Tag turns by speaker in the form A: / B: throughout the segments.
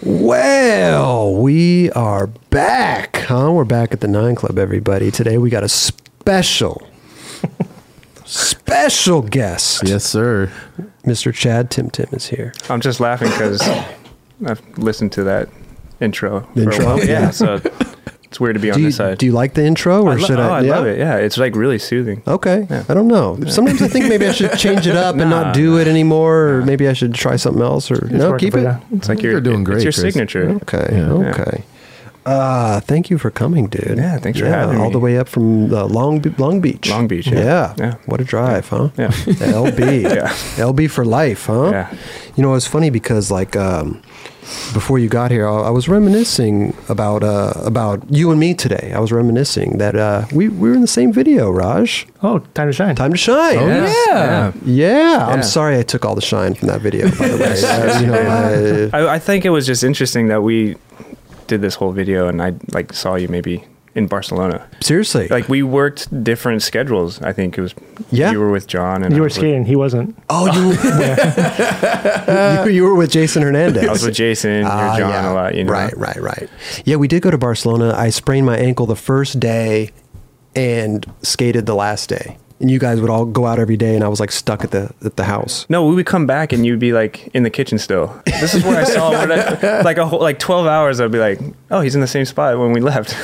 A: Well, we are back, huh? We're back at the Nine Club, everybody. Today we got a special, special guest.
B: Yes, sir.
A: Mr. Chad Tim Tim is here.
C: I'm just laughing because I've listened to that intro. for a
A: Intro?
C: while.
A: Yeah.
C: Yeah, so it's weird to be on
A: Do you,
C: this side.
A: do you like the intro, or
C: I lo-
A: should
C: oh,
A: I?
C: I
A: yeah?
C: love it. Yeah, it's like really soothing.
A: Okay. I don't know. Sometimes I think maybe I should change it up and not
C: Nah,
A: do it anymore, or maybe I should try something else, or
C: It's
A: no,
C: working,
A: keep
C: but
A: it.
C: yeah, It's like
B: think
C: your,
B: you're doing
C: It's
B: great,
C: your
B: Chris.
C: signature.
A: Okay.
B: Yeah.
A: Okay. Uh, thank you for coming, dude.
C: Yeah, thanks for having
A: All
C: me.
A: the way up from uh, Long Be- Long Beach.
C: Long Beach, yeah.
A: Yeah.
C: Yeah.
A: What a drive, huh?
C: Yeah.
A: The LB.
C: Yeah.
A: LB for life, huh?
C: Yeah.
A: You know, it's funny because like um, before you got here, I, I was reminiscing about uh, about you and me today. I was reminiscing that uh, we we were in the same video, Raj.
D: Oh, time to shine.
A: Time to shine.
B: yeah. Yeah.
A: Yeah,
C: Oh, Yeah.
A: I'm sorry I took all the shine from that video. By the way, Uh, you know, uh,
C: I, I think it was just interesting that we did this whole video, and I like saw you maybe in Barcelona.
A: seriously,
C: Like we worked different schedules. I think it was.
A: Yeah.
C: You were with John, and I
D: You were
C: was with-
D: skating. He wasn't.
A: Oh, you, you, you were with Jason Hernandez.
C: I was with Jason, you were
A: Ah,
C: John
A: yeah.
C: a lot. You know.
A: Right, right, right. Yeah, we did go to Barcelona. I sprained my ankle the first day and skated the last day. And you guys would all go out every day, and I was like stuck at the at the house.
C: No, we would come back and you'd be like in the kitchen still. This is where I saw what I, like a whole like twelve hours. I'd be like, oh, he's in the same spot when we left.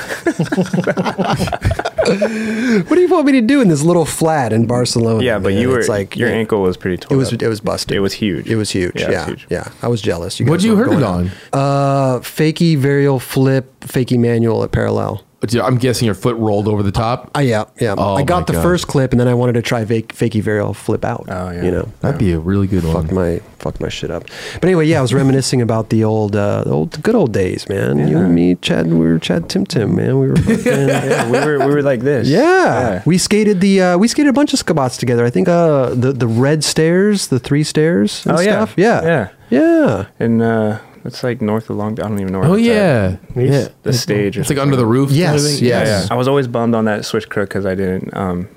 A: What do you want me to do in this little flat in Barcelona?
C: yeah, but
A: man?
C: you were
A: It's
C: like your
A: yeah.
C: ankle was pretty. Tore
A: It was
C: up.
A: it was busted.
C: It was huge.
A: It was huge.
C: Yeah,
A: Yeah,
C: it was
A: yeah.
C: huge.
A: I was jealous. You
B: What'd
A: guys
B: you
A: were
B: hurt it
A: going
B: on?
A: Uh, fakey varial flip, fakey manual at parallel.
B: I'm guessing your foot rolled over the top.
A: Uh, yeah, yeah.
B: Oh,
A: I
B: my
A: got the
B: God.
A: first clip, and then I wanted to try fake, fakey varial flip out.
C: Oh, yeah.
A: You know,
B: That'd be a really good
A: fucked
B: one.
A: my fucked my shit up. But anyway, yeah, I was reminiscing about the old, uh, the old good old days, man. You and me, Chad. We were Chad Tim Tim, man. We were. Fucking, yeah.
C: yeah, we were we were like this.
A: we skated the uh, we skated a bunch of skabots together. I think uh, the the red stairs, the three stairs, and
C: Oh, yeah.
A: stuff. Yeah,
C: Yeah.
A: yeah.
C: and uh, it's like north of Long. I don't even know. Where
B: Oh
C: it's at.
B: yeah,
D: Nice.
A: Yeah.
C: the stage. or
B: it's like
C: something.
B: under the roof.
A: Yes,
B: kind of thing?
A: yes.
C: Yeah, yeah. I was always bummed on that switch crook because I didn't um,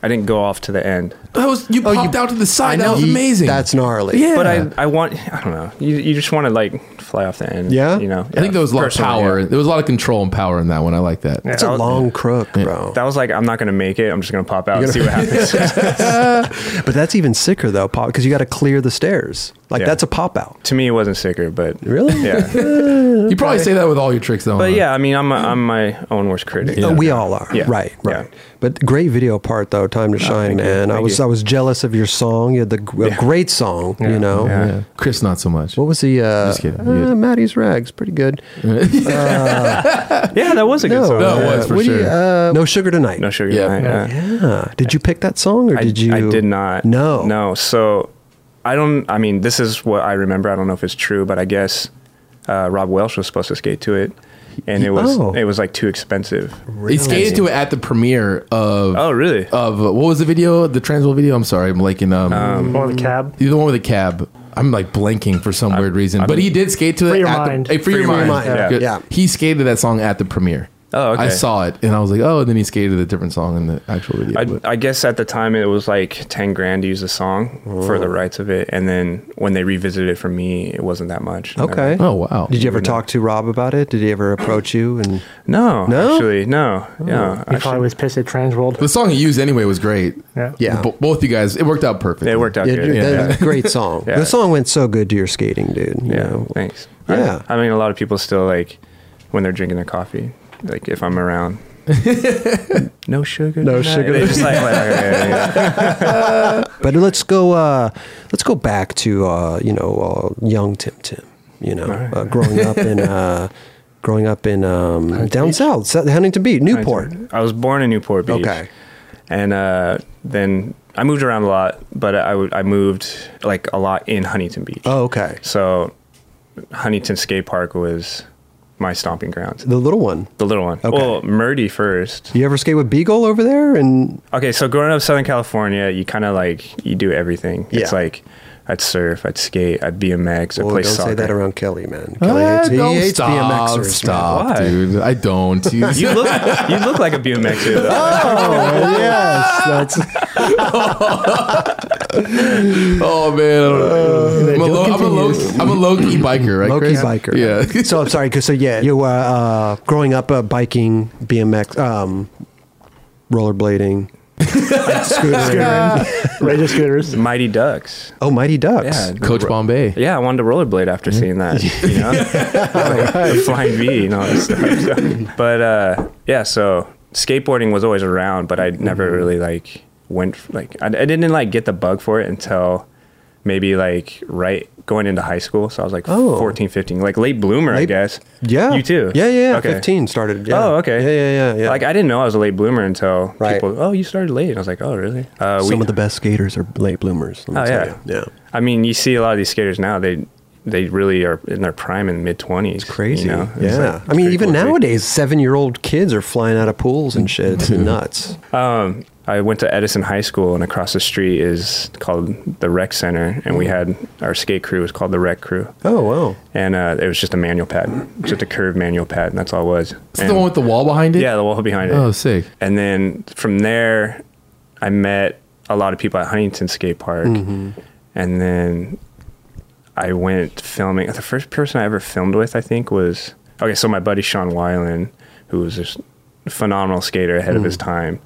C: I didn't go off to the end.
B: That was you
A: Oh, you-
B: popped out to the side.
A: I
B: That
A: know.
B: was
A: Ye-
B: amazing.
A: That's gnarly.
B: yeah.
C: But I, I want I don't know you, you just want to like fly off the end
A: Yeah?
C: you know
B: I think there was a lot of
C: Personally,
B: power.
C: yeah.
B: There was a lot of control and power in that one. I like that.
A: It's a
C: That-
A: long crook, bro.
C: That was like I'm not gonna make it I'm just gonna pop out and see what happens
A: But that's even sicker though, pop, because you got to clear the stairs. Like
C: Yeah.
A: that's a pop out.
C: to me it wasn't sicker but
A: Really?
C: yeah
B: You probably say that with all your tricks, though.
C: but
B: huh?
C: yeah I mean I'm a, I'm my own worst critic
A: Uh, we all are.
C: Yeah.
A: Right.
C: Yeah. Oh,
A: Right. But great video part though. Time to shine,
C: thank you.
A: man. I
C: Thank
A: was
C: you.
A: I was jealous of your song. You had the gr- a great song. You know.
C: Yeah.
B: yeah. Chris, not so much.
A: What was the uh,
B: Just kidding.
A: uh
B: You-
A: Maddie's rags? Pretty good. Oh,
C: yeah that was a good song
B: No, it
C: yeah.
B: was for
A: what do you-
B: sure.
A: uh, no sugar tonight.
C: no sugar
B: Yeah.
C: Tonight, yeah.
A: Yeah. Did you pick that song or
C: I,
A: did you?
C: I did not
A: No.
C: no so I don't I mean this is what I remember I don't know if it's true but I guess uh, Rob Welsh was supposed to skate to it and it was
A: Oh.
C: it was like too expensive
B: He skated to it at the premiere of
C: oh really
B: of uh, what was the video? The Transworld video. I'm sorry, I'm blanking. Um,
D: Or
C: Mm.
D: the cab.
B: the one with the cab. I'm like blanking for some weird reason, but he did skate to it.
D: Free Your
B: at the-
D: Mind.
B: hey, free, your
C: Free Your
B: mind.
A: Mind, yeah.
B: Good.
A: Yeah.
B: He skated that song at the premiere.
C: Oh, okay.
B: I saw it and I was like, oh, and then he skated a different song in the actual video.
C: I,
B: but-
C: I guess at the time it was like 10 grand to use the song for the rights of it. And then when they revisited it for me, it wasn't that much. And I-
A: Okay.
B: oh wow.
A: Did you ever talk to Rob about it? Did he ever approach you? And
C: No,
A: No? Oh.
C: actually, no. Yeah.
D: He
C: Uh, actually,
D: probably was pissed at Transworld.
B: The song he used anyway was great.
D: Yeah.
A: yeah,
B: Bo- both you guys, it worked out perfectly.
C: it worked out
A: Yeah,
C: good.
A: dude,
C: Yeah.
A: that- great song.
C: Yeah.
A: The song went so good to your skating, dude. You
C: Yeah,
A: know?
C: Thanks.
A: Yeah.
C: I, I mean, a lot of people still like when they're drinking their coffee, like if I'm around. no sugar.
A: No
C: tonight.
A: sugar.
C: They just like, like, okay, yeah, yeah.
A: But let's go. Uh, let's go back to uh, you know uh, young Tim Tim. You know, uh, growing up in uh, growing up in um, down south, Sou- Huntington Beach, Newport.
C: I was born in Newport Beach.
A: Okay.
C: And uh, then I moved around a lot, but I would- I moved like a lot in Huntington Beach.
A: Oh, okay.
C: So Huntington Skate Park was my stomping grounds.
A: The little one.
C: The little one.
A: Okay.
C: Well, Murdy first.
A: You ever skate with Beagle over there? And
C: Okay, so growing up Southern California, you kind of like you do everything. It's
A: Yeah.
C: like I'd surf, I'd skate, I'd BMX, I'd
A: Well,
C: play
A: oh, don't
C: soccer.
A: say that around Kelly, man. Kelly
B: Ah,
A: hates, he
B: don't
A: hates
B: stop,
A: BMXers. man.
B: Stop,
C: Why?
B: dude. I don't. He's-
C: You look, you look like a BMXer. Though.
A: Oh, yes, that's
B: oh man, I don't know. I'm, a
A: don't
B: low, I'm, a low,
A: continue.
B: I'm a low key biker, right?
A: Loki
B: Chris?
A: biker.
B: Yeah.
A: so I'm sorry, because so yeah, you were uh, growing up uh, biking, BMX, um, rollerblading, scootering.
D: Razor scooters.
C: Mighty Ducks.
A: Oh, Mighty Ducks.
C: Yeah.
B: Coach Bombay.
C: Yeah, I wanted to rollerblade after
A: Mm-hmm.
C: seeing that. You know, the flying V and all that stuff. So- But uh, yeah, so skateboarding was always around, but I never
A: Mm-hmm.
C: really like went like I, I didn't like get the bug for it until maybe like right going into high school. So I was like
A: Oh.
C: fourteen, fifteen, 14, 15, like late bloomer, I
A: Late-
C: guess.
A: Yeah.
C: you too.
A: Yeah, yeah, yeah.
C: Okay.
A: 15 started. Yeah.
C: Oh, okay.
A: Yeah, yeah, yeah. yeah.
C: Like I didn't know I was a late bloomer until
A: Right.
C: people. Oh, you started late. And I was like, oh, really? Uh,
A: Some of the best skaters are late bloomers. let me
C: Oh,
A: tell
C: yeah.
A: you. Yeah.
C: I mean, you see a lot of these skaters now. They they really are in their prime in mid twenties.
A: crazy. yeah. I mean, even nowadays, seven year old kids are flying out of pools and shit. It's nuts.
C: Um, I went to Edison High School, and across the street is called the Rec Center, and we had our skate crew was called the Rec Crew,
A: Oh, wow.
C: and uh, it was just a manual pad, just a curved manual pad, and that's all it
B: Is
C: was.
B: it the
C: And-
B: one with the wall behind it?
C: yeah, the wall behind it.
B: Oh, sick.
C: And then from there, I met a lot of people at Huntington Skate Park. And then I went filming. The first person I ever filmed with, I think, was okay. So my buddy Sean Weiland, who was just a phenomenal skater ahead of his time.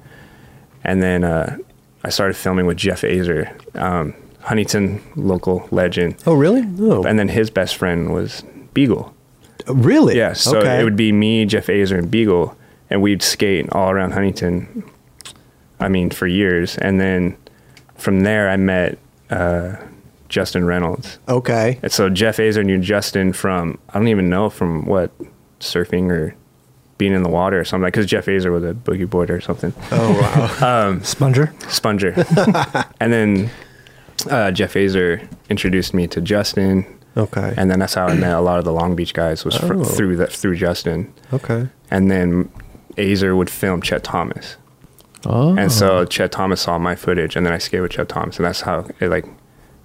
C: And then uh, I started filming with Jeff Azer, um, Huntington local legend.
A: Oh, really? No.
C: And then his best friend was Beagle.
A: really?
C: Yeah, so
A: okay.
C: it would be me, Jeff Azer, and Beagle, and we'd skate all around Huntington. I mean, for years, and then from there, I met uh, Justin Reynolds,
A: Okay.
C: and so Jeff Azer knew Justin from I don't even know from what surfing or being in the water or something, because Jeff Azer was a boogie boarder or something
A: Oh, wow.
D: Mm. Sponger.
C: sponger. and then uh, Jeff Azer introduced me to Justin,
A: okay.
C: and then that's how I met a lot of the Long Beach guys was fr-
A: Oh.
C: through that through Justin
A: okay.
C: and then Azer would film Chet Thomas,
B: Oh.
C: and so Chet Thomas saw my footage, and then I skated with Chet Thomas, and that's how it like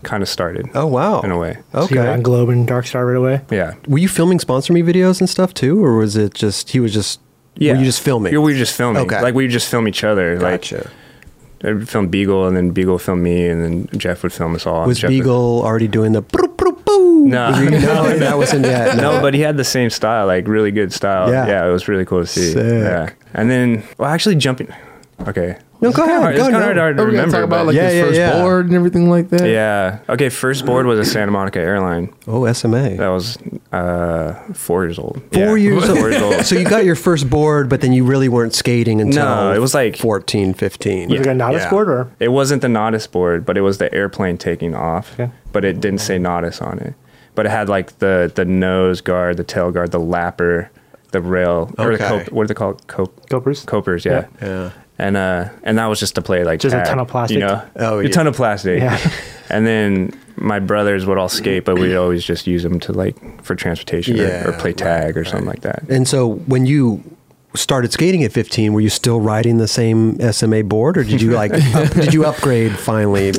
C: kind of started.
A: Oh, wow.
C: in a way,
D: So you went on
A: Okay.
D: Globe and Dark Star right away.
C: yeah,
A: Were you filming sponsor me videos and stuff too? Or was it just, he was just,
C: yeah.
A: were you just filming?
C: Yeah, we were just filming.
A: Okay.
C: like we would just film each other.
A: gotcha.
C: Like I would film Beagle, and then Beagle would film me, and then Jeff would film us all. and
A: was
C: Jeff would-
A: Beagle already doing the broo, broo, boo?
C: No.
A: Was he- no, that wasn't yet.
C: no, but he had the same style, like really good style.
A: Yeah.
C: Yeah, it was really cool to see.
A: Sick.
C: Yeah, and then well, actually jumping. Okay,
A: No, go
C: It's kinda
A: ahead,
C: hard-
A: go,
C: It's kind
A: no.
C: of hard to
B: Are we gonna
C: remember.
B: talk about
C: but-
B: like
A: Yeah,
B: his
A: yeah,
B: first
A: yeah.
B: board and everything like that?
C: yeah. Okay, first board was a Santa Monica airline.
A: Oh, SMA.
C: That was uh, four years old.
A: Four
C: Yeah.
A: years
C: Four years
A: old.
C: old.
A: so you got your first board, but then you really weren't skating until
C: No, it was like-
A: 14, 15.
D: Was it a novice
C: yeah.
D: board or?
C: It wasn't the Nautis board, but it was the airplane taking off.
D: Okay.
C: But it didn't say Nautis on it. But it had like the the nose guard, the tail guard, the lapper, the rail, or the
A: Okay.
C: cop, what do they call it? Cop,
D: Copers?
C: copers, yeah.
A: Yeah.
C: And uh, and that was just to play like
D: Just a
C: tag,
D: ton of plastic.
C: You know?
A: Oh,
C: a
A: yeah.
C: ton of plastic.
D: Yeah.
C: and then my brothers would all skate, but we'd always just use them to like for transportation or-
A: Yeah,
C: or, play
A: right,
C: tag or something like that.
A: And so when you started skating at 15, were you still riding the same SMA board or did you like, up, did you upgrade finally?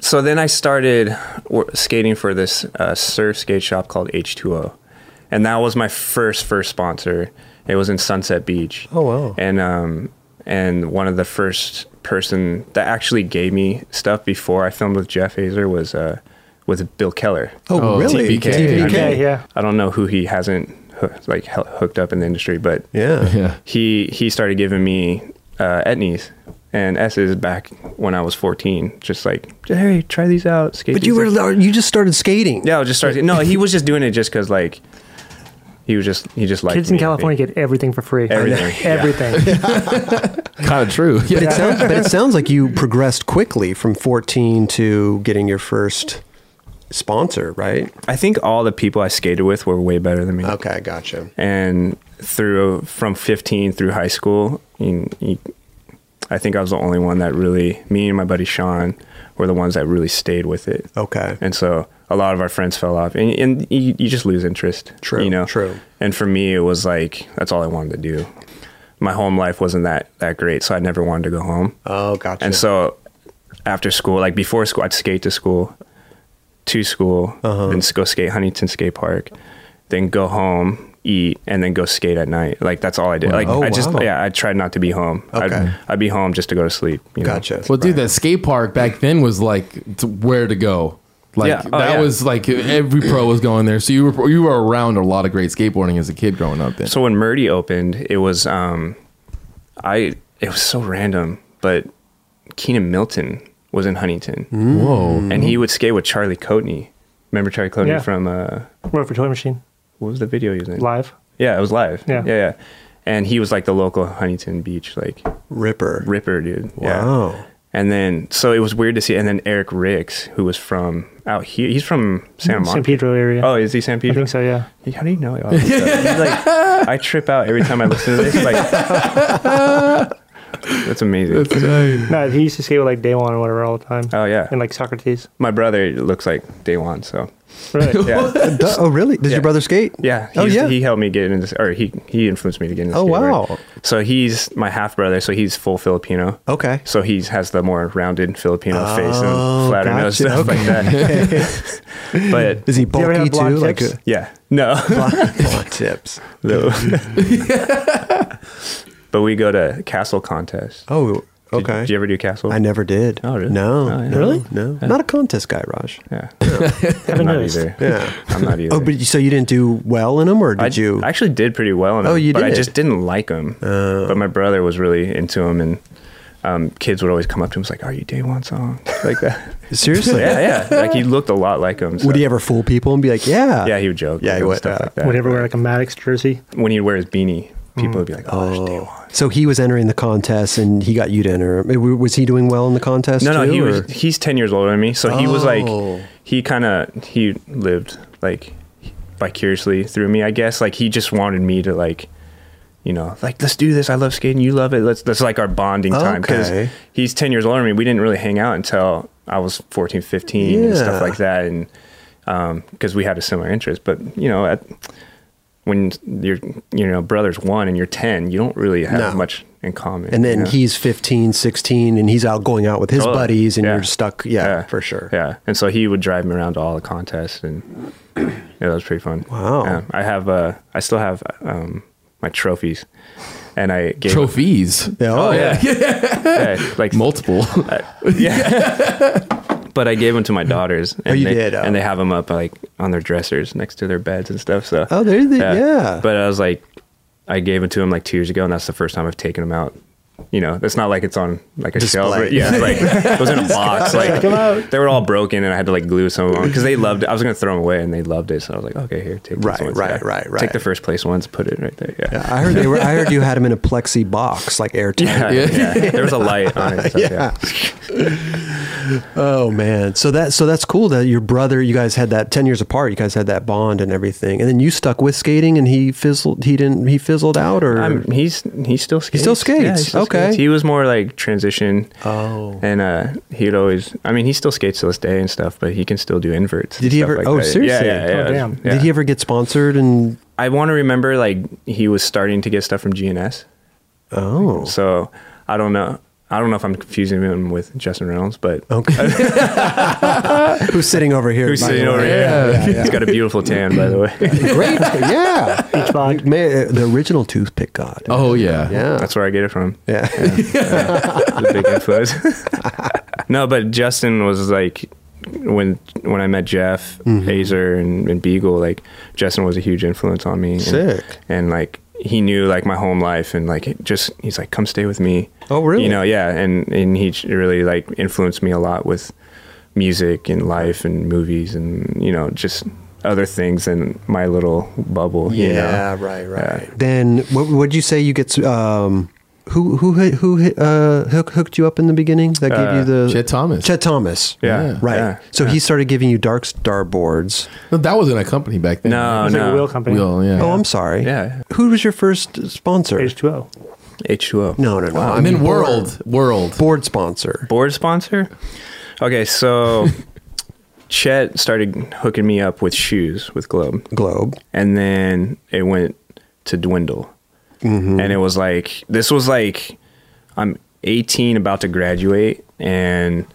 C: So then I started wor- skating for this uh, surf skate shop called H2O, and that was my first first sponsor. It was in Sunset Beach.
A: Oh, wow.
C: And um and one of the first person that actually gave me stuff before I filmed with Jeff Azer was uh with Bill Keller.
A: Oh,
B: Oh,
A: really?
B: TPK.
C: I
D: TPK.
C: mean,
D: yeah.
C: I don't know who he hasn't hoo- like hel- hooked up in the industry, but
A: Yeah.
B: Yeah.
C: he he started giving me uh, etnies and s's back when I was 14. Just like, hey, try these out. Skate
A: But you
C: these
A: were,
C: out."
A: you just started skating.
C: yeah. I was just starting. No, he was just doing it just because like he was just he just liked
D: Kids
C: me,
D: in
C: I think.
D: California get everything for free.
C: Everything, yeah.
D: Everything.
B: Kind of true.
A: But it,
B: Yeah.
A: sounds, but it sounds like you progressed quickly from 14 to getting your first sponsor, right?
C: I think all the people I skated with were way better than me.
A: Okay, gotcha.
C: and through from 15 through high school you, you, i think i was the only one that really me and my buddy sean were the ones that really stayed with it
A: Okay.
C: and so a lot of our friends fell off and, and you, you just lose interest
A: True,
C: you know
A: true.
C: and for me it was like that's all i wanted to do my home life wasn't that that great so i never wanted to go home
A: Oh, gotcha.
C: and so after school, like before school, I'd skate to school. to school,
A: Uh-huh.
C: then s- go skate Huntington Skate Park, then go home, eat, and then go skate at night. Like that's all I did. Like
A: Oh,
C: I just
A: wow.
C: yeah, I tried not to be home.
A: Okay.
C: I'd, I'd be home just to go to sleep. You know?
A: Gotcha.
B: Well, dude, that skate park back then was like t- where to go. Like
C: Yeah. Oh,
B: that
C: yeah.
B: was like every pro was going there. So you were you were around a lot of great skateboarding as a kid growing up. Then
C: So when Murdy opened, it was um, I it was so random, but Keenan Milton was in Huntington,
B: whoa,
C: and he would skate with Charlie Coatney. Remember Charlie Coatney
D: Yeah.
C: from uh,
D: Work for Toy Machine
C: what was the video he was in?
D: live.
C: Yeah, it was live.
D: Yeah.
C: yeah, yeah. And he was like the local Huntington Beach like
A: Ripper.
C: ripper dude. Yeah.
A: Wow.
C: And then so it was weird to see. And then Eric Ricks, who was from out here, he's from San Monica.
D: San Pedro area.
C: Oh, is he San
D: I
C: Pedro?
D: think so. Yeah.
C: He- How do you know? all this stuff? He's like, I trip out every time I listen to this. Like, that's amazing.
D: No, he used to skate with like Day One or whatever all the time,
C: oh yeah,
D: and like Socrates.
C: my brother looks like Day One. So
D: Really?
C: yeah,
A: Duh, oh, really? Did
C: Yeah.
A: your brother skate?
C: yeah.
A: Oh,
C: he's-
A: yeah.
C: He helped me get into, or he he influenced me to get into.
A: Oh,
C: skateboarding.
A: wow.
C: So he's my half brother. So he's full Filipino.
A: Okay.
C: So he has the more rounded Filipino face and
A: Oh,
C: flatter nose
A: gotcha.
C: stuff like that. but
A: Is he
D: you ever
A: bulky
D: have blonde
A: too? Like
D: tips?
A: uh,
C: yeah, no,
A: blonde, blonde tips.
C: no. but we go to castle contests.
A: Oh,
C: Did-
A: okay.
C: Did, you ever do castle?
A: I never did.
C: Oh, really?
A: No.
C: Oh, yeah.
A: no,
D: Really?
A: No. Not a contest guy, Raj.
C: Yeah. I'm
D: Haven't
C: not
D: noticed.
C: either.
A: Yeah.
C: I'm not either.
A: Oh, but you- so you didn't do well in them, or did
C: I,
A: you?
C: I actually did pretty well in
A: Oh,
C: them,
A: you
C: but I
A: did? Oh.
C: just didn't like them. but my brother was really into them, and um, kids would always come up to him and was like, "Are you day one song?" Like that.
A: seriously?
C: yeah, yeah. Like he looked a lot like him. so-
A: Would he ever fool people and be like, "Yeah,
C: Yeah, he would joke.
A: Yeah, he
C: and
A: would,
C: Stuff
A: yeah.
C: like that.
D: Would ever wear like a Maddox jersey?
C: When he'd wear his beanie, people would be like, "Oh, there's day one."
A: So he was entering the contest, and he got you to enter. I mean, Was he doing well in the contest?
C: No, no,
A: too,
C: he was.
A: or-
C: He's ten years older than me, so he was
A: Oh.
C: like, he kind of he lived like vicariously through me, I guess. Like he just wanted me to like, you know, like let's do this. I love skating. You love it. Let's. That's like our bonding time
A: Okay.
C: because he's ten years older than me. We didn't really hang out until I was 14, 15 and
A: Yeah.
C: stuff like that, and because we had a similar interest. But you know, at, when your you know brother's one and you're ten, you don't really have
A: No.
C: much in common.
A: And then
C: you know?
A: he's 15, 16, and he's out going out with his
C: Oh,
A: buddies, and
C: yeah.
A: you're stuck. Yeah, for sure.
C: Yeah, and so he would drive me around to all the contests, and yeah, that was pretty fun.
A: Wow.
C: Yeah, I have uh, I still have um, my trophies, and I gave
B: trophies.
A: Yeah, oh, yeah.
C: yeah, like
B: Multiple.
C: but I gave them to my daughters. And
A: Oh, you
C: they,
A: did, oh.
C: and they have them up like on their dressers next to their beds and stuff. So
A: Oh, there they- yeah.
C: But I was like, I gave them to him like two years ago, and that's the first time I've taken them out. You know, it's not like it's on like a shelf.
A: Display.
C: But yeah, it's like it was in a box. Like they were all broken, and I had to like glue some of them because they loved it. I was gonna throw them away, and they loved it. So I was like, okay, here, take these
A: Right,
C: ones.
A: right,
C: Yeah.
A: right, right.
C: Take the first place ones, put it right there. Yeah, yeah,
A: I heard they were. I heard you had him in a plexi box, like airtight.
C: yeah. There was a light on it. and stuff, yeah.
A: Oh man, so that so that's cool that your brother, you guys had that ten years apart. You guys had that bond and everything, and then you stuck with skating, and he fizzled. He didn't. He fizzled out, or
C: Um, he's he still skates.
A: still
C: Yeah,
A: skates. Okay.
C: He was more like transition.
A: Oh.
C: And uh, he'd always. I mean, he still skates to this day and stuff, but he can still do inverts. and
A: Did he
C: stuff
A: ever-
C: like
A: oh,
C: that.
A: seriously?
C: Yeah, yeah,
D: Oh,
C: yeah.
D: damn.
C: Yeah.
A: did he ever get sponsored? And
C: I want to remember like he was starting to get stuff from GNS.
A: oh,
C: So I don't know. I don't know if I'm confusing him with Justin Reynolds, but
A: okay. Who's sitting over here?
C: who's
A: by the
C: sitting
A: way?
C: over here? He's got a beautiful tan, by the way.
A: Great, yeah.
D: Beach bod.
A: May, the original toothpick god.
B: oh yeah.
A: yeah,
C: That's where I get it from.
A: yeah.
C: the big influence. no, but Justin was like when when I met Jeff
A: Mm-hmm.
C: Azer and, and Beagle, like Justin was a huge influence on me. and-
A: Sick.
C: And, like he knew like my home life and like it just he's like come stay with me.
A: Oh, really?
C: You know, yeah, and and he j- really like influenced me a lot with music and life and movies and you know just other things in my little bubble. you know?
A: right,
C: right.
A: Then what would you say you get? Um, who who hit- who hit, uh, hook, hooked you up in the beginning? That gave you the
B: Chet Thomas.
A: Chet Thomas.
C: Uh, Yeah,
A: right.
C: yeah,
A: so he started giving you dark star boards.
B: No, that wasn't a company back then.
C: No,
D: It's like
C: Oh, no.
D: a wheel company.
B: Well, yeah.
A: Oh, I'm sorry.
C: Yeah.
A: Who was your first sponsor?
D: H2O.
C: H2O.
A: no, no, no. I
B: and then
A: mean board-
B: World, World.
A: board sponsor.
C: board sponsor. Okay, so Chet started hooking me up with shoes with Globe,
A: Globe.
C: and then it went to dwindle. And it was like this was like I'm 18, about to graduate, and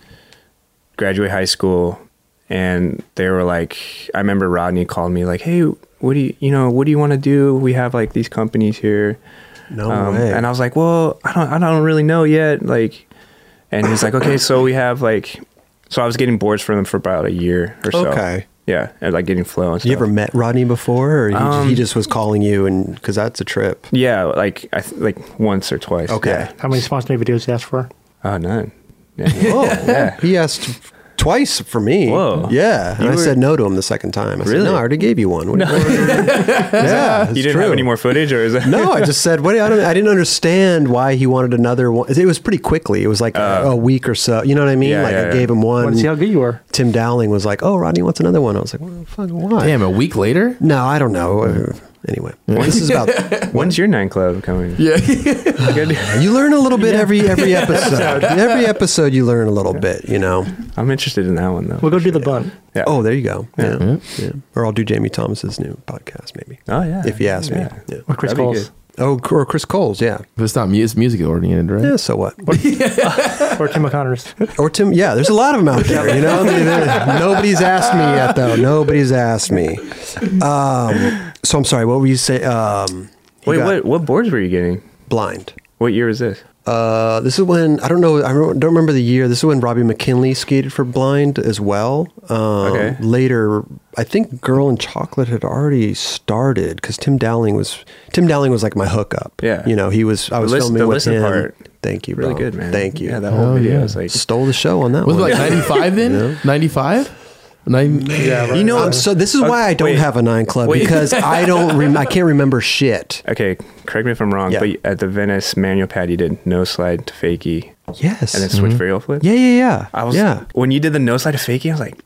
C: graduate high school, and they were like, I remember Rodney called me like, hey, what do you you know what do you want to do? We have like these companies here.
A: No
C: Um,
A: way.
C: And I was like, well, I don't, I don't really know yet. Like, and he's like, okay, so we have like, so I was getting boards for them for about a year or so.
A: Okay.
C: Yeah, and like getting flow and stuff.
A: you ever met Rodney before, or he,
C: Uh, Um,
A: he just was calling you? And because that's a trip.
C: yeah, like I th- like once or twice.
A: Okay.
C: Yeah.
D: How many sponsored videos you asked for?
C: Oh, none. Yeah.
A: Oh,
C: Yeah.
A: he asked twice for me.
C: Whoa.
A: Yeah, and
C: You
A: I
C: were-
A: said no to him the second time. I said,
C: Really?
A: "No, I already gave you one." What- yeah, it's
C: you didn't
A: true.
C: have any more footage, or is that
A: no, I just said, "What? I, don't, I didn't understand why he wanted another one." It was pretty quickly. It was like a, a week or so. You know what I mean?
C: Uh. Yeah,
A: like
C: yeah,
A: I
C: yeah.
A: gave him
D: Want
A: one.
D: to see how good you were?
A: Tim Dowling was like, "Oh, Rodney wants another one." I was like, "Well, fuck, why?"
B: Damn, a week later?
A: No, I don't know. Uh, Anyway, this is about.
C: When's your nine club coming?
B: Yeah.
C: Good.
A: You learn a little bit every every episode. every episode, you learn a little bit. You know.
C: I'm interested in that one though.
D: We'll go do the bunt.
C: Yeah. Mm-hmm.
A: Oh, there you go. Yeah. yeah. Or I'll do Jamie Thomas's new podcast, maybe.
C: Oh, yeah.
A: If you ask me.
C: Yeah.
A: Yeah.
D: Or Chris
C: That'd be
D: Cole's.
A: Oh, or Chris Cole's, yeah.
B: But it's not mu- it's music oriented, right?
A: Yeah, so what?
D: Or Tim O'Connor's.
A: Or Tim, yeah, there's a lot of them out there, you know? They- they- Nobody's asked me yet, though. Nobody's asked me. Um, so I'm sorry, what were you saying? Um, you
C: Wait,
A: got
C: what what boards were you getting?
A: Blind.
C: What year is this?
A: Uh, this is when I don't know. I re- don't remember the year. This is when Robbie McKinley skated for Blind as well. Um,
C: Okay.
A: Later, I think Girl in Chocolate had already started because Tim Dowling was Tim Dowling was like my hookup.
C: Yeah.
A: you know he was. I was
C: listen-
A: filming
C: the
A: with
C: listen
A: him.
C: part.
A: Thank you,
C: Really
A: bro.
C: good, man.
A: Thank you.
C: Yeah, that whole
B: Oh,
C: video
B: yeah.
C: was like
A: Stole the show on that
B: Was it
A: one.
B: like 95 then? 95? Nine,
D: Yeah, right.
A: you know, I'm
D: Uh,
A: so this is why I don't
C: wait.
A: have a nine club
C: Wait.
A: because I don't. Rem- I can't remember shit.
C: Okay, correct me if I'm wrong,
A: Yeah.
C: but at the Venice manual pad, you did no slide to fakie
A: Yes.
C: and then switch for aerial flip.
A: yeah, yeah, yeah.
C: I was
A: yeah.
C: when you did the no slide to fakie, I was like,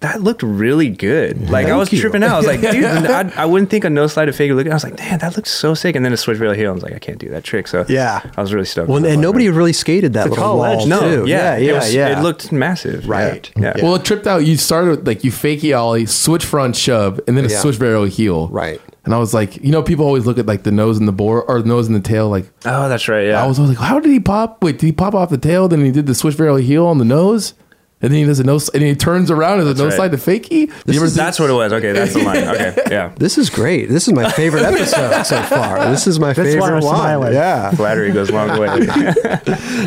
C: that looked really good. Like I
A: Thank
C: was
A: you.
C: tripping out. I was like, dude, I, I wouldn't think a no slide to fakie look. I was like, damn, that looks so sick. And then a switch real heel. I was like, I can't do that trick. So
A: Yeah.
C: I was really stoked.
A: Well, and nobody really skated that little
D: tall
A: wall
D: edge,
C: no,
A: too. yeah,
C: yeah, it,
A: yeah.
C: was-
A: yeah.
C: it looked massive.
A: Right.
C: Yeah.
A: Yeah.
B: Well, it tripped out. You started with like you fakey ollie, switch front shove, and then a
A: Yeah.
B: switch barrel heel.
A: Right.
B: And I was like, you know, people always look at like the nose and the board or the nose and the tail. Like
C: Oh, that's right. Yeah.
B: I was always like, how did he pop? Wait, did he pop off the tail? Then he did the switch barrel heel on the nose, and then he does a nose and he turns around and the nose
C: That's
B: slide to fakey. You ever see-
C: that's what it was. Okay, that's the line. Okay, yeah.
A: This is great. This is my favorite episode so far. This is my
D: That's why
A: favorite
D: I'm
A: one.
D: smiling.
A: Yeah.
C: Flattery goes a long way.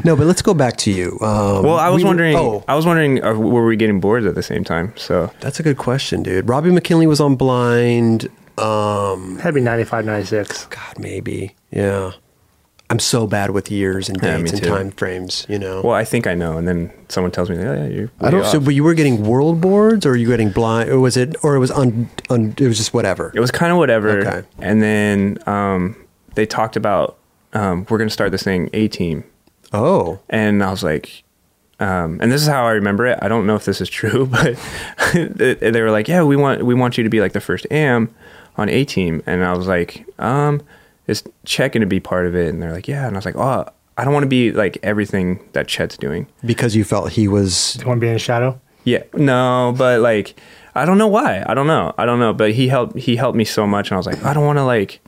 A: No, but let's go back to you. Um,
C: Well, I was
A: we were-
C: wondering.
A: Oh,
C: I was wondering, uh, were we getting boards at the same time? So
A: that's a good question, dude. Robbie McKinley was on Blind. Um,
D: That'd be 95, 96.
A: God, maybe. Yeah. I'm so bad with years and
C: Yeah, me
A: dates and
C: too.
A: time frames. You know.
C: well, I think I know, and then someone tells me, "Oh yeah, you're."
B: I don't-
C: way
A: so,
C: off."
A: but you were getting world boards, or you were getting blind, or was it, or it was un, un it was just whatever.
C: It was kind of whatever.
A: Okay.
C: And then um, they talked about um, we're going to start this thing A team,
A: Oh,
C: and I was like, um, and this is how I remember it. I don't know if this is true, but they they were like, "Yeah, we want we want you to be like the first AM on A team," and I was like, um, "Is Chet going to be part of it?" And they're like, "Yeah," and I was like, "Oh, I don't want to be like everything that Chet's doing."
A: because you felt he was
D: Do you want to be in the shadow?
C: Yeah, no, but like, I don't know why. I don't know. I don't know. But he helped. He helped me so much, and I was like, I don't want to like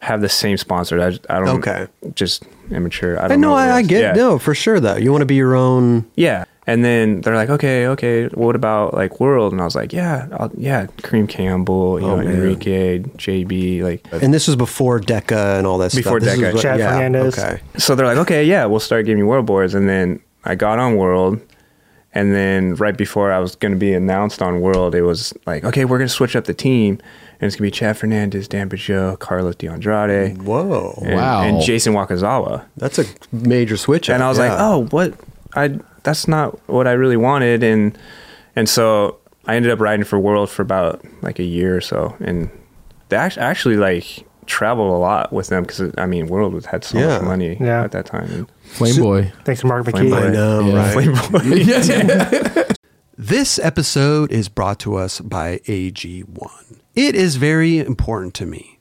C: have the same sponsor. I, I don't.
A: Okay.
C: Just immature. I
A: I
C: don't
A: know.
C: know. what
A: I, I
C: else.
A: get
C: yeah.
A: no for sure though. You want to be your own.
C: Yeah. And then they're like, okay, okay. What about like World? And I was like, yeah, I'll, yeah. Kareem Campbell, you
A: Oh,
C: know,
A: man.
C: Enrique, JB, like.
A: And this was before DECA and all that
C: Before
A: stuff. This is
C: DECA.
D: Chad Fernandez.
A: Okay.
C: So they're like, okay, yeah, we'll start giving you World boards. And then I got on World. And then right before I was going to be announced on World, it was like, okay, we're going to switch up the team. And it's going to be Chad Fernandez, Dan Peugeot, Carlos DeAndrade,
A: Whoa.
C: and,
B: Wow.
C: and Jason Wakazawa.
A: That's a major switch.
C: And I was like, oh, what? I That's not what I really wanted. And, and so I ended up riding for World for about like a year or so. And they act- actually like traveled a lot with them because, I mean, World was- had so
A: Yeah.
C: much money
D: Yeah.
C: at that time.
B: Flame boy.
D: Thanks to Mark
C: Flame
A: I
C: Boy.
D: McKee.
A: know,
B: Yeah.
A: right?
B: yeah.
E: This episode is brought to us by AG1. It is very important to me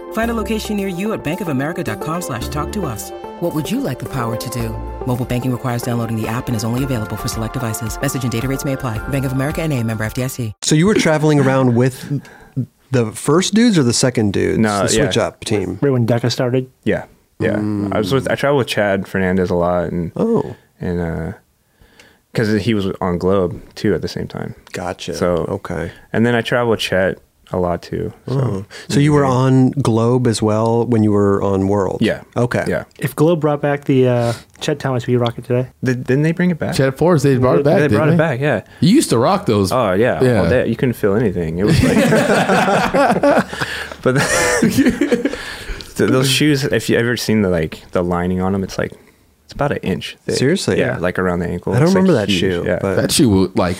F: Find a location near you at bankofamerica.com slash talk to us. What would you like the power to do? Mobile banking requires downloading the app and is only available for select devices. Message and data rates may apply. Bank of America and a member FDIC.
A: So you were traveling around with the first dudes or the second dudes?
C: No,
A: the switch
C: yeah.
A: up team.
D: Right when DECA started,
C: Yeah, yeah. I was with I traveled with Chad Fernandez a lot, and
A: Oh,
C: and because he was on Globe too at the same time.
A: gotcha.
C: So
A: okay. Hmm.
C: and then I traveled with Chet a lot too. So
A: So you were on Globe as well when you were on World.
C: yeah,
A: Okay.
C: yeah.
D: if Globe brought back the uh, Chet Thomas we rocket today,
C: Did, didn't they bring it back?
B: Chad Forrest, they brought it back.
C: They
B: didn't
C: brought it back. Yeah.
B: You used to rock those.
C: Oh yeah.
B: Yeah.
C: All day. You couldn't feel anything. It was like. but the- so those shoes, if you ever seen the like the lining on them, it's like it's about an inch. Thick.
A: Seriously?
C: Yeah, like around the ankle.
A: I don't
C: It's, like,
A: remember that
C: huge.
A: shoe,
C: Yeah.
A: but-
B: that shoe like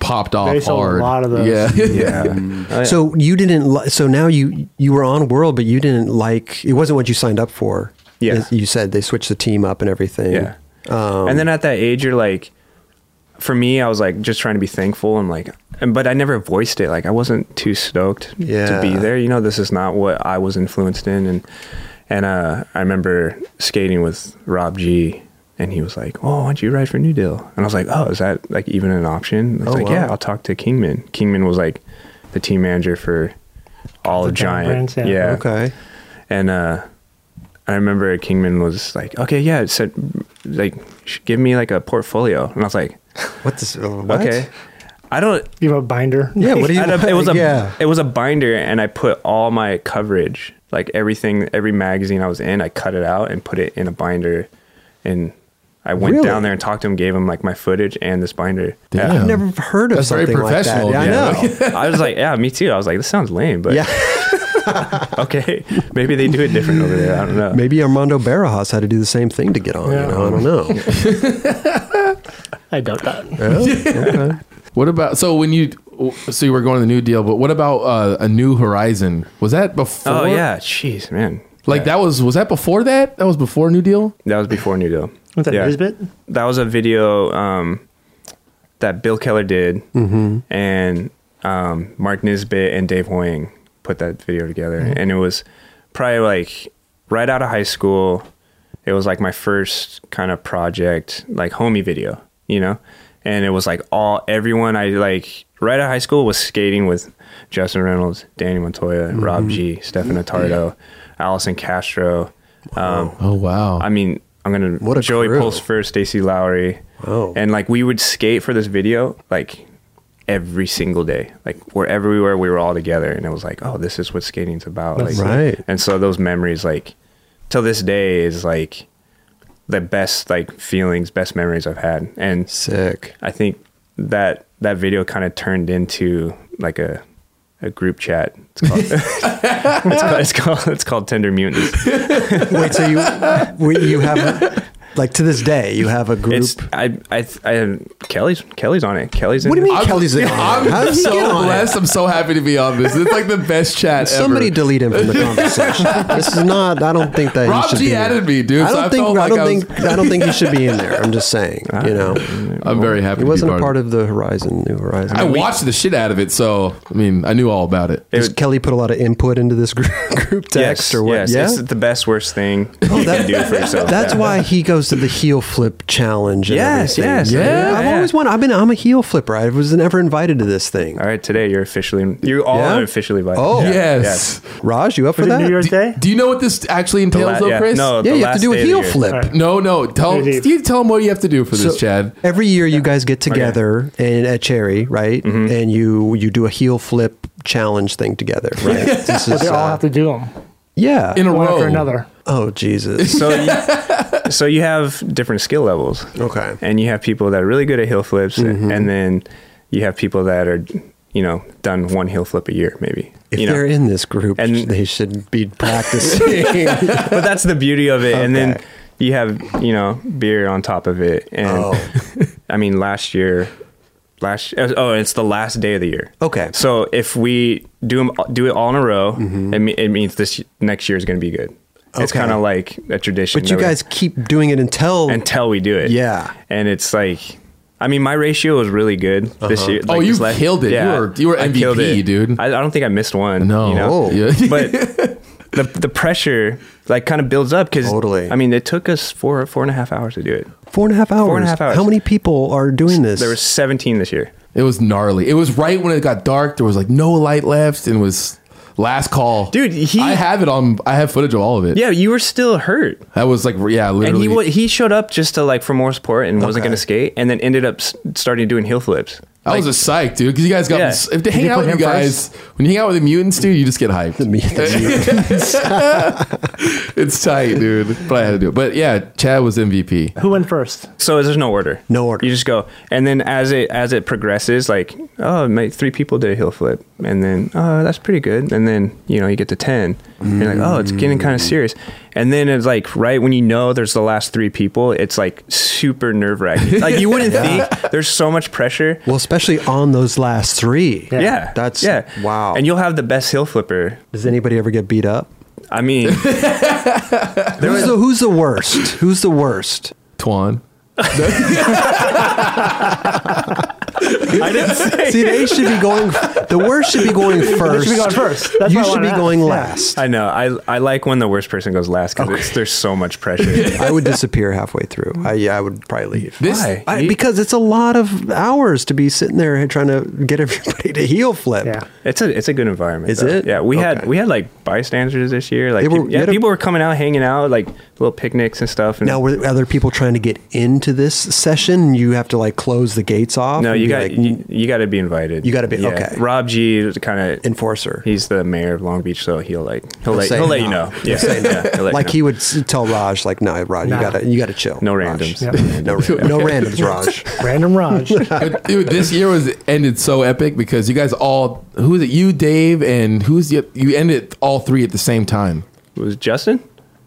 B: popped off
D: They sold a
B: hard.
D: lot of those.
B: Yeah.
C: yeah.
B: Mm.
C: Oh, yeah.
A: So you didn't. Li- so now you you were on World, but you didn't like. It wasn't what you signed up for.
C: Yeah.
A: As You said they switched the team up and everything.
C: Yeah.
A: Um,
C: and then at that age, you're like, for me, I was like just trying to be thankful and like, and, but I never voiced it. Like I wasn't too stoked
A: Yeah.
C: to be there. You know, this is not what I was influenced in. And, and, uh, I remember skating with Rob G and he was like, Oh, why don't you ride for New Deal? And I was like, Oh, is that like even an option? It's
A: Oh,
C: like,
A: wow.
C: yeah, I'll talk to Kingman. Kingman was like the team manager for all of
D: The Giant
C: Giant.
D: brands, yeah.
C: yeah.
A: Okay.
C: And uh, I remember Kingman was like, "Okay, yeah," it said, "Like, sh- give me like a portfolio," and I was like,
A: What this? uh, What?
C: "Okay." I don't.
D: you have a binder.
A: Yeah. What do you?
C: I don't- it was a
A: yeah.
C: it was a binder, and I put all my coverage, like everything, every magazine I was in, I cut it out and put it in a binder, and I went
A: Really?
C: down there and talked to him, gave him like my footage and this binder.
B: Damn.
A: I've never heard of
B: That's very
A: something
B: professional,
A: like that. Yeah, I know.
C: Yeah. I was like, "Yeah, me too." I was like, "This sounds lame," but
A: Yeah.
C: okay, maybe they do it different over there. I don't know.
A: Maybe Armando Barajas had to do the same thing to get on.
D: Yeah.
A: You know? I don't know.
D: I doubt that.
B: What about so when you so you were going to the New Deal, but what about uh, a New Horizon? Was that before?
C: Oh yeah, jeez, man.
B: Like
C: Yeah.
B: that was was that before that? That was before New Deal.
C: That was before New Deal.
D: What's that,
C: Yeah.
D: Nisbet?
C: That was a video um, that Bill Keller did, and um, Mark Nisbet and Dave Hoying put that video together, and it was probably like right out of high school. It was like my first kind of project, like homie video, you know. And it was like all everyone I like right out of high school was skating with Justin Reynolds, Danny Montoya, Rob G, Stefan Attardo, Allison Castro. Um,
B: Oh wow!
C: I mean, I'm gonna
A: What a
C: Joey
A: crew. Oh.
C: Pulsifer, Stacy Lowry,
A: Wow.
C: and like we would skate for this video like every single day, like wherever we were, we were all together, and it was like, oh, this is what skating's about,
D: That's
C: like,
A: sick. Right.
C: And so those memories, like till this day, is like the best like feelings, best memories I've had, and
A: Sick.
C: I think that that video kind of turned into like a a group chat. It's called, it's called it's called it's called Tender Mutants.
A: Wait, so you we- you have Like to this day, you have a group.
C: It's I I I Kelly's Kelly's on it. Kelly's.
A: What do
C: in
A: you
C: it.
A: mean Kelly's in on
B: I'm
A: it? How did he
B: so
A: get on it?
B: blessed. I'm so happy to be on this. It's like the best chat
A: Somebody
B: ever.
A: delete him from the conversation. this is not. I don't think that
B: Rob
A: he should
B: G
A: be
B: added
A: in.
B: me, dude,
A: I
B: so
A: don't
B: I
A: think.
B: felt
A: I
B: like
A: don't
B: I was-
A: think. I don't think he should be in there. I'm just saying. You know,
B: I'm very
A: he
B: happy. to be
A: wasn't a
B: of
A: part
B: it.
A: of the Horizon, New Horizon.
B: I watched the shit out of it, so I mean, I knew all about it.
A: Does
C: It-
A: Kelly put a lot of input into this group, group text
C: yes,
A: or what?
C: Yes,
A: yeah, Oh,
C: it's the best worst thing you
A: that-
C: can do for yourself.
A: That's
C: Yeah.
A: why he goes to the heel flip challenge. And
C: Yes,
A: everything.
C: yes,
B: Yeah.
A: I've
C: yeah.
A: always wanted. I've been. I'm a heel flipper. I was never invited to this thing.
C: All right, today you're officially you all
A: Yeah?
C: are officially invited.
A: Oh.
C: Yeah,
B: Yes.
A: Raj, you up for
D: Was it
A: that?
D: New Year's Day?
B: Do you know what this actually
C: yeah.
B: entails,
C: La-
B: though,
C: yeah.
B: Chris?
C: No,
A: yeah,
C: the
A: you have to
C: last
A: do a
C: day of the
A: heel
C: year.
A: flip.
B: No, no. Tell
D: Dave.
B: you tell him what you have to do for
A: So
B: this, Chad.
A: Every year you guys get together and at Cherry, right?
C: Mm-hmm.
A: And you you do a heel flip challenge thing together, right? This
D: But
A: is,
D: they all
A: uh,
D: have to do them
A: yeah.
B: In a
D: one
B: row.
D: after another.
A: oh Jesus.
C: So, you, so you have different skill levels.
A: Okay. Mm-hmm.
C: And you have people that are really good at heel flips, and then you have people that are, you know, done one heel flip a year, maybe.
A: If
C: you know?
A: they're in this group,
C: And-
A: they should be practicing.
C: but that's the beauty of it. And then
A: Okay.
C: you have, you know, beer on top of it. And
A: Oh.
C: I mean, last year, last oh, it's the last day of the year.
A: Okay.
C: So if we do 'em- do it all in a row, it, me- it means this y- next year is going to be good. It's
A: Mm-hmm. Okay.
C: kind of like a tradition.
A: but you
C: that we-
A: guys keep doing it until
C: until we do it.
A: Yeah.
C: And it's like, I mean, my ratio was really good this year.
B: Oh,
C: like
B: you
C: this last-
B: killed it. You were- you were
C: I killed
B: MVP,
C: it.
B: dude.
C: I, I don't think I missed one.
B: No.
C: you know?
A: Oh.
B: Yeah.
C: but the the pressure like kind of builds up because
A: Totally.
C: I mean, it took us four four and a half hours to do it.
A: four and a half hours.
C: Four and a half hours.
A: How many people are doing this?
C: There were seventeen this year.
B: It was gnarly. It was right when it got dark. There was like no light left, and it was last call,
C: Dude, he-
B: I have it on. I have footage of all of it.
C: Yeah, you were still hurt,
B: that was like yeah,
C: and
B: literally.
C: he wa- he showed up just to like for more support and
A: Okay.
C: wasn't going to skate, and then ended up s- starting doing heel flips.
B: I was a psych, dude, because you guys got
C: Yeah.
B: if they hang
D: you
B: out
D: put
B: with you
D: him
B: guys when you hang out with the mutants, dude, you just get hyped.
A: Me-
B: it's tight, dude. But I had to do it. But yeah, Chad was MVP.
D: Who went first?
C: So there's no order.
A: No order.
C: You just go, and then as it as it progresses, like oh, my, three people did a heel flip, and then oh, that's pretty good, and then you know you get to 10 and you're like oh, it's getting
A: Mm.
C: kind of serious, and then it's like right when you know there's the last three people, it's like super nerve wracking. like you wouldn't think there's so much pressure.
A: well, especially on those last three.
D: Yeah.
C: Yeah,
A: That's-
C: yeah.
A: wow.
C: And you'll have the best heel flipper.
A: Does anybody ever get beat up?
C: I mean,
A: Who's the, who's the worst? Who's the worst?
B: Twan.
C: I didn't say.
A: See, they should be going. The worst should be going first.
D: should be going first. That's
A: you
D: what I
A: should be
D: wanna
A: going
D: ask. Yeah.
A: last.
C: I know. I I like when the worst person goes last because there's so much pressure.
A: I would disappear halfway through. I yeah, I would probably leave.
B: This-
C: Why?
A: I,
C: You-
A: because it's a lot of hours to be sitting there and trying to get everybody to heel flip.
D: Yeah.
C: It's a it's a good environment.
A: Is
C: though.
A: it?
C: Yeah, we had
A: Okay.
C: we had like bystanders this year. Like
A: They were-
C: peop-
A: you
C: yeah,
A: had a-
C: people were coming out, hanging out, like little picnics and stuff. And
A: Now were other people trying to get into this session? You have to like close the gates off.
C: no,
A: and
C: you
A: be
C: got
A: like,
C: you, you got to be invited.
A: You gotta be- okay.
C: Rob G kind of
A: enforcer.
C: He's the mayor of Long Beach, so he'll like he'll, let,
A: say
C: he'll let you
A: no.
C: know. Yeah, yeah, he'll let
A: like
C: you
A: he would s- tell Raj, like, no, Raj, you
D: Nah.
A: gotta you gotta chill.
C: No
A: Raj."
C: randoms.
D: Yep.
A: no, ra- no randoms, Raj.
D: Random Raj.
B: But, dude, this year was ended so epic because you guys all who is it? You, Dave, and who's the you ended all three at the same time.
C: know. Was it Justin?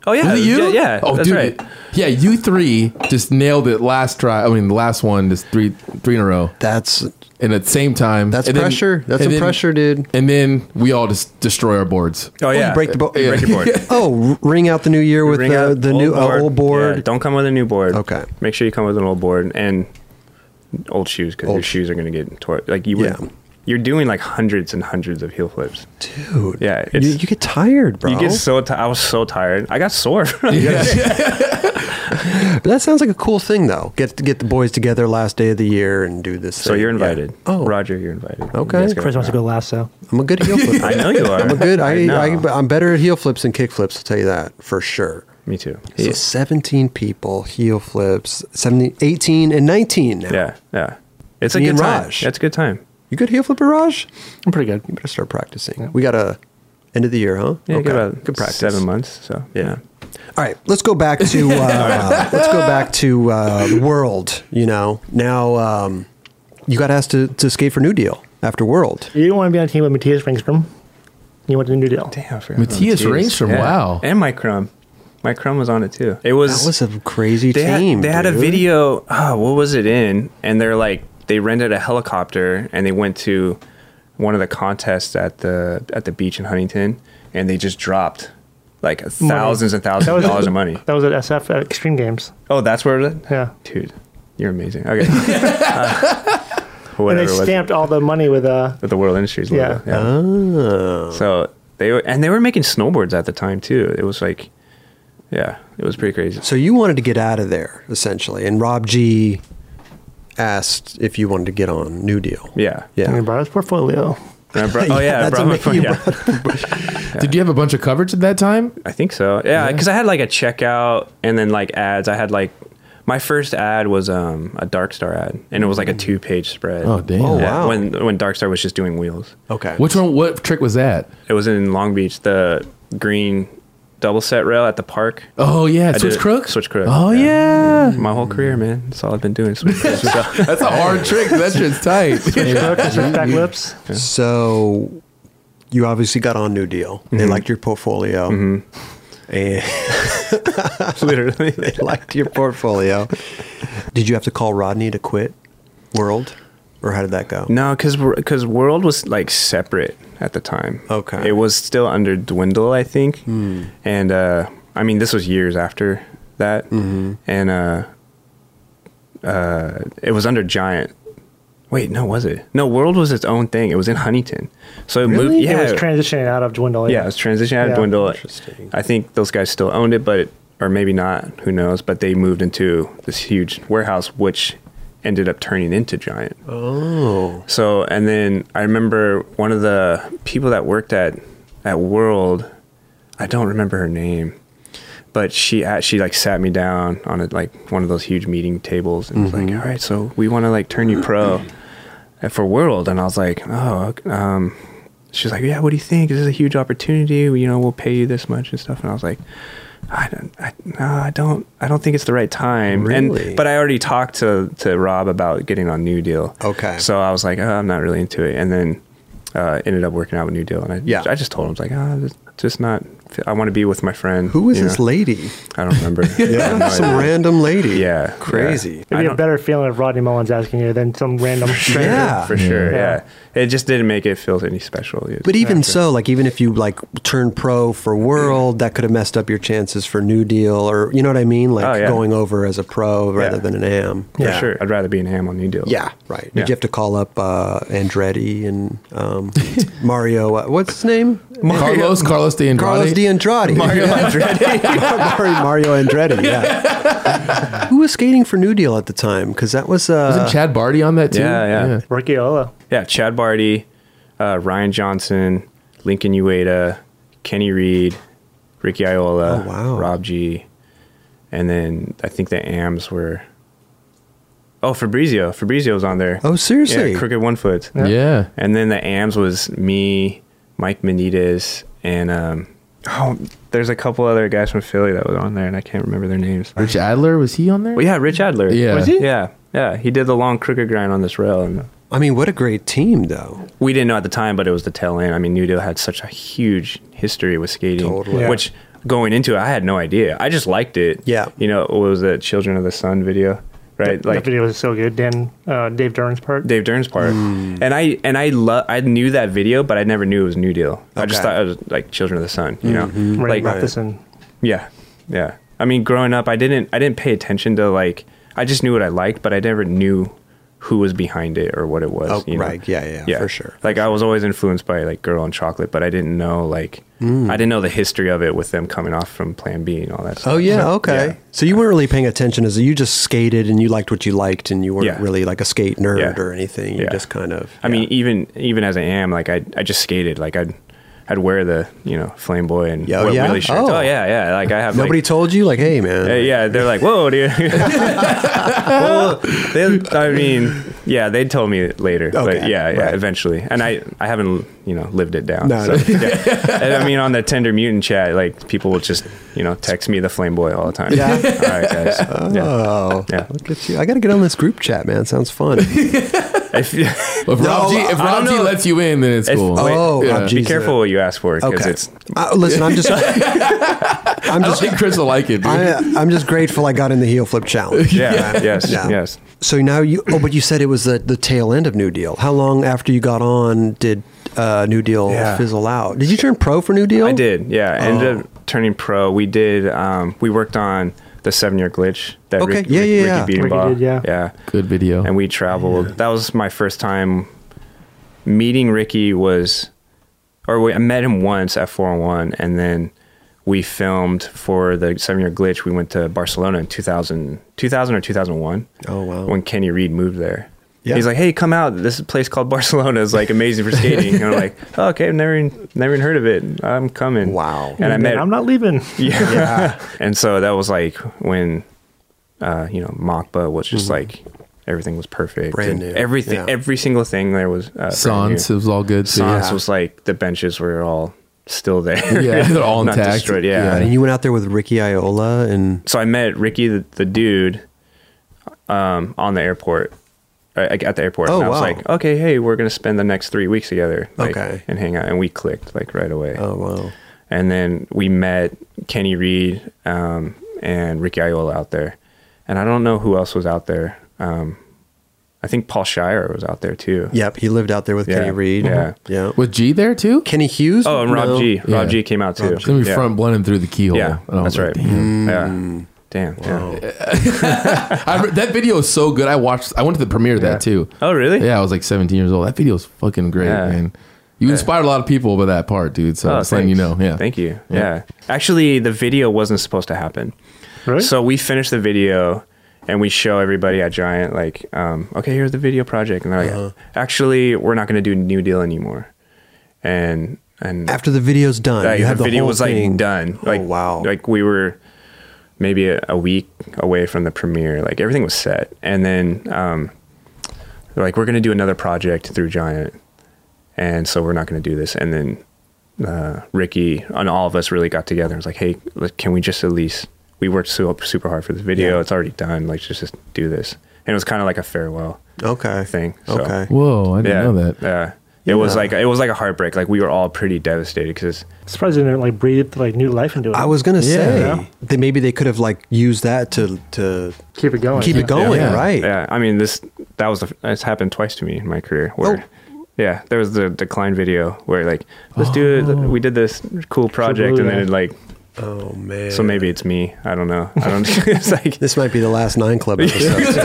C: Oh yeah,
B: Was it
C: it was
B: you?
C: Ju- yeah.
B: Oh,
C: that's
B: dude.
C: right.
B: Yeah, you three just nailed it last try. I mean, the last one, just three, three in a row,
A: That's
B: and at the same time.
A: that's
B: And then-
A: pressure. that's
B: and
A: some
B: then-
A: pressure, dude.
B: And then we all just destroy our boards.
C: Oh yeah,
A: break the bo-
C: You break your board.
A: Oh, r- ring out the new year with
C: Bring
A: the,
C: out
A: the new uh, old board.
C: Yeah, don't come with a new board.
A: Okay.
C: Make sure you come with an old board and old shoes because your
A: Old-
C: shoes are going to get torn. Like you would,
A: Yeah.
C: you're doing like hundreds and hundreds of heel flips.
A: Dude,
C: Yeah,
A: you,
C: it's-
A: you get tired, bro.
C: You get so tired. I was so tired. I got sore.
A: But that sounds like a cool thing, though. Get get the boys together last day of the year and do this.
C: so
A: thing.
C: you're invited.
A: Yeah. Oh,
C: Roger, you're invited.
A: Okay.
C: You guys go.
D: Chris wants to go last, so.
A: I'm a good heel flip.
C: I know you are.
A: I'm a good. I,
C: know.
A: I, am better at heel flips than kick flips. I'll tell you that for sure.
C: Me too.
A: So 17 people heel flips. 17, 18, and 19 now.
C: Yeah, yeah. It's a
A: Me
C: good
A: and
C: time.
A: Raj.
C: It's a good time.
A: You good heel flipper, Raj?
D: I'm pretty good.
A: Better start practicing. We got a end of the year, huh?
C: Yeah,
A: Okay.
C: good, about
A: good practice.
C: Seven months. So yeah.
A: All right, let's go back to uh, let's go back to uh, World. You know, now um, you got asked to, to skate for New Deal after World.
D: You didn't want to be on a team with Matthias Ringstrom. You went to the New Deal.
C: Damn, I forgot. about
B: Matthias Ringstrom, wow.
C: And Mike Crum. My Chrome was on it too. It was
A: That was a crazy
C: they had-
A: team.
C: they had a
A: dude.
C: video. Oh, what was it in? And they're like, they rented a helicopter and they went to one of the contests at the at the beach in Huntington, and they just dropped like thousands and thousands of dollars of money.
D: That was at SF at Extreme Games.
C: Oh, that's where it. was?
D: Yeah.
C: Dude, you're amazing. Okay. uh,
D: And
C: whatever
D: they
C: it was
D: stamped all the money with uh, a.
C: with the World Industries
D: Yeah.
C: logo. Yeah. Oh. So they were, and they were making snowboards at the time too. It was like, yeah, it was pretty crazy.
A: So you wanted to get out of there essentially, and Rob G asked if you wanted to get on New Deal.
C: Yeah.
A: Yeah.
D: I brought his portfolio.
C: And I brought- oh yeah, I
A: that's
C: brought my
A: amazing. You
C: phone. Yeah.
B: Did you have a bunch of coverage at that time?
C: I think so. Yeah, because I had like a checkout and then like ads. I had like my first ad was um, a Dark Star ad, and it was like a two page spread.
B: Mm. Oh, damn. Oh,
A: wow.
C: When when Dark Star was just doing wheels,
A: Okay.
B: Which one? What trick was that?
C: it was in Long Beach, the green double set rail at the park.
B: Oh yeah,
C: I
B: switch
C: did it-
B: crook.
C: Switch crook.
B: Oh yeah.
C: My whole career, man. That's all I've been doing. Switch crook. So-
B: That's a hard trick. That shit's tight.
D: Hook, switch back lips.
A: So you obviously got on New Deal.
C: Mm-hmm.
A: They liked your portfolio. And
C: Literally.
A: they liked your portfolio. Did you have to call Rodney to quit World? Or how did that go?
C: No, because because World was like separate at the time.
A: Okay. Hmm.
C: it was still under Dwindle, I think. And uh, I mean, this was years after that,
A: Mm-hmm.
C: and uh, uh, it was under Giant. Wait, no, was it? No, World was its own thing. It was in Huntington, so it moved. Yeah,
D: It was transitioning out of Dwindle.
C: yeah, it was transition out of
D: Yeah.
C: Dwindle.
A: Interesting.
C: I think those guys still owned it, but or maybe not. Who knows? But they moved into this huge warehouse, which ended up turning into Giant.
A: Oh.
C: So, and then I remember one of the people that worked at at World, I don't remember her name, but she a- she like sat me down on a, like one of those huge meeting tables and was
A: Mm-hmm.
C: like, "All right, so we want to like turn you pro at- for World," and I was like, "Oh." ok- Um, She's like, yeah. What do you think? This is a huge opportunity. We- You know, we'll pay you this much and stuff. And I was like, I don't, I, no, I don't, I don't think it's the right time.
A: Really?
C: And but I already talked to to Rob about getting on New Deal.
A: Okay.
C: So I was like, oh, I'm not really into it, and then uh, ended up working out with New Deal, and I
A: Yeah.
C: I just told him I was like, ah, this just not. I want to be with my friend.
A: Who was
C: you
A: this
C: know?
A: lady?
C: I don't remember. I have no
A: Some
C: idea.
A: random lady.
C: Yeah,
A: Crazy.
C: yeah.
D: It'd
C: I
D: be a
C: don't-
D: better feeling if Rodney Mullen's asking you than some random stranger.
A: Yeah.
C: for sure.
D: Yeah.
C: Yeah. it just didn't make it feel any special. It-
A: But even so, like even if you like turn pro for world, that could have messed up your chances for New Deal or you know what I mean? Like
C: Oh, yeah.
A: going over as a pro rather
C: Yeah.
A: than an am.
C: for sure, I'd rather be in Ham on New Deal.
A: Yeah, right. Did
C: Yeah.
A: you have to call up uh, Andretti and um, Mario? Uh, what's his name?
B: Carlos, Carlos de Andrade.
A: Carlos Di Andrade. Mario Andretti. Mario, Mario Andretti. Yeah. Who was skating for New Deal at the time? Because that was. Uh,
B: Wasn't Chad Barty on that too?
C: Yeah, yeah.
D: Ricky Ola.
C: Yeah, Chad Barty, uh, Ryan Johnson, Lincoln Ueda, Kenny Reed, Ricky Iola,
A: Oh, wow.
C: Rob G, and then I think the AMs were. Oh, Fabrizio. Fabrizio was on there.
A: oh, seriously?
C: Yeah, Crooked One Foot.
B: Yeah. Yeah.
C: And then the AMs was me, Mike Menendez, and um, oh, there's a couple other guys from Philly that was on there, and I can't remember their names. Well,
B: Rich Adler was he on there?
C: yeah, Rich Adler.
B: Yeah. Was he?
C: Yeah, yeah. He did the long crooked grind on this rail, and
A: I mean, what a great team, though.
C: we didn't know at the time, but it was the tail end. I mean, New Deal had such a huge history with skating,
A: Totally.
D: Yeah.
C: which going into it, I had no idea. I just liked it.
A: Yeah.
C: you know, what was that Children of the Sun video, right?
D: that video was so good. Dan, uh, Dave Dern's part.
C: Dave Dern's part.
A: Hmm.
C: And I and I love I knew that video, but I never knew it was New Deal. I just
A: Okay. Mm-hmm.
C: thought it was like Children of the Sun, you know.
D: Ray
C: Like
D: Matheson.
C: yeah. Yeah. I mean, growing up, I didn't I didn't pay attention to like I just knew what I liked, but I never knew who was behind it or what it was,
A: Oh,
C: you know?
A: right. Yeah, yeah, for sure.
C: Like I was always influenced by like Girl and Chocolate, but I didn't know like I didn't know the history of it with them coming off from Plan B and all that stuff.
A: Hmm. Oh yeah,
C: So,
A: okay.
C: yeah.
A: So you weren't really paying attention, as you just skated and you liked what you liked, and you weren't
C: Yeah.
A: really like a skate nerd
C: Yeah.
A: or anything. You
C: Yeah.
A: just kind of.
C: I mean, even even as I am, like I I just skated. Like I'd I'd wear the you know flame boy and
A: Yeah,
C: wear
A: yeah?
C: Willie shirts.
A: Oh.
C: Oh. yeah, yeah. Like uh, I have
A: nobody
C: Like,
A: told you, like, hey man,
C: uh, yeah, they're like, whoa, dude. well, They, I mean, yeah, they told me later, but
A: Okay,
C: yeah, yeah,
A: right.
C: eventually. And I, I haven't, you know, lived it down.
A: No,
C: so,
A: no.
C: yeah. And I mean, on the Tender Mutant chat, like people will just, you know, text me the Flame Boy all the time.
A: Yeah.
C: all right, guys. Yeah.
A: Oh,
C: Yeah.
A: look at you! I got to get on this group chat, man. Sounds fun.
C: If,
B: If Rob, G, if
C: I
B: Rob
C: don't
B: G
C: know.
B: lets you in, then it's
C: if-
B: cool.
C: wait,
A: Oh,
B: yeah.
A: Rob G.
C: be
A: He's a-
C: careful what you ask for because
A: Okay.
C: it's
A: Uh, listen, I'm just, I'm
B: I don't
A: just,
B: think Chris will like it, dude.
A: I, uh, I'm just grateful I got in the heel flip challenge.
C: yeah, yes,
A: Yeah.
C: yes.
A: So now you, oh, but you said it was the, the tail end of New Deal. How long after you got on did uh, New Deal
C: Yeah.
A: fizzle out? Did you turn pro for New Deal? Oh.
C: I did. Yeah, I ended up turning pro. We did. Um, we worked on the seven year glitch. That
A: Okay,
C: Rick-
A: yeah,
C: Rick-
A: yeah,
C: Ricky
A: yeah.
C: Beaton
D: Ricky
C: bought.
D: did, yeah.
C: yeah.
B: Good video.
C: And we traveled. That was my first time meeting Ricky. Was or we, I met him once at four oh one, and then we filmed for the seven year glitch. We went to Barcelona in 2000, 2000 or two thousand one.
A: Oh, wow.
C: When Kenny Reed moved there.
A: Yeah.
C: He's like, hey, come out. This place called Barcelona is like amazing for skating. and I'm like, oh, okay, I've never, even- never even heard of it. I'm coming.
A: Wow.
C: And I met,
D: I'm not leaving.
C: yeah. and so that was like when, uh, you know, Machba was just like everything was perfect.
A: Mm-hmm. Brand
C: and
A: new,
C: Everything,
A: yeah.
C: every single thing there was. Uh,
B: Sans, it was all good. Too.
C: Sans
B: Yeah.
C: was like the benches were all still there.
B: Yeah, they're all
C: Not
B: intact.
C: destroyed.
B: Yeah.
C: Yeah.
A: And you went out there with Ricky Iola and
C: So I met Ricky, the, the dude, um, on the airport. uh, like, At the airport,
A: Oh,
C: and I was
A: wow.
C: like, "Okay, hey, we're gonna spend the next three weeks together, like,
A: Okay.
C: and hang out." And we clicked like right away.
A: oh wow,
C: and then we met Kenny Reed um, and Ricky Iola out there, and I don't know who else was out there. Um, I think Paul Shire was out there too.
A: yep, he lived out there with
C: Yeah,
A: Kenny Reed.
C: yeah.
A: yeah.
B: With G there too?
A: Kenny Hughes.
C: Oh, and Rob
A: No.
C: G. Rob
B: Yeah.
C: G came out too.
B: It's gonna be
C: yeah.
B: front blending through the keyhole.
C: Yeah,
B: And I was
C: that's
B: like,
C: right.
B: "Damn."
A: Mm.
C: Yeah. Damn. Yeah.
B: I, re- that video is so good. I watched. I went to the premiere of that too.
C: Oh, really?
B: Yeah, I was like 17 years old. That video is fucking great,
C: Yeah.
B: man. You inspired a lot of people with that part, dude. So
C: Oh,
B: I'm just letting you know.
C: thanks.
B: Yeah.
C: Thank you. Yeah. Actually, the video wasn't supposed to happen.
D: Really?
C: So we finish the video and we show everybody at Giant, like, um, okay, here's the video project. And they're like, actually, we're not going to do New Deal anymore. And, and
A: After the video's done,
C: like,
A: you have
C: the
A: the,
C: video
A: whole
C: was like
A: thing
C: done.
A: Oh
C: Like,
A: wow,
C: Like we were maybe a, a week away from the premiere. Like everything was set. And then, um, they're like, we're going to do another project through Giant. And so we're not going to do this. And then uh, Ricky and all of us really got together and was like, hey, like, can we just at least, we worked so, super hard for this video. It's already done. Like, just, just do this. And it was kind of like a farewell
A: okay,
C: thing. So,
A: okay,
B: Whoa, I didn't
C: Yeah.
B: know that.
C: Yeah. It was like it was like a heartbreak. Like we were all pretty devastated because
D: Surprised they didn't like breathe like new life into it.
A: I was gonna say
D: Yeah.
A: that maybe they could have like used that to to
D: keep it going.
A: keep it going,
B: Yeah.
A: right?
C: Oh, yeah, I mean this that was the, it's happened twice to me in my career where yeah there was the decline video where like let's do it we did this cool project and then it like
A: Oh man,
C: so maybe it's me I don't know I don't it's like
A: this might be the last nine club episode.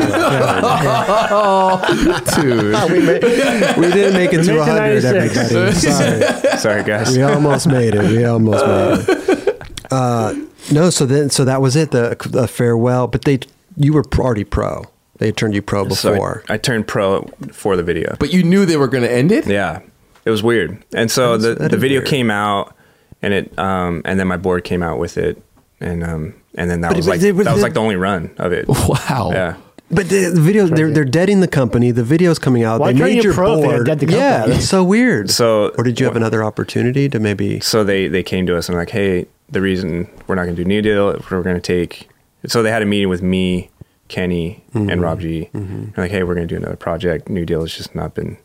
B: Dude.
A: we, ma- we didn't make it to
D: We made it to
A: 100
D: 96.
A: everybody Sorry.
C: sorry guys
A: we almost made it we almost made it uh, no so then so that was it the, the farewell but they you were already pro they had turned you pro
C: so
A: before
C: I, I turned pro for the video
B: But you knew they were going to end it?
C: yeah it was weird and
A: That
C: so
A: is-
C: the
A: that
C: the
A: is
C: video
A: weird.
C: came out and it um and then my board came out with it and um and then that
A: But-
C: was
A: but
C: like
A: they- but
C: that was
A: the-
C: like the only run of it
B: Wow.
C: yeah
A: but the, the video they're, they're deading the company the video's coming out
D: Why
A: they
D: can't
A: made
D: you
A: your
D: pro if they
A: board
D: dead the
A: yeah
D: company?
A: that's so weird
C: So-
A: or did you have another opportunity to maybe
C: so they they came to us and like, hey, the reason we're not going to do New Deal, we're going to take. So they had a meeting with me, Kenny,
A: Mm-hmm.
C: and Rob G. And like, hey, we're going to do another project. New Deal has just not been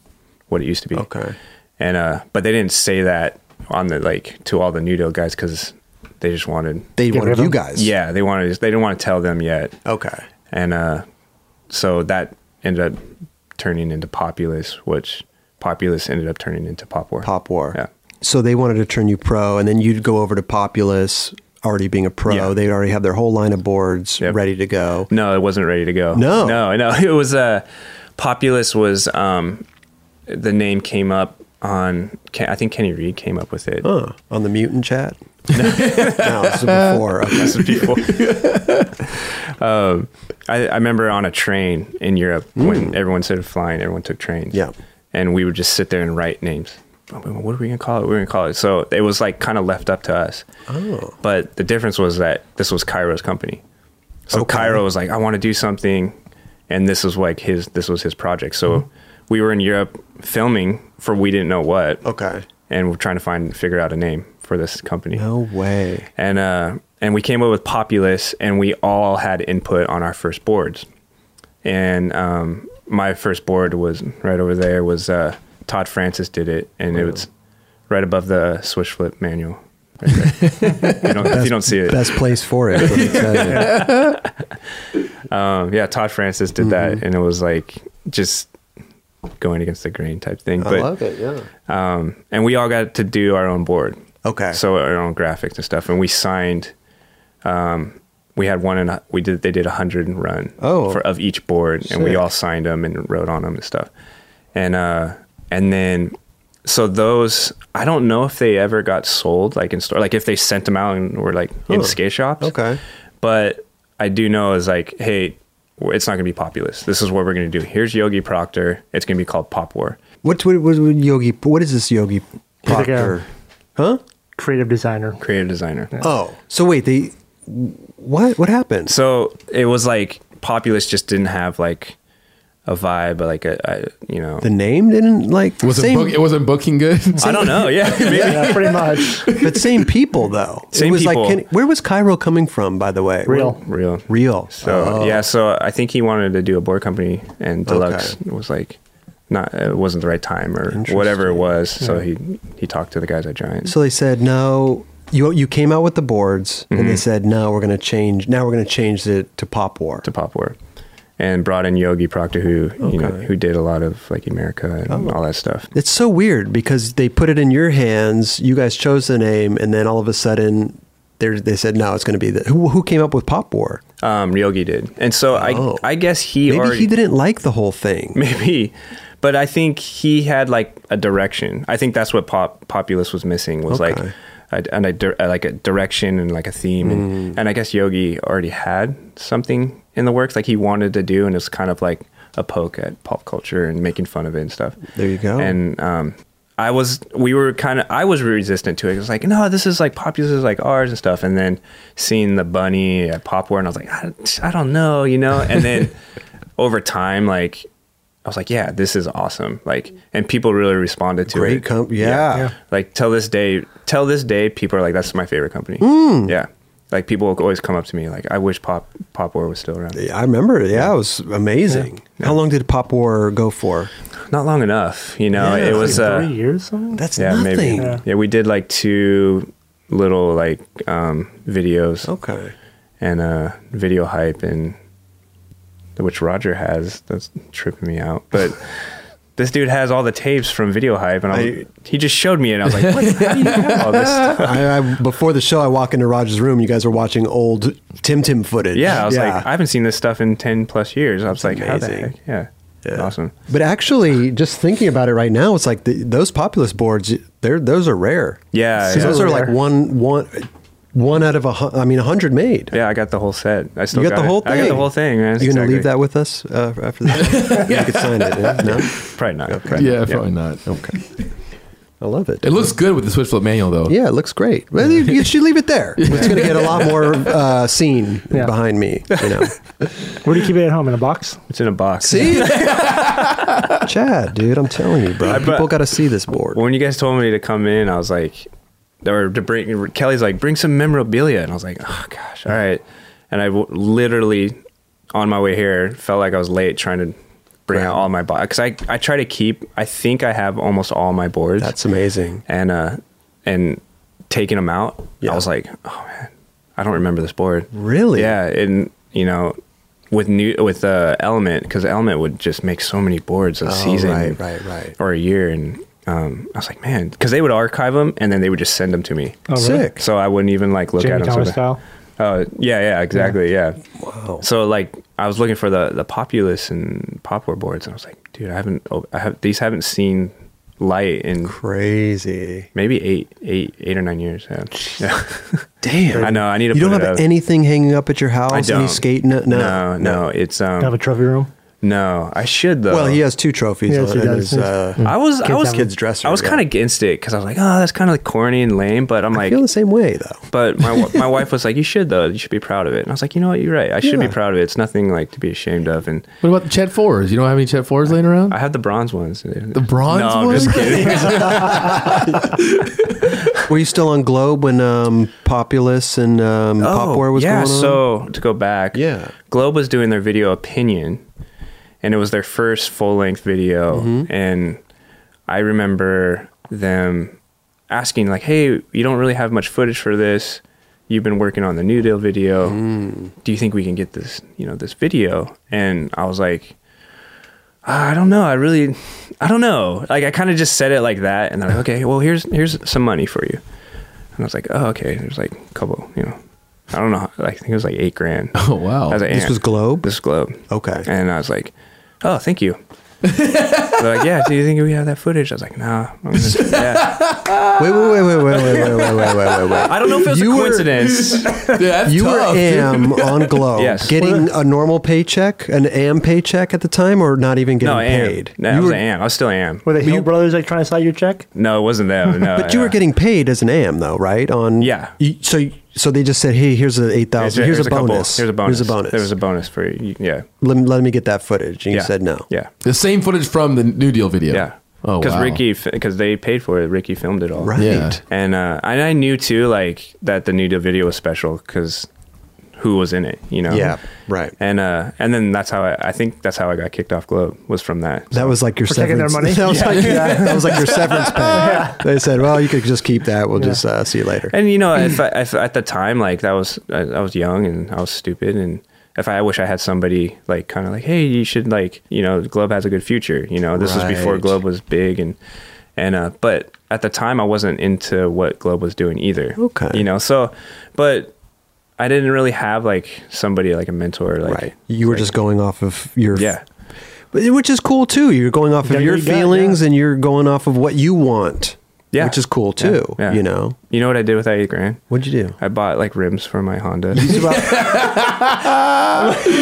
C: what it used to be.
A: Okay.
C: And uh, but they didn't say that on the like to all the New Deal guys because they just wanted.
A: they
D: Get
A: wanted
D: rid of
A: you
D: them?
A: guys
C: Yeah, they wanted. They didn't want to tell them yet,
A: okay
C: and uh, so that ended up turning into Populous, which Populous ended up turning into Pop War.
A: pop war
C: Yeah.
A: so they wanted to turn you pro and then you'd go over to populous already being a pro
C: Yeah.
A: they'd already have their whole line of boards
C: Yep.
A: ready to go
C: No, it wasn't ready to go.
A: No.
C: no, no. It was uh, Populous was um, the name came up on. Ken- I think Kenny Reed came up with it.
A: Huh. On the mutant chat? no, this is before. Okay.
C: This is before. um, I, I remember on a train in Europe when everyone started flying, everyone took trains.
A: Mm. Yeah.
C: and we would just sit there and write names. What are we gonna call it? We We're gonna call it. So it was like kind of left up to us.
A: Oh.
C: But the difference was that this was Cairo's company. So
A: Okay.
C: Cairo was like, I want to do something. and this was like his this was his project. So
A: Mm-hmm.
C: we were in Europe filming for we didn't know what.
A: Okay.
C: And we're trying to find figure out a name for this company.
A: No way.
C: And uh and we came up with Populous and we all had input on our first boards. And um my first board was right over there was uh Todd Francis did it and it was right above the switch flip manual. Right there. you don't, if you don't see it.
A: Best place for it. let me tell you.
C: Um, yeah, Todd Francis did that, and it was like just going against the grain type thing.
A: I
C: but
A: love it. Yeah.
C: um, and we all got to do our own board,
A: Okay.
C: so our own graphics and stuff, and we signed. Um, we had one, and we did. They did a hundred and run
A: Oh.
C: for of each board, and we
A: Sick.
C: all signed them and wrote on them and stuff, and uh, and then. So those, I don't know if they ever got sold, like in store, like if they sent them out and were like in
A: Huh.
C: skate shops
A: okay.
C: but I do know is like, hey, it's not going to be populist. This is what we're going to do. Here's Yogi Proctor. It's going to be called Pop War.
A: What, what, what would Yogi? What is this Yogi
D: like a-
A: Proctor? Huh?
D: creative designer.
C: Creative designer.
A: Oh, so wait, they what? What happened?
C: So it was like populist just didn't have like a vibe, but like a, a you know.
A: the name didn't like
B: Was it
A: same,
B: book, it wasn't booking good?
C: I don't know. Yeah, maybe.
D: Yeah, pretty much.
A: but same people though. it
C: Same
A: was
C: people.
A: like, can, where was Cairo coming from? By the way,
D: Real.
C: real.
A: real. Oh.
C: So yeah, so I think he wanted to do a board company, and Deluxe was like, not it wasn't the right time or whatever it was. So he he talked to the guys at Giant.
A: So they said no. You you came out with the boards, and
C: Mm-hmm.
A: they said no. We're gonna change. Now we're gonna change it to pop war.
C: to pop war and brought in Yogi Proctor who you know
A: Okay. Oh.
C: who did a lot of like America and all that stuff.
A: It's so weird because they put it in your hands. You guys chose the name, and then all of a sudden, they they said no. It's gonna be the who, who came up with pop war.
C: Um Yogi did. And so
A: Oh.
C: I I guess he
A: Maybe
C: already
A: he didn't like the whole thing.
C: maybe but I think he had like a direction. I think that's what pop populous was missing was
A: Okay.
C: like a, and a, dir- uh, like a direction and like a theme
A: Mm.
C: and, and I guess Yogi already had something in the works like he wanted to do and it's kind of like a poke at pop culture and making fun of it and stuff.
A: There you go.
C: And um, I was, we were kind of, I was resistant to it. It was like, no, this is like popular, this is like ours and stuff. And then seeing the bunny at Popware, and I was like, I, I don't know, you know. And then over time, like, I was like, yeah, this is awesome. Like, and people really responded to it.
A: Great company. Yeah.
C: Like till this day, till this day, people are like, that's my favorite company. Yeah. Like people always come up to me like, I wish Pop Popware was still around.
A: I remember. it. Yeah, it was amazing. How long did Pop War go for?
C: Not long enough, you know. it was
D: like
C: uh,
D: three years. Something?
A: That's
C: yeah,
A: nothing.
C: maybe.
D: Yeah.
C: Yeah. we did like two little like um, videos
A: Okay.
C: and uh, video hype, and which Roger has. That's tripping me out, but. This dude has all the tapes from Video Hype, and I'm,
A: I-
C: he just showed me it. I was like, "What? How do you have all this stuff?"
A: I, I, before the show, I walk into Roger's room. You guys were watching old Tim Tim footage.
C: Yeah, I was like, "I haven't seen this stuff in ten plus years." I was like, "How the
A: amazing.
C: heck? Yeah, awesome."
A: but actually, just thinking about it right now, it's like the, those populous boards. They're those are rare.
C: Yeah,
A: So
C: yeah.
A: those are like
D: Rare.
A: one one one out of a. hun- I mean, a hundred made.
C: Yeah, I got the whole set. I still
A: You got, the
C: it.
A: whole thing.
C: I got the whole thing. Man.
A: You gonna
C: Exactly.
A: leave that with us uh, after this? You could sign it. yeah? No,
C: Probably not.
A: Okay.
C: Probably
B: yeah,
C: not.
B: probably not. Okay.
A: I love it.
B: It looks good with the switch flip manual though.
A: Yeah, it looks great. Well, you, you should leave it there. It's going to get a lot more uh, scene
D: Yeah.
A: behind me. You know,
D: Where do you keep it at home? In a box?
C: It's in a box.
A: see, Chad, dude, I'm telling you, bro.
C: I bet-
A: People got to see this board.
C: when you guys told me to come in, I was like, or to bring, Kelly's like, bring some memorabilia. And I was like, oh gosh, all right. And I w- literally, on my way here, felt like I was late trying to bring out all my boards. Cause I, I try to keep, I think I have almost all my boards.
A: That's amazing.
C: and, uh, and taking them out,
A: Yeah.
C: I was like, oh man, I don't remember this board.
A: Really?
C: Yeah. And, you know, with new with uh, element because element would just make so many boards a
A: Oh,
C: season
A: right, right, right.
C: or a year and um, I was like, man, because they would archive them and then they would just send them to me.
D: Oh, really?
A: Sick.
C: So I wouldn't even like look
D: Jamie
C: at them.
D: Thomas style.
C: Oh yeah, yeah, exactly, yeah.
A: Wow.
C: So like, I was looking for the the populace and poplar boards, and I was like, dude, I haven't, oh, I have these haven't seen light in
A: Crazy.
C: maybe eight, eight, eight or nine years. Yeah, yeah.
A: Damn.
C: I know. I need to.
A: You don't
C: put
A: have
C: it up.
A: anything hanging up at your house?
C: I don't.
A: Any skating? No,
C: no, no, It's um.
D: Have a trophy room.
C: No, I should though.
A: Well, he has two trophies
D: Yes,
A: on
D: he
A: in
D: does. Hmm.
A: his uh,
C: I was I
D: Mm. Kids
C: was
D: have 'em.
A: kids dresser.
C: I was
A: yeah.
C: kind of against it because I was like, oh, that's kind of like corny and lame. But I'm
A: I
C: like,
A: feel the same way though.
C: but my wi- my wife was like, you should though. You should be proud of it. And I was like, you know what? You're right. I should
A: Yeah.
C: be proud of it. It's nothing like to be ashamed of. And
B: What about the Chet fours? You don't have any Chet fours laying around?
C: I had the bronze ones.
B: the bronze
C: no, I'm
B: ones.
C: just kidding.
A: Were you still on Globe when um, Populous and um, Popware was
C: Oh, yeah,
A: going on?
C: so to go back,
A: Yeah.
C: Globe was doing their video opinion, and it was their first full length video,
A: Mm-hmm.
C: and I remember them asking like, "Hey, you don't really have much footage for this. You've been working on the New Deal video.
A: Mm.
C: Do you think we can get this, you know, this video?" And I was like. "Ah, I don't know. I really, I don't know. Like I kind of just said it like that, and they're like, "Okay, well here's here's some money for you." And I was like, oh, okay. There's like a couple, you know, I don't know. how- Like, I think it was like eight grand.
B: Oh wow.
C: I was like,
A: This
C: "Yeah,
A: was Globe?
C: This was Globe.
A: Okay.
C: And I was like, oh, thank you. They're like, yeah, do you think we have that footage? I was like, nah. I'm just, yeah.
A: Wait, wait, wait, wait, wait, wait, wait, wait, wait, wait, wait, wait.
C: I don't know if it was
A: You
C: a
A: were-
C: coincidence.
B: Dude, that's
A: You were
B: tough, dude.
A: AM on Globe,
C: Yes.
A: getting a normal paycheck, an AM paycheck at the time, or not even getting
C: no, I am.
A: paid.
C: No, I
A: you
C: was
A: were,
C: an am. I was still am.
D: Were the Hill brothers like trying to slide your check?
C: No, it wasn't them. No,
A: but you were
C: Oh, yeah.
A: getting paid as an AM though, right? On
C: Yeah.
A: You- so so they just said, hey, here's the eight
C: There's
A: thousand. Here's,
C: there's
A: a bonus.
C: Couple, here's a bonus.
A: Here's a bonus.
C: There was a bonus for you. Yeah.
A: let, me, let me get that footage. And
C: yeah.
A: you said no.
C: Yeah.
B: The same footage from the New Deal video.
C: Yeah.
B: Oh
C: Because
B: wow.
C: Ricky, because they paid for it. Ricky filmed it all.
A: Right.
B: Yeah.
C: And uh, and I knew too, like that the New Deal video was special because who was in it, you know?
A: Yeah, right.
C: And uh, and then that's how I, I think that's how I got kicked off Globe was from that.
A: That was like your
D: For taking their
A: severance.
D: money?
A: That was, like, that was like your severance pay. They said, "Well, you could just keep that. We'll just uh, see you later."
C: and you know, if, I, if at the time, like that was I, I was young and I was stupid, and if I I wish I had somebody like kind of like, hey, you should like, you know, Globe has a good future. You know, this was before
A: Right.
C: Globe was big and. And uh, but at the time I wasn't into what Globe was doing either.
A: Okay.
C: you know. So, but I didn't really have like somebody like a mentor. Like
A: right. You were
C: like-
A: just going off of your
C: Yeah.
A: But- which is cool too. You're going off of
D: Gotta
A: your
D: do that,
A: feelings and you're going off of what you want.
C: Yeah.
A: which is cool
C: Yeah.
A: too.
C: Yeah.
A: You know,
C: You know what I did with that eight grand?
A: what'd you do?
C: I bought like rims for my Honda.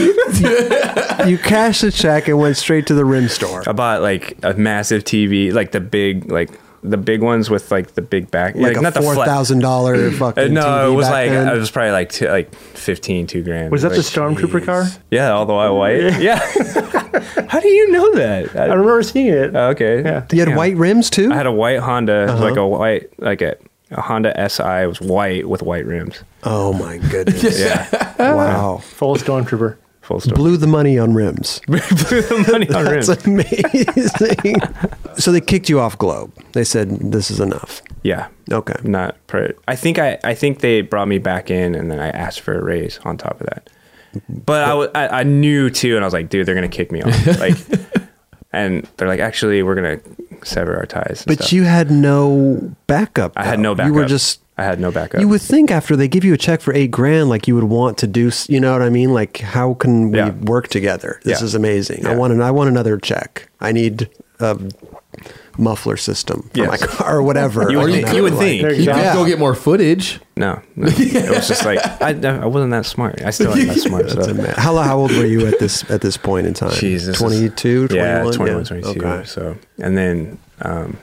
A: you cashed the check and went straight to the rim store.
C: I bought like a massive TV, like the big, like the big ones with like the big back,
A: Like, a
C: the
A: four
C: flat-
A: thousand dollar
C: Uh,
A: fucking.
C: no,
A: TV
C: it was
A: back
C: like
A: then.
C: it was probably like two, like fifteen, two grand.
D: Was that the
C: Like,
D: Stormtrooper car?
C: Yeah, all the while white. Yeah. How do you know that?
D: I remember seeing it.
C: Oh, okay.
D: Yeah.
A: you had
C: Damn.
A: white rims Uh-huh. too.
C: I had a white Honda, like a white, like a, a Honda Si. It was white with white rims.
A: oh my goodness!
C: Yeah.
A: Wow.
D: Full Stormtrooper.
C: Full story.
A: Blew the money on rims.
C: Blew the money on rims.
A: That's amazing. so they kicked you off Globe. They said this is enough.
C: Yeah.
A: Okay.
C: Not pre- I think I I think they brought me back in and then I asked for a raise on top of that. But I wa- I I knew too and I was like, dude, they're going to kick me off. Like and they're like, actually, we're going to sever our ties. and
A: But
C: stuff.
A: you had no backup.
C: I had
A: though.
C: no backup.
A: You were just.
C: I had no backup.
A: You would think after they give you a check for eight grand, like you would want to do. s- You know what I mean? Like, how can we
C: Yeah.
A: work together? This
C: Yeah.
A: is amazing. I
C: Yeah.
A: want an, I want another check. I need a muffler system for my
C: Yes.
A: car or whatever. I
C: You would
A: don't
C: think-
A: know,
C: you would
A: like-
C: think.
D: There
B: You
D: you go.
B: could go get more footage.
C: no, no. It was just like I I wasn't that smart. I still ain't that smart.
A: That's
C: so.
A: ama- How, how old were you at this at this point in time?
C: Jesus.
A: 22, 21?
C: Yeah, 21, 22.
A: Okay.
C: So, and then um,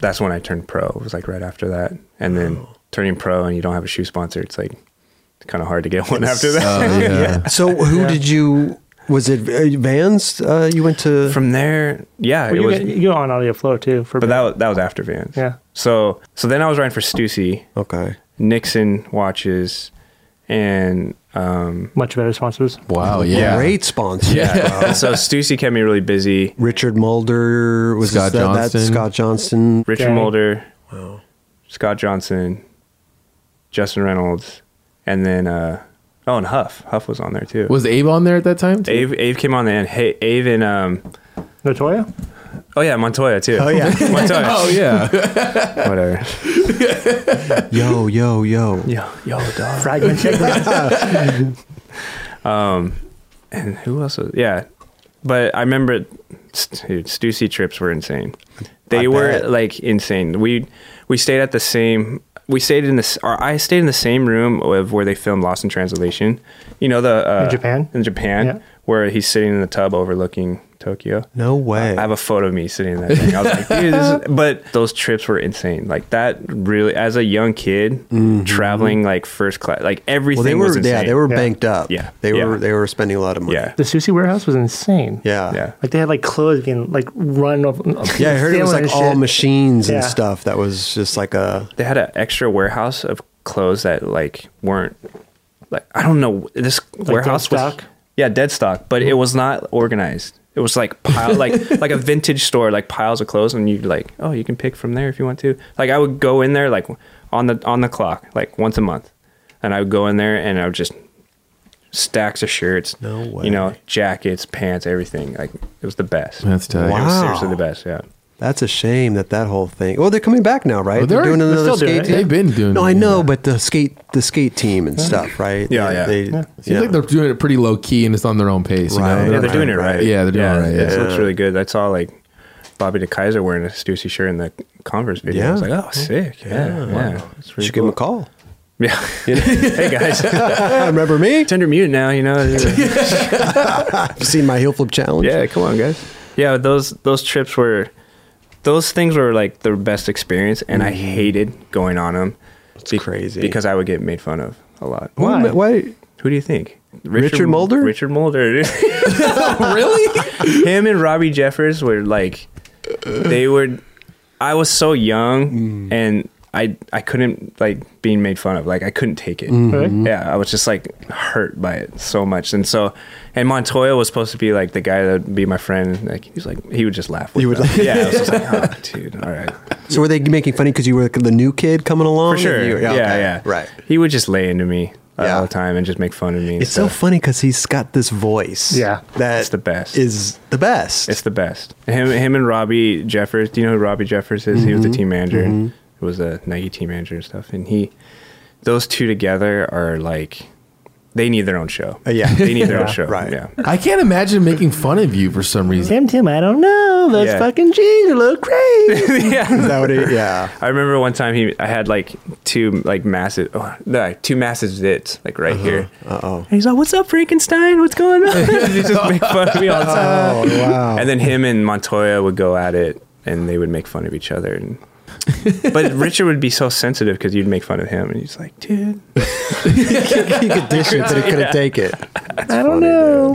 C: that's when I turned pro. It was like right after that. And then turning pro and you don't have a shoe sponsor, it's like it's kind of hard to get one after that.
B: Oh, yeah.
A: So who did you? Was it uh, Vans? Uh, you went to
C: From there, yeah,
D: Well,
C: it
D: you,
C: was.
D: get, you go on audio flow too. For
C: but that was, that was after Vans.
D: Yeah.
C: So so then I was riding for Stussy,
A: okay.
C: Nixon watches, and um,
D: much better sponsors.
B: Wow. Oh, Yeah.
A: Great sponsor.
C: yeah. so Stussy kept me really busy.
A: Richard Mulder was
B: Scott
A: this- that, that
B: Johnston.
A: Scott Johnston.
C: Richard
D: Okay.
C: Mulder, Scott Johnson, Justin Reynolds, and then uh, oh, and Huff. Huff was on there too.
B: Was Abe on there at that time? too?
C: Ave, Ave came on the end. Hey, Ave and um,
D: Notoya?
C: oh yeah, Oh. Montoya too. Oh
A: yeah.
C: Montoya.
B: Oh yeah.
C: whatever.
A: Yo, yo, yo.
C: Yo, yo, dog.
D: Fragment segment.
C: Um, And who else? Was, yeah, but I remember, dude, Stussy trips were insane. They
A: I
C: were
A: bet.
C: like insane. We we stayed at the same we stayed in this, or I stayed in the same room of where they filmed Lost in Translation. You know the uh,
D: In Japan?
C: in Japan,
D: Yeah.
C: where he's sitting in the tub overlooking Tokyo.
A: No way.
C: I have a photo of me sitting in that thing. I was like, dude, this is, but those trips were insane. Like that really, as a young kid, traveling like first class, like everything
A: Mm-hmm. well, they were
C: was insane.
A: yeah, they were
D: Yeah.
A: banked up.
C: Yeah.
A: they
C: Yeah.
A: were they were spending a lot of money.
C: yeah,
D: The sushi warehouse was insane.
A: yeah,
C: yeah.
D: Like they had like clothes being like run off.
A: Yeah, I heard it was like all machines and
D: Yeah.
A: stuff. That was just like a
C: They had an extra warehouse of clothes that like weren't like I don't know this warehouse
D: dead
C: was
D: stock?
C: yeah dead stock, but it was not organized. It was like pile like like a vintage store, like piles of clothes, and you like oh you can pick from there if you want to. Like I would go in there like on the on the clock like once a month, and I would go in there and I would just stacks of shirts,
A: No way.
C: you know jackets, pants, everything. Like it was the best.
B: That's tight.
C: It was
A: Wow.
C: seriously the best. Yeah.
A: That's a shame that that whole thing. Well, they're coming back now, right?
B: Well,
A: they're,
B: they're-
A: doing
B: they're
A: another
D: still
A: skate.
D: doing it,
A: team.
D: yeah.
B: They've been doing.
A: No,
B: it,
A: I know,
B: yeah.
A: but the skate the skate team and stuff, right?
C: Yeah,
A: They-
C: yeah.
A: They,
C: Yeah.
B: Seems like they're doing it pretty low key and it's on their own pace.
A: Right.
B: You know?
C: Yeah, they're doing it right.
B: Yeah, they're Oh, doing it right,
C: It
B: yeah.
C: looks really good. I saw like Bobby De Kaiser wearing a Stussy shirt in the Converse video. I was
A: Yeah.
C: like, oh, sick. Yeah, yeah. It's
A: You
C: really
A: should give them a
C: cool.
A: call.
C: Yeah. hey guys,
A: Remember me?
C: Tender Mute now. You know.
A: I've seen my heel flip challenge.
C: yeah, come on, guys. Yeah, those those trips were, those things were like the best experience, and I hated going on them. It's
A: crazy.
C: because I would get made fun of a lot.
A: Why? Why?
C: Who do you think?
A: Richard Mulder? Oh,
C: Richard Mulder.
B: really?
C: him and Robbie Jeffers were like they were I was so young
A: Mm.
C: and I I couldn't like being made fun of. Like I couldn't take it.
A: Mm-hmm.
D: Really?
C: Yeah, I was just like hurt by it so much. And so and Montoya was supposed to be like the guy that would be my friend. Like he was like he would just laugh. With
A: He would
C: them.
A: laugh.
C: Yeah, I was just like, oh, dude, all right.
A: So were they making funny because you were the new kid coming along?
C: For sure.
A: And you-
C: Yeah, yeah,
A: okay. Right.
C: He would just lay into me uh,
A: Yeah.
C: all the time and just make fun of me. and
A: It's so
C: stuff.
A: funny because he's got this voice.
D: Yeah.
A: That's
C: It's the best.
A: Is the best.
C: It's the best. Him, him, and Robbie Jeffers. Do you know who Robbie Jeffers is? He was the
A: Mm-hmm.
C: team manager. and It was a Nike team manager and stuff. And he, those two together are like, they need their own show.
A: Uh, yeah.
C: they need their own
D: Yeah,
C: show.
A: right.
C: Yeah.
B: I can't imagine making fun of you for some reason.
D: Tim, Tim, I don't know. Those
C: Yeah.
D: fucking jeans look great.
A: Is
C: yeah.
A: that what it- yeah.
C: I remember one time he, I had like two like massive, oh, no, two massive zits like right here.
A: Uh oh.
C: And he's like, "What's up, Frankenstein? What's going on?" he just make fun of me all the time.
A: Oh wow.
C: And then him and Montoya would go at it, and they would make fun of each other. And but Richard would be so sensitive because you'd make fun of him, and he's like, "Dude,
A: he could dish it, but he couldn't take it.
D: I don't know.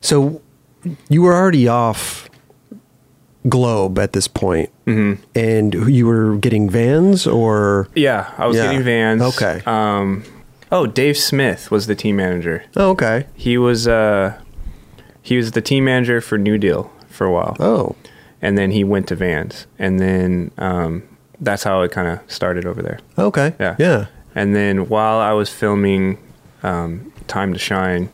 A: So you were already off globe at this point,
C: Mm-hmm.
A: and you were getting vans or
C: yeah, I was
A: Yeah.
C: getting vans."
A: Okay.
C: Um, oh, Dave Smith was the team manager.
A: oh okay
C: He was uh, he was the team manager for New Deal for a while,
A: oh
C: and then he went to Vans, and then um, that's how it kind of started over there.
A: okay
C: Yeah.
A: yeah
C: And then while I was filming um, Time to Shine,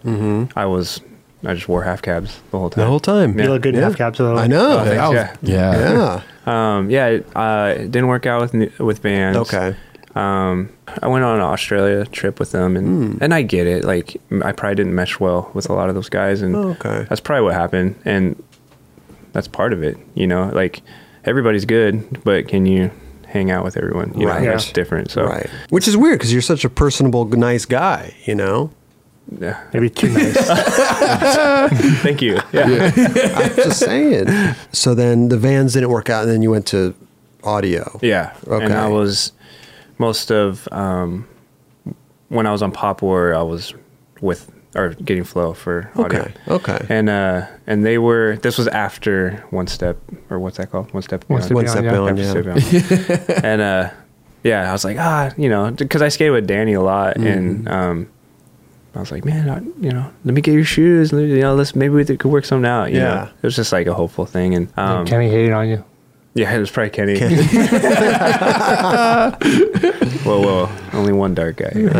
C: I was I just wore half cabs the whole time.
A: Mm-hmm. the whole time
C: Yeah.
D: You look good in half caps though.
A: I know
C: Oh, thanks,
B: I was-
C: yeah.
B: yeah.
A: yeah
C: Um, yeah, it, uh, it didn't work out with New- with Vans.
A: okay
C: Um, I went on an Australia trip with them, and
A: Hmm.
C: and I get it. Like I probably didn't mesh well with a lot of those guys, and
A: Oh, okay.
C: that's probably what happened, and that's part of it. You know, like everybody's good, but can you hang out with everyone? You
A: Right.
C: Know, that's different. So
A: right which is weird because you're such a personable nice guy you know
C: yeah.
D: Maybe too nice.
C: thank you. Yeah.
A: I'm just saying so then the vans didn't work out and then you went to audio
C: Yeah.
A: Okay.
C: And I was most of um, when I was on Pop War, I was with or getting flow for audio.
A: Okay, okay.
C: And uh, and they were this was after one step or what's that called? One step. Beyond.
D: Step
A: one
D: Beyond,
A: step
D: yeah.
A: beyond
C: After
A: yeah.
C: Step Beyond. and uh, yeah, I was like ah, you know, because I skated with Danny a lot,
A: Mm-hmm.
C: and um, I was like, man, I, you know, let me get your shoes, let me, you know, let's maybe we could work something out. You
A: Yeah.
C: know? it was just like a hopeful thing, and um,
D: Kenny hated on you.
C: Yeah, it was probably Kenny. whoa, whoa. Only one dark guy. Here.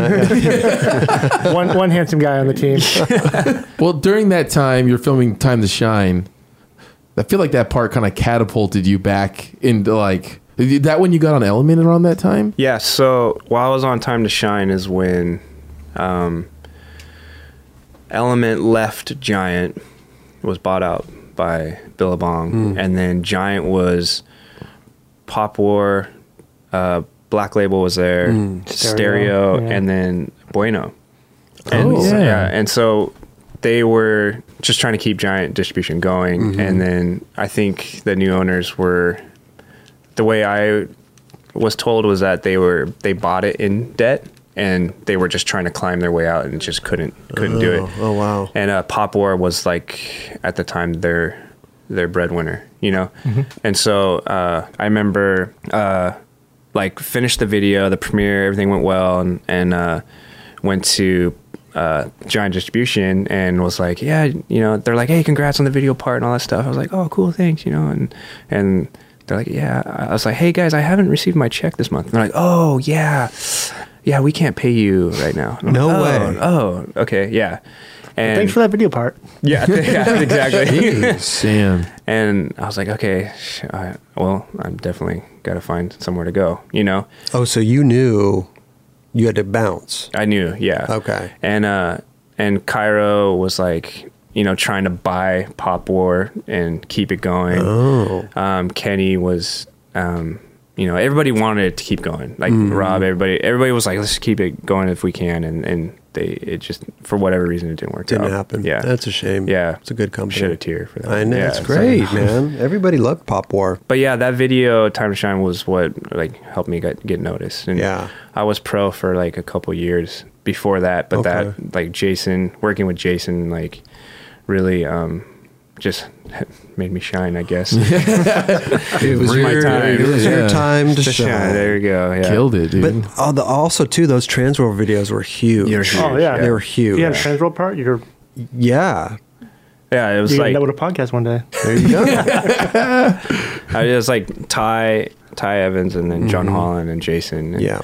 G: one one handsome guy on the team.
B: Well, during that time, you're filming Time to Shine. I feel like that part kind of catapulted you back into like is that when you got on Element around that time.
C: Yeah, so while I was on Time to Shine is when um, Element left Giant, was bought out by Billabong, and then Giant was Pop War, uh, Black Label was there, Hmm. Stereo,
G: Stereo, yeah.
C: and then Bueno. And,
B: Oh.
C: yeah.
B: Yeah.
C: uh, and so they were just trying to keep Giant distribution going,
A: Mm-hmm.
C: and then I think the new owners were the way I was told was that they were they bought it in debt and they were just trying to climb their way out and just couldn't couldn't do it.
A: Oh, wow.
C: And uh, Pop War was like at the time their their breadwinner, you know.
A: Mm-hmm.
C: And so uh, I remember uh, like finished the video, the premiere, everything went well, and and uh, went to. Uh, giant distribution and was like, yeah, you know, they're like, hey, congrats on the video part and all that stuff. I was like, oh, cool, thanks, you know, and and they're like, yeah. I was like, hey guys, I haven't received my check this month. And they're like, oh yeah, yeah, we can't pay you right now. And I'm
A: No
C: like,
A: way.
C: Oh, oh, okay, yeah. And
G: Thanks for that video part.
C: yeah, yeah, exactly.
B: Sam,
C: and I was like, okay, sh- I, well, I'm definitely got to find somewhere to go. You know,
A: Oh, so you knew you had to bounce.
C: I knew, yeah.
A: Okay.
C: And uh, and Cairo was like, you know, trying to buy Pop War and keep it going.
A: Oh.
C: Um, Kenny was, um, you know, everybody wanted it to keep going. Like
A: Mm-hmm.
C: Rob, everybody, everybody was like, let's keep it going if we can. And and they, it just for whatever reason, it didn't work.
A: Didn't
C: out.
A: happen.
C: Yeah,
A: That's a shame.
C: Yeah,
A: It's a good company.
C: Shed a tear for that.
A: I know.
C: Yeah,
A: it's
C: so-
A: great, man. Everybody loved Pop War.
C: but yeah, that video Time to Shine was what like helped me get, get noticed. And
A: Yeah.
C: I was pro for like a couple years before that, but
A: Okay.
C: that like Jason working with Jason like really um just made me shine, I guess.
B: it was
C: your time.
A: It was your
B: Yeah.
A: time to
C: Just shine.
A: shine.
C: There you go. Yeah.
B: Killed it, dude.
A: But all the, also, too, those trans world videos were huge.
C: Mm-hmm. They were huge,
G: Oh, yeah.
A: They were huge.
G: You had a trans world part. You're
A: Yeah.
C: Yeah, it was
G: you're
C: like
G: gonna know what a podcast one day.
A: There you go.
C: I was like Ty Ty Evans and then John Holland and Jason. And,
A: Mm-hmm. yeah.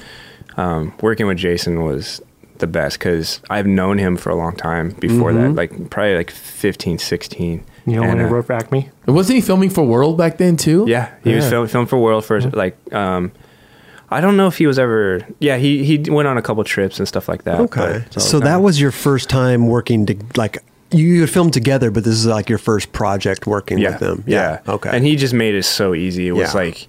C: um, working with Jason was the best because I've known him for a long time before that, like probably like 15, 16.
G: Mm-hmm. You know, when
C: And,
G: I
C: uh,
G: wrote for Acme.
B: wasn't he filming for World back then too?
C: Yeah, he was film, filmed for World for like, um, I don't know if he was ever, yeah, he, he went on a couple trips and stuff like that.
A: Okay.
C: but-
A: So that was your first time working to like you, you had filmed together, but this is like your first project working
C: yeah,
A: with them.
C: Yeah.
A: Okay.
C: And he just made it so easy. It was
A: Yeah.
C: like,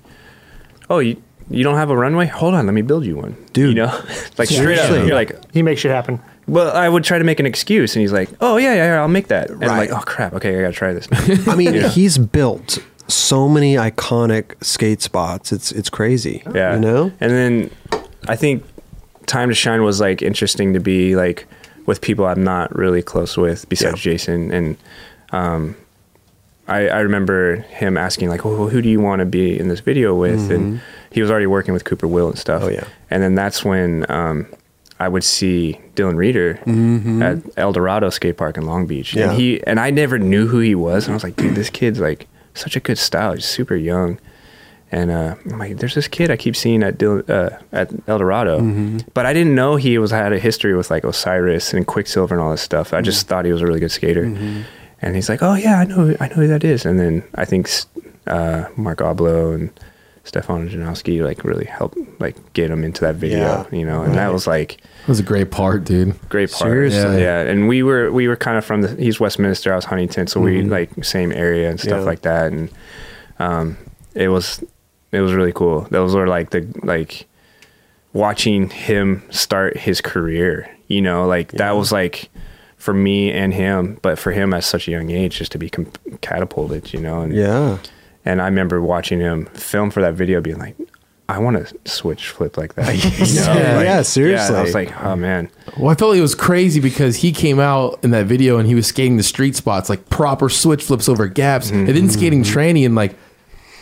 C: oh, you, you don't have a runway? Hold on, let me build you one.
A: Dude.
C: You know, like straight up.
A: Seriously.
C: You're like,
G: He makes shit happen.
C: well, I would try to make an excuse. And he's like, oh, yeah, yeah, yeah I'll make that. And I'm
A: Right.
C: like, oh, crap. Okay, I got to try this now.
A: I mean,
C: Yeah.
A: he's built so many iconic skate spots. It's it's crazy.
C: Yeah.
A: You know?
C: And then I think Time to Shine was like interesting to be like with people I'm not really close with besides
A: Yeah.
C: Jason. And um, I, I remember him asking like, well, who do you want to be in this video with? And he was already working with Cooper Will and stuff.
A: Mm-hmm. Oh, yeah.
C: And then that's when um, I would see Dylan Reeder at El Dorado Skate Park in Long Beach.
A: Mm-hmm. Yeah.
C: And he and I never knew who he was. And I was like, dude, this kid's like such a good style. He's super young. And uh, I'm like, there's this kid I keep seeing at Dil- uh, at El Dorado, but I didn't know he was had a history with like Osiris and Quicksilver and all this stuff. I just thought he was a really good skater. And he's like, oh yeah, I know, I know who that is. And then I think uh, Mark Oblo and Stefan Janowski like really helped like get him into that video,
A: Yeah.
C: you know. And that was like
B: It was a great part, dude.
C: great part.
B: Seriously.
C: Yeah. And we were we were kind of from the he's Westminster, I was Huntington, so we like same area and stuff
A: Mm-hmm. Yeah.
C: like that. And um it was it was really cool. Those were like the like watching him start his career, you know, like that was like for me and him, but for him at such a young age just to be com- catapulted, you know. And
A: Yeah.
C: and I remember watching him film for that video, being like, I want to switch flip like that. You know,
A: Yeah,
C: like-
A: yeah, seriously.
C: I was like, oh man,
B: Well, I felt like it was crazy because he came out in that video and he was skating the street spots like proper switch flips over gaps, and then skating tranny and like.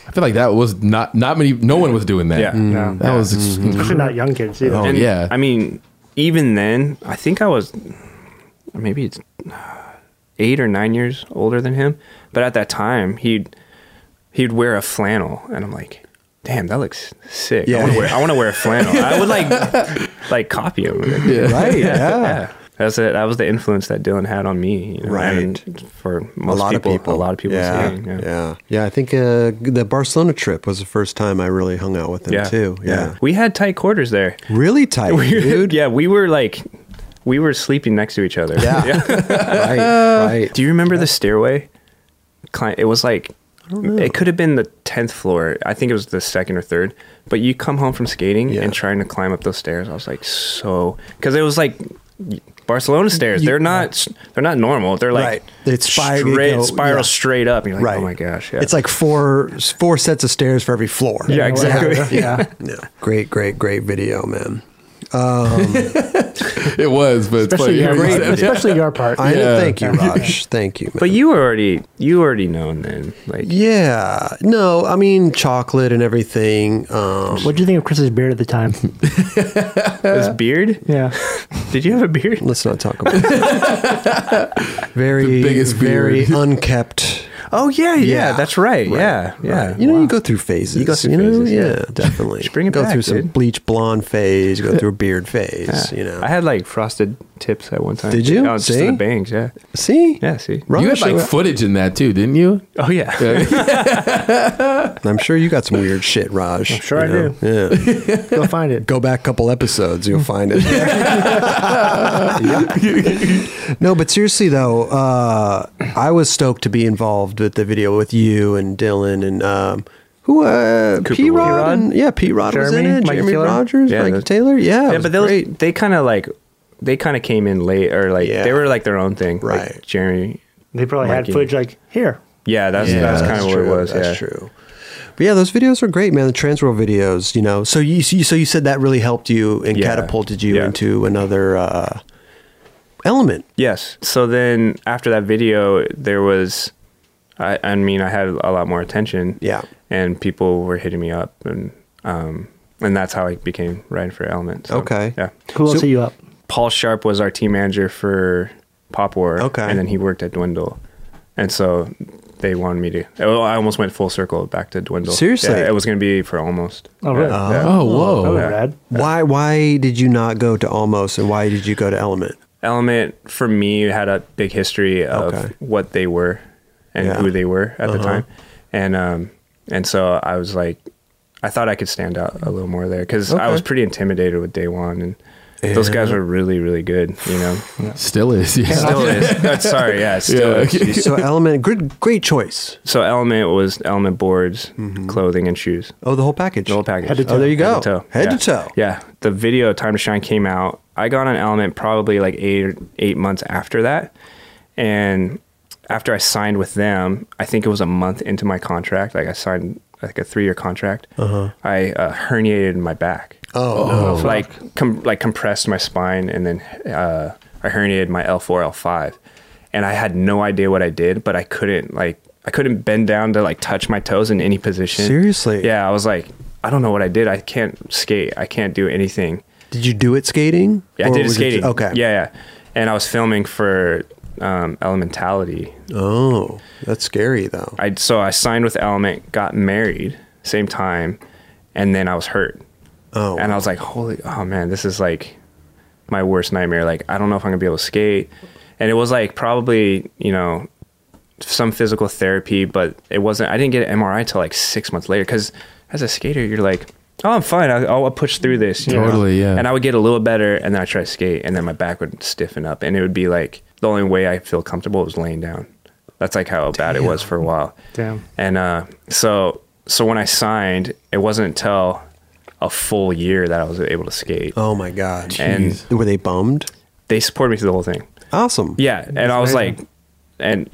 B: I feel like that was not not many. No one was doing that.
C: Yeah. No.
B: that was ex-
C: Mm-hmm.
G: Especially not young kids either.
B: Oh.
C: And,
B: yeah.
C: I mean, even then, I think I was maybe it's uh, eight or nine years older than him. But at that time, he he'd wear a flannel, and I'm like, damn, that looks sick.
A: Yeah.
C: I want to wear. I want to wear a flannel. I would like like copy him.
A: Right. Yeah.
C: Yeah. That's it. That was the influence that Dylan had on me, you know,
A: Right.
C: And for
A: A
C: most
A: lot
C: people,
A: of people.
C: a lot of people.
A: Yeah.
C: saying,
A: Yeah. yeah. I think uh, the Barcelona trip was the first time I really hung out with him too. Yeah.
C: We had tight quarters there.
A: Really tight,
C: We-
A: dude.
C: yeah, we were like, we were sleeping next to each other.
A: Yeah. Right. Right.
C: Do you remember the stairway? Cli- It was like, it could have been the 10th floor. I think it was the second or third. But you come home from skating
A: Yeah.
C: and trying to climb up those stairs. I was like, so, because it was like Barcelona stairs. they're not, they're not normal. They're like,
A: Right. It's spir- they
C: straight,
A: go-
C: spiral
A: yeah.
C: straight up. And you're like,
A: right.
C: oh my gosh. Yeah.
A: It's like four four sets of stairs for every floor.
C: yeah, exactly.
A: Yeah. yeah. Great, great, great video, man.
B: It was, but it's
G: Especially,
B: funny.
G: your,
B: He said-
G: especially your part.
A: I
B: Yeah.
A: thank you, Raj. Thank you, man.
C: But you were already, you were already known then. Like,
A: yeah. No, I mean chocolate and everything. Um,
G: what do you think of Chris's beard at the time?
C: his beard?
G: Yeah.
C: Did you have a beard?
A: let's not talk about it. very
B: The biggest
A: very
B: beard.
A: unkept.
C: Oh yeah, yeah,
A: Yeah.
C: that's right. Yeah, yeah.
A: You know, you go through phases. You
C: go through
A: know?
C: phases, yeah.
A: Yeah, definitely.
C: Just bring it
A: go
C: back,
A: through some
C: dude.
A: bleach blonde phase. You go through a beard phase.
C: Yeah.
A: You know.
C: I had like frosted tips at one time.
A: Did you?
C: Oh, just
A: See?
C: the bangs. Yeah,
A: see.
C: yeah. See.
A: Right.
B: you had like footage in that too, didn't you?
C: Oh yeah.
A: I'm sure you got some weird shit, Raj. I'm
G: sure I
A: do. Yeah.
G: Go find it.
A: Go back a couple episodes, you'll find it. no, but seriously though, uh, I was stoked to be involved with the video with you and Dylan and um, who uh,
C: Cooper
A: P Rod
C: Wheeler.
A: and yeah P Rod was in
G: Jeremy,
A: it.
G: Mike
A: Jeremy
G: Taylor.
A: Rogers,
C: Yeah,
A: Mike
C: those-
A: Taylor. Yeah,
C: yeah, but those
A: great.
C: they kind of like they kind of came in late or like
A: Yeah.
C: they were like their own thing. Like,
A: Right.
C: Jeremy.
G: They probably had
C: Mikey.
G: footage like here.
C: Yeah, that's
A: Yeah,
C: that's kind of what it
A: true,
C: was.
A: That's
C: yeah.
A: true. But yeah, those videos are great, man. The Transworld videos, you know. So you so you said that really helped you and
C: Yeah,
A: catapulted you
C: yeah.
A: into another uh, element.
C: Yes. So then after that video, there was, I, I mean, I had a lot more attention.
A: Yeah.
C: And people were hitting me up, and um, and that's how I became writing for Element. So,
A: Okay.
C: Yeah.
G: Who else
A: So-
G: are you up?
C: Paul Sharp was our team manager for Pop War.
A: Okay.
C: And then he worked at Dwindle, and so they wanted me to. oh, I almost went full circle back to Dwindle.
A: Seriously? Uh-huh.
C: Yeah, it was going to be for almost.
G: Oh, really?
C: Yeah, yeah.
B: Oh, whoa.
G: Oh,
C: yeah.
G: rad.
A: Why why did you not go to Almost and why did you go to Element?
C: Element for me had a big history of
A: Okay.
C: what they were and
A: Yeah.
C: who they were at the
A: Uh-huh.
C: time, and um, and so I was like, I thought I could stand out a little more there because I was pretty intimidated with Day One, and those guys were really really good, you know.
B: Still is. Yeah.
A: Oh,
C: Still is. That's- Sorry, yeah, still
B: Yeah.
C: is.
A: So Element, great great choice.
C: So Element was Element boards, clothing, and shoes.
A: Oh, the whole package.
C: The whole package.
G: Head to toe.
A: Oh, there you go.
C: Head to toe.
A: Head
C: yeah.
A: to toe.
C: Yeah. The video Time to Shine came out. I got on Element probably like eight eight months after that. And after I signed with them, I think it was a month into my contract. Like I signed like a three year contract. I uh, herniated my back.
A: Oh,
C: So, like com- like compressed my spine and then uh, I herniated my L4 L5 and I had no idea what I did but I couldn't like I couldn't bend down to like touch my toes in any position
A: Seriously?
C: yeah I was like I don't know what I did I can't skate I can't do anything
A: Did you do it skating?
C: yeah, I
A: Or
C: did
A: was it
C: skating
A: ju- okay.
C: yeah yeah and I was filming for um, Elementality
A: Oh, that's scary though.
C: I so I signed with Element got married same time and then I was hurt
A: Oh.
C: and I was like, holy, oh man, this is like my worst nightmare. Like, I don't know if I'm gonna be able to skate. And it was like probably, you know, some physical therapy, but it wasn't, I didn't get an MRI till like six months later. Cause as a skater, you're like, oh, I'm fine. I, I'll push through this. you know?
B: Totally, yeah.
C: And I would get a little better and then I try to skate and then my back would stiffen up. And it would be like the only way I feel comfortable was laying down. That's like how bad it was for a while.
G: Damn.
C: And uh, so so when I signed, it wasn't until a full year that I was able to skate.
A: Oh my god.
C: And
A: Were they bummed?
C: they supported me through the whole thing.
A: Awesome.
C: Yeah, and I was like, and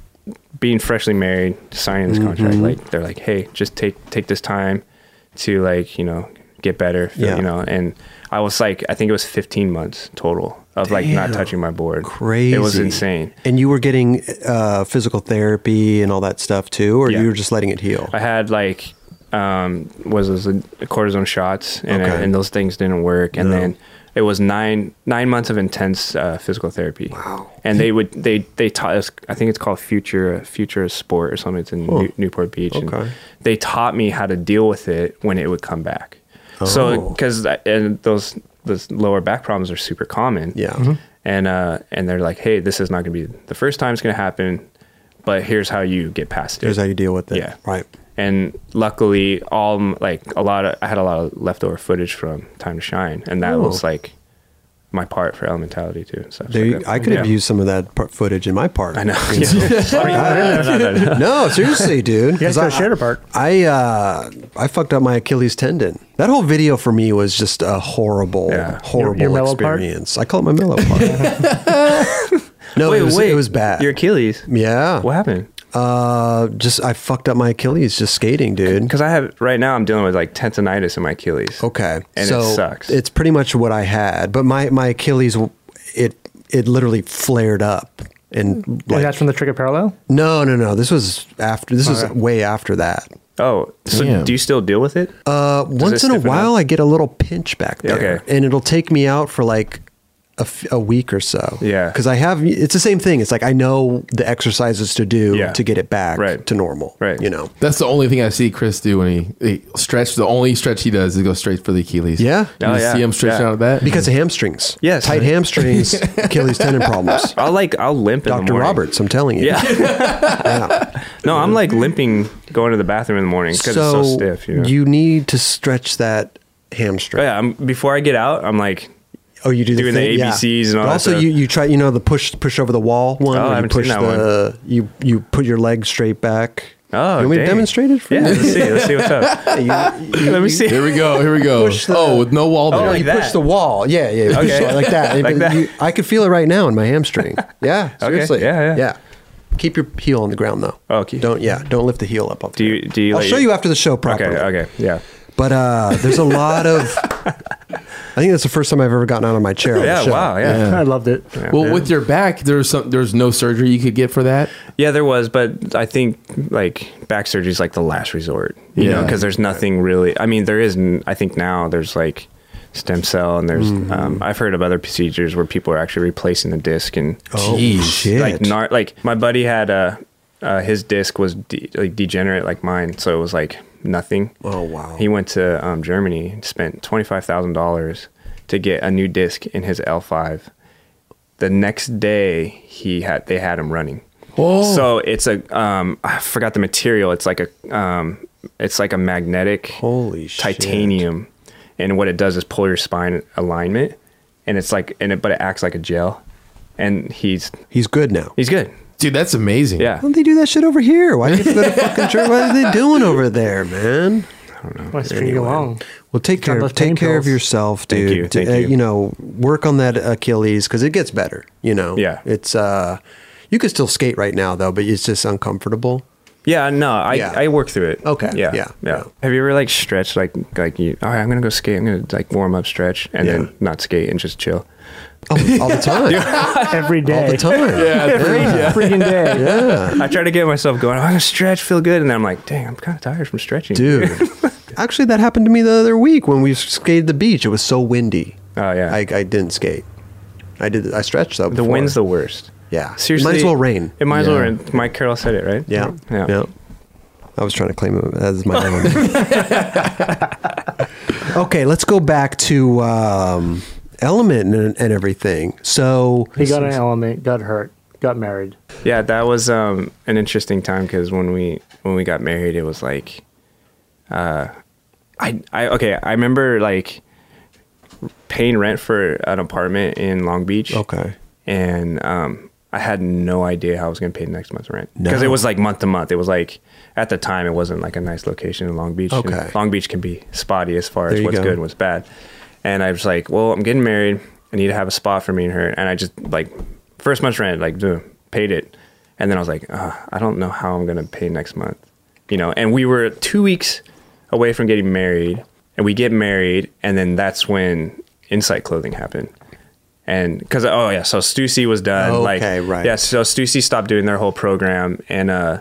C: being freshly married, signing this contract,
A: Mm-hmm.
C: like they're like, hey, just take take this time to like you know get better, feel-
A: Yeah.
C: you know. And I was like, I think it was 15 months total of like not touching my board.
A: Crazy.
C: It was insane.
A: And you were getting uh, physical therapy and all that stuff too, or
C: Yeah.
A: you were just letting it heal?
C: I had like um was those uh, cortisone shots and
A: Okay.
C: and those things didn't work and
A: No.
C: then it was nine nine months of intense uh, physical therapy. Wow! And they would they they taught us. I think it's called future future sport or something. It's in New, Newport Beach. and
A: Okay.
C: they taught me how to deal with it when it would come back. So
A: Oh.
C: because and those those lower back problems are super common.
A: Yeah. Mhm.
C: And uh and they're like, hey, this is not going to be the first time it's going to happen, but here's how you get past it.
A: Here's how you deal with it.
C: Yeah.
A: Right.
C: And luckily, all m- like a lot of I had a lot of leftover footage from Time to Shine, and that
A: Oh.
C: was like my part for Elementality too. And stuff
A: There
C: like
A: you,
C: that.
A: I could have
C: Yeah.
A: used some of that part, footage in my part.
C: I know. Yeah. No, no, no, no.
A: No, seriously, dude.
G: You guys
A: 'cause
G: got
A: I-
G: a shared apart.
A: I uh, I fucked up my Achilles tendon. That whole video for me was just a horrible,
C: Yeah.
G: Your-
A: horrible
G: your mellow part?
A: experience. I call it my mellow part. no, it was, it was bad.
C: Your Achilles.
A: yeah,
C: What happened?
A: uh, just I fucked up my Achilles just skating, dude.
C: Because I have right now, I'm dealing with like tendonitis in my Achilles.
A: Okay,
C: and
A: so
C: it sucks.
A: It's pretty much what I had, but my my Achilles, it it literally flared up and
D: Mm.
G: Like,
A: like
G: that's from the trigger parallel.
A: no no no. This was after. This was
G: Alright.
A: way after that.
C: oh, so
B: Damn.
C: do you still deal with it?
A: Uh, once
C: it
A: in a
C: stiffen
A: while,
C: up?
A: I get a little pinch back
C: Yeah,
A: there,
C: okay.
A: and it'll take me out for like a, f- a week or so.
C: Yeah.
A: because I have. It's the same thing. It's like I know the exercises to do
C: Yeah.
A: to get it back
C: Right.
A: to normal.
C: Right.
A: you know.
B: That's the only thing I see Chris do when he, he stretch. The only stretch he does is go straight for the Achilles.
A: Yeah.
B: you
C: Oh,
B: just
C: yeah.
B: see him stretching
C: Yeah.
B: out of that
A: Because of hamstrings.
C: Yes.
A: tight hamstrings, Achilles tendon problems.
C: I'll like I'll limp in the
A: Uh, Doctor
C: morning.
A: Roberts, I'm telling you.
C: Yeah. No, I'm like limping going to the bathroom in the morning because it's so stiff. You know?
A: need to stretch that
C: Oh,
A: hamstring.
C: yeah, I'm, before I get out, I'm like,
A: Oh, you do the
C: Doing the
A: thing? Yeah.
C: ABCs and all
A: But
C: that
A: Also,
C: stuff.
A: you, you try you know the push push over the wall one.
C: Oh, I
A: where you
C: haven't seen
A: push
C: that
A: the you you put your leg straight back.
C: oh,
A: you want me to
C: dang.
A: demonstrate it for
C: Yeah,
A: you?
C: let's see. Let's see what's up. Let me see.
B: Here we go. Here we go. oh, with no wall there.
C: like
A: you
C: that.
A: push the wall. Yeah, yeah. you push
C: Okay.
A: it like that.
C: Like
A: But
C: that.
A: you- I could feel it right now in my hamstring. Yeah, seriously.
C: Yeah, yeah.
A: Keep your heel on the ground though.
C: Okay.
A: Don't yeah. Don't lift the heel up. up
C: Do you-
A: there.
C: do you
A: I'll
C: let
A: show
C: you-
A: you after the show
C: Okay.
A: properly.
C: Okay. Yeah.
A: But uh, there's a lot of. I think that's the first time I've ever gotten out of my chair. on the
C: Yeah.
A: show.
C: Wow. Yeah. yeah.
G: I loved it.
B: Well, with your back, there's some. There's no surgery you could get for that.
C: There was, but I think like back surgery is like the last resort. You know,
B: Yeah.
C: because there's nothing really. I mean, there is. n- I think now there's like stem cell, and there's.
A: Mm-hmm.
C: Um, I've heard of other procedures where people are actually replacing the disc and
A: Oh,
B: Jeez.
A: shit.
C: like nar- like my buddy had a. Uh, his disc was de- like degenerate like mine, so it was like nothing.
A: Oh, wow.
C: He went to um, Germany, and spent twenty five thousand dollars to get a new disc in his L five. The next day, he had they had him running.
A: Oh.
B: Whoa.
C: So it's a um, I forgot the material. It's like a um, it's like a magnetic
A: Holy shit.
C: titanium, and what it does is pull your spine alignment, and it's like and it but it acts like a gel, and he's
A: He's good now.
C: he's good.
B: Dude, that's amazing.
C: Yeah.
A: Why don't they do that shit over here? Why do you have to go to fucking church? What are they doing over there, man?
G: Wants to you along.
A: Well, take
G: not
A: care.
G: those
A: Of, take
G: pain
A: care of
G: pills.
A: yourself, dude.
C: Thank you, thank
A: Uh,
C: you.
A: know, work on that Achilles because it gets better. You know.
C: Yeah.
A: It's uh, you could still skate right now though, but it's just uncomfortable.
C: Yeah, no, I
A: Yeah.
C: I work through it.
A: Okay,
C: Yeah,
A: yeah,
C: yeah,
A: yeah.
C: Have you ever like stretched like like you? All right, I'm gonna go skate. I'm gonna like warm up, stretch, and
A: Yeah.
C: then not skate and just chill.
A: All, all the time.
G: Every day.
A: All the time.
B: Yeah.
G: Freaking day.
C: I try to get myself going. I'm gonna stretch, feel good, and then I'm like, dang, I'm kind of tired from stretching,
A: dude. Actually, that happened to me the other week when we skated the beach. It was so windy.
C: Oh, yeah.
A: I, I didn't skate. I did. I stretched though.
C: The
A: before.
C: wind's the worst.
A: yeah.
C: Seriously,
A: might as well rain.
C: It might as well
B: Yeah.
C: rain. Mike Carroll said it, right?
A: Yeah.
C: yeah.
A: yeah, I was trying to claim it as my own. okay, let's go back to um, element and, and everything. So
G: He got an element, got hurt, got married.
C: Yeah, that was um, an interesting time because when we when we got married, it was like, uh, I I okay, I remember like paying rent for an apartment in Long Beach.
A: Okay.
C: and um, I had no idea how I was going to pay next month's rent because it was like month to month. It was like at the time, it wasn't like a nice location in Long Beach. and
A: Okay.
C: Long Beach can be spotty as far
A: There
C: as
A: you
C: what's
A: go.
C: good and what's bad. And I was like, well, I'm getting married. I need to have a spot for me and her. And I just like first month's rent, like duh, paid it. And then I was like, Ugh, I don't know how I'm going to pay next month, you know? And we were two weeks away from getting married and we get married. And then that's when Insight Clothing happened. And because, oh yeah, so Stussy was done.
A: Okay,
C: like,
A: right.
C: Yeah, so Stussy stopped doing their whole program and, uh,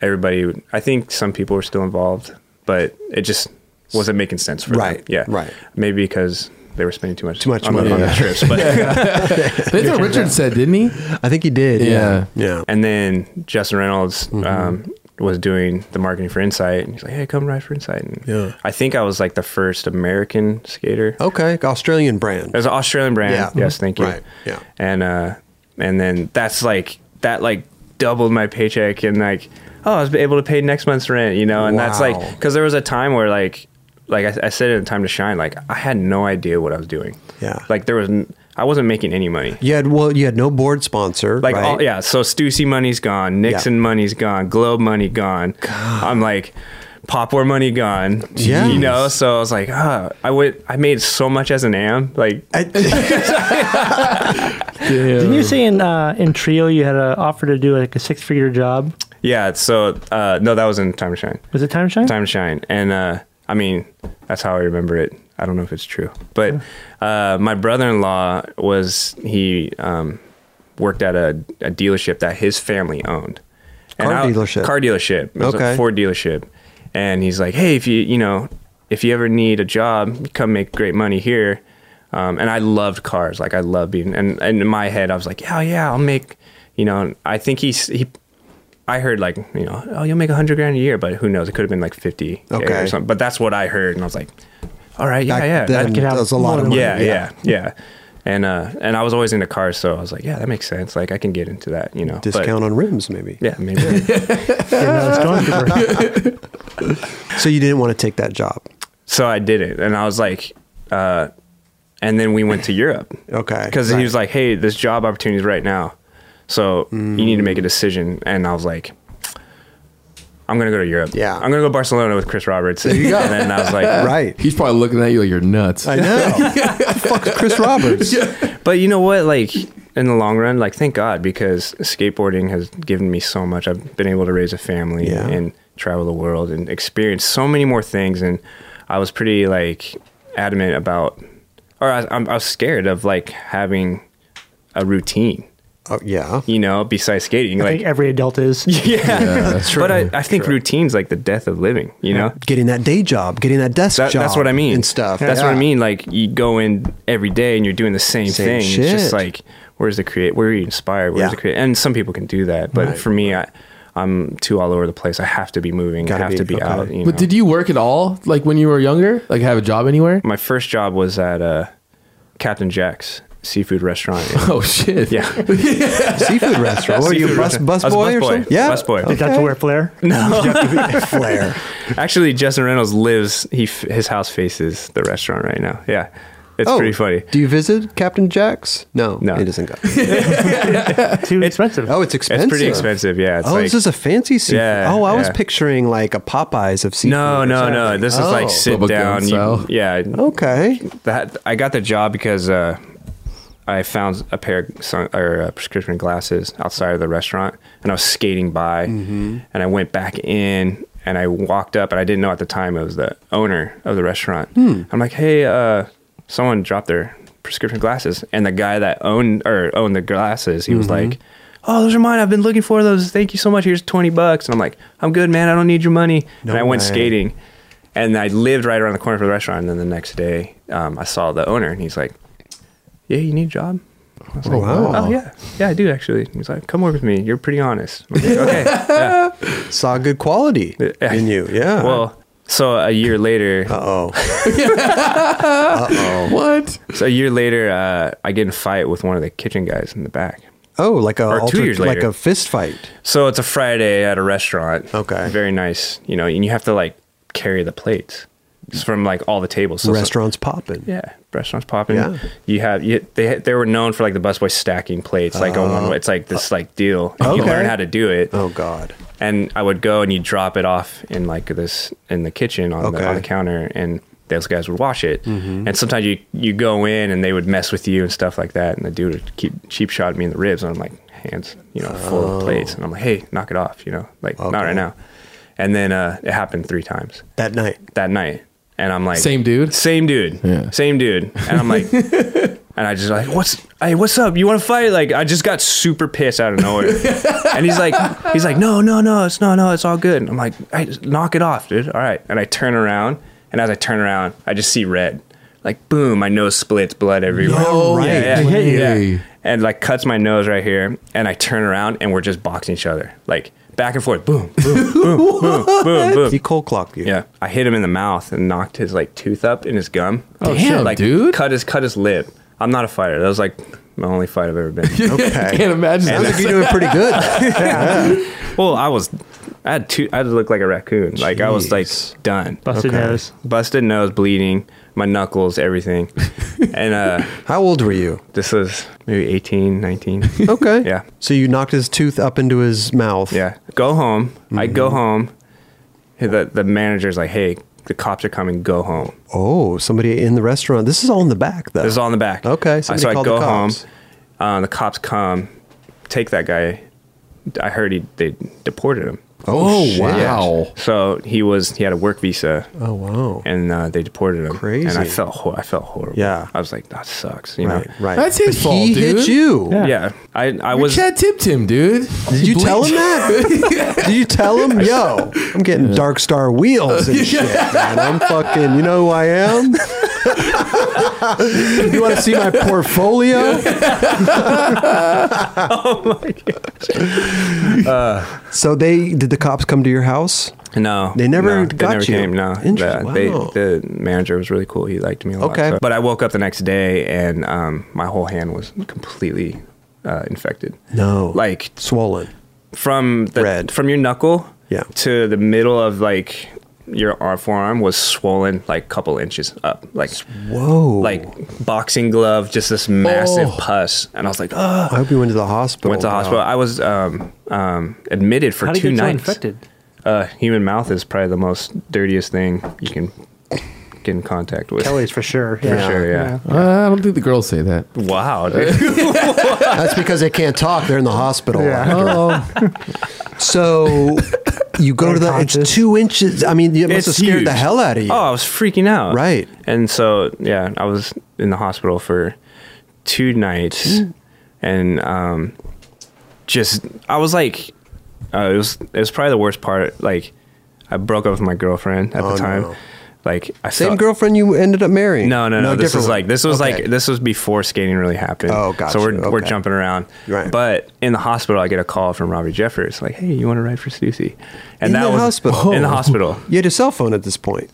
C: everybody I think some people were still involved, but it just wasn't making sense for
A: Right,
C: them. Yeah.
A: right.
C: Maybe because they were spending too much
A: Too much
C: on,
A: money.
C: on the
A: Yeah.
C: trips. But
B: That's what Richard said, didn't he?
A: I think he did.
B: Yeah.
A: Yeah.
C: and then Justin Reynolds
A: Mm-hmm.
C: um, was doing the marketing for Insight, and he's like, "Hey, come ride for Insight." And
A: Yeah.
C: I think I was like the first American skater.
A: Okay. Australian brand.
C: It was an Australian brand.
A: Yeah.
C: Yes, thank you.
A: Right, yeah.
C: And uh, and then that's like that like doubled my paycheck and like oh I was able to pay next month's rent you know and that's like
A: Wow.
C: because there was a time where like like I, I said in Time to Shine like I had no idea what I was doing.
A: Yeah.
C: Like there was n- I wasn't making any money.
A: You had well, you had no board sponsor.
C: Like
A: right?
C: all, yeah, so Stussy money's gone, Nixon money's gone, Globe money gone. I'm like Pop War money gone.
A: Yeah.
C: You know, so I was like, ah, I would I made so much as an am. Like
G: Didn't you say in uh, in Trio you had an offer to do like a six figure job?
C: yeah, so uh no, that was in Time to Shine.
G: Was it Time Shine?
C: Time to Shine. And uh I mean, that's how I remember it. I don't know if it's true. But uh my brother in law was he um worked at a, a dealership that his family owned.
A: Car dealership.
C: Car dealership. It was
A: Okay.
C: a Ford dealership. And he's like, Hey, if you you know, if you ever need a job, come make great money here. Um, and I loved cars. Like I love being and, and in my head I was like, Yeah, yeah, I'll make you know, and I think he's he I heard like, you know, oh you'll make a hundred grand a year, but who knows, it could have been like fifty
A: Okay.
C: or something. But that's what I heard and I was like, All right, yeah,
A: Back
C: yeah.
A: then,
C: that-
G: could
A: that
G: have
A: was a lot
G: more
A: of money.
C: yeah, yeah, yeah. And uh, and I was always into cars, so I was like, yeah, that makes sense. Like I can get into that, you know. But-
A: Discount on rims, maybe.
C: yeah, maybe.
G: Didn't know it was Stormtrooper.
A: So you didn't want to take that job.
C: so I did it, and I was like, uh, and then we went to Europe
A: Okay.
C: because he was like, hey, this job opportunity is right now, so you need to make a
A: Mm.
C: decision. And I was like. I'm gonna go to Europe.
A: Yeah.
C: I'm gonna go to Barcelona with Chris Roberts. There
B: you go.
C: And then I was like,
A: right.
B: He's probably looking at you like you're nuts.
A: I know. Fuck Chris Roberts.
C: But you know what? Like in the long run, like thank God because skateboarding has given me so much. I've been able to raise a family
A: Yeah.
C: and travel the world and experience so many more things. And I was pretty like adamant about, or I, I'm- I was scared of like having a routine,
A: Oh, yeah.
C: you know, besides skating.
G: I
C: Like,
G: think every adult is.
C: yeah. But I, I think
A: True.
C: routine's like the death of living, you know?
A: Getting that day job, getting that desk
C: That,
A: job.
C: that's what I mean.
A: And stuff.
C: That's what I
A: Yeah.
C: mean. Like you go in every day and you're doing the same,
A: Same
C: thing. It's
A: shit.
C: just like where's the create? Where are you inspired?
A: Yeah.
C: Where's the create? And some people can do that, but
A: Right.
C: for me, I, I'm too all over the place. I have to be moving.
A: Gotta
C: I have
A: be,
C: to be
A: okay.
C: out. You
B: But
C: know?
B: did you work at all? Like when you were younger? Like have a job anywhere?
C: My first job was at uh, Captain Jack's seafood restaurant.
B: Oh shit.
C: yeah,
A: Seafood restaurant. What are you, a
C: Seafood
A: bus,
C: restaurant.
A: bus
C: I was a
A: boy or
C: busboy.
A: something? Yeah. Oh,
C: Busboy.
G: Did Dr. Wear Flair?
A: Flair.
C: actually, Justin Reynolds lives. He f- his house faces the restaurant right now. Yeah, it's pretty funny.
A: Oh. Do you visit Captain Jack's? No.
C: No.
A: It doesn't go.
G: Too expensive.
A: Oh, it's expensive.
C: It's pretty expensive. Yeah, it's
A: Oh,
C: like,
A: this is a fancy seafood.
C: Yeah,
A: oh, I was
C: yeah.
A: picturing like a Popeyes of seafood.
C: No,
A: or
C: no,
A: something.
C: no. This is
A: Oh.
C: like sit
B: Bubba Gump
C: down. you-
B: style.
C: yeah.
A: Okay.
C: That I got the job because uh, I found a pair of sun, or uh, prescription glasses outside of the restaurant, and I was skating by, and I went back in. And I walked up, and I didn't know at the time it was the owner of the restaurant. I'm like, "Hey, uh, someone dropped their prescription glasses." And the guy that owned or owned the glasses, he was like, "Oh, those are mine. I've been looking for those. Thank you so much. Here's twenty bucks." And I'm like, "I'm good, man. I don't need your money." and I went
A: way.
C: skating, and I lived right around the corner from the restaurant. And then the next day, um, I saw the owner, and he's like, "Yeah, you need a job." I was like,
A: wow.
C: Oh yeah, yeah, I do actually. He's like, "Come work with me. You're pretty honest." I'm like, okay. yeah.
A: Saw good quality
C: Yeah.
A: in you. Yeah.
C: Well, so a year later,
A: Uh oh.
B: What?
C: so a year later, uh, I get in a fight with one of the kitchen guys in the back.
A: Oh, like a
C: Or two
A: alter-
C: years
A: like
C: later.
A: a fist fight.
C: So it's a Friday at a restaurant.
A: Okay.
C: Very nice, you know, and you have to like carry the plates It's from like all the tables. So- so-
A: Restaurants popping.
C: yeah, restaurants popping.
A: Yeah.
C: You have you, they they were known for like the busboy stacking plates like on one way. It's like this like deal. And
A: Oh.
C: You
A: Okay.
C: learn how to do it.
A: Oh God.
C: And I would go and you drop it off in like this in the kitchen on,
A: Okay. Mm-hmm.
C: the, on the counter and those guys would watch it. And sometimes you you go in and they would mess with you and stuff like that and the dude would keep cheap shot me in the ribs and I'm like hands, you know, full of plates and I'm like, "Hey, knock it off," you know. Like, "Not
A: Oh. Okay.
C: right now." And then uh, it happened 3 times
A: That night.
C: that night. And I'm like,
B: Same dude?
C: same dude,
B: Yeah.
C: same dude. And I'm like, and I just like, what's, hey, what's up? You want to fight? Like, I just got super pissed out of nowhere. and he's like, he's like, no, no, no, it's no, no, it's all good. And I'm like, hey, just knock it off, dude. All right. And I turn around, and as I turn around, I just see red. like boom, my nose splits, blood everywhere.
B: No
C: Yeah, yeah,
B: way.
C: yeah. And like cuts my nose right here, and I turn around and we're just boxing each other, like back and forth, boom, boom, boom, boom, boom, boom.
A: He cold clocked you.
C: Yeah, I hit him in the mouth and knocked his like tooth up in his gum.
B: Oh, shit,
C: like
B: dude.
C: cut his cut his lip. I'm not a fighter. That was like my only fight I've ever been. in.
B: I can't imagine.
A: Sounds
B: that.
A: like you're doing pretty good.
C: well, I was, I had two. I looked like a raccoon. Like I was like done,
G: Busted nose.
C: busted nose, bleeding, my knuckles, everything. and uh,
A: How old were you?
C: this was maybe 18, 19.
A: Okay.
C: Yeah.
A: So you knocked his tooth up into his mouth.
C: Yeah. Go home. I go home. The the manager's like, hey, the cops are coming. Go home.
A: Oh, somebody in the restaurant. This is all in the back, though.
C: This is all in the back. Uh,
A: Okay,
C: So,
A: somebody
C: I
A: called
C: go
A: the
C: home.
A: cops.
C: Uh, the cops come, take that guy. I heard he they deported him.
B: Oh,
A: shit.
B: wow.
C: So he was he had a work visa,
A: Oh wow.
C: and uh, they deported him. And
A: Crazy.
C: I felt ho- I felt horrible.
A: Yeah.
C: I was like that sucks. You
A: Right.
C: know.
A: Right.
B: That's his
A: But
B: fault,
A: He hit
B: dude.
A: you.
C: Yeah. I I
B: Your
C: was
B: cat tipped him, dude.
A: Did you tell him that? Did you tell him, yo, I'm getting Dark Star wheels and shit, man. I'm fucking, you know who I am? you want to see my portfolio? Oh Uh, so they did the cops come to your house?
C: no.
A: They never
C: no,
A: got you.
C: Came, no.
A: Interesting.
C: The, they-
A: Wow.
C: the manager was really cool. He liked me a lot.
A: Okay.
C: So- But I woke up the next day and um, my whole hand was completely uh, infected.
A: No.
C: Like
A: swollen.
C: from the
A: Red.
C: from your knuckle
A: Yeah.
C: to the middle of like your arm forearm was swollen like couple inches up like
A: Whoa.
C: like boxing glove just this massive
B: Oh.
C: pus and i was like oh
A: I hope you went to the hospital.
C: went to the
A: Wow.
C: hospital i was um um admitted for
G: How did
C: two
G: you get so
C: nights
G: infected?
C: uh human mouth is probably the most dirtiest thing you can get in contact with
G: Kelly's for sure. Yeah.
C: for sure yeah,
B: Uh, I don't think the girls say that.
C: wow dude.
A: That's because they can't talk. They're in the hospital.
B: Oh,
A: So you go to the. It's
G: Unconscious.
A: two inches. I mean, it must have
C: It's
A: scared the
C: huge.
A: hell out of you.
C: oh i was freaking out
A: Right.
C: and so yeah i was in the hospital for two nights
A: Hmm.
C: and um just i was like uh, it was it was probably the worst part like i broke up with my girlfriend at
A: Oh,
C: the time
A: no.
C: like i
A: Same
C: felt-
A: girlfriend you ended up marrying.
C: no, no, no. this
A: different
C: was
A: one.
C: like this was
A: Okay.
C: like this was before skating really happened.
A: Oh, gotcha.
C: So we're we're
A: Okay.
C: jumping around.
A: Right.
C: But in the hospital, I get a call from Robbie Jeffers like, "Hey, you want to ride for Susie?"
A: In the hospital?
C: In the hospital.
A: you had a cell phone at this point.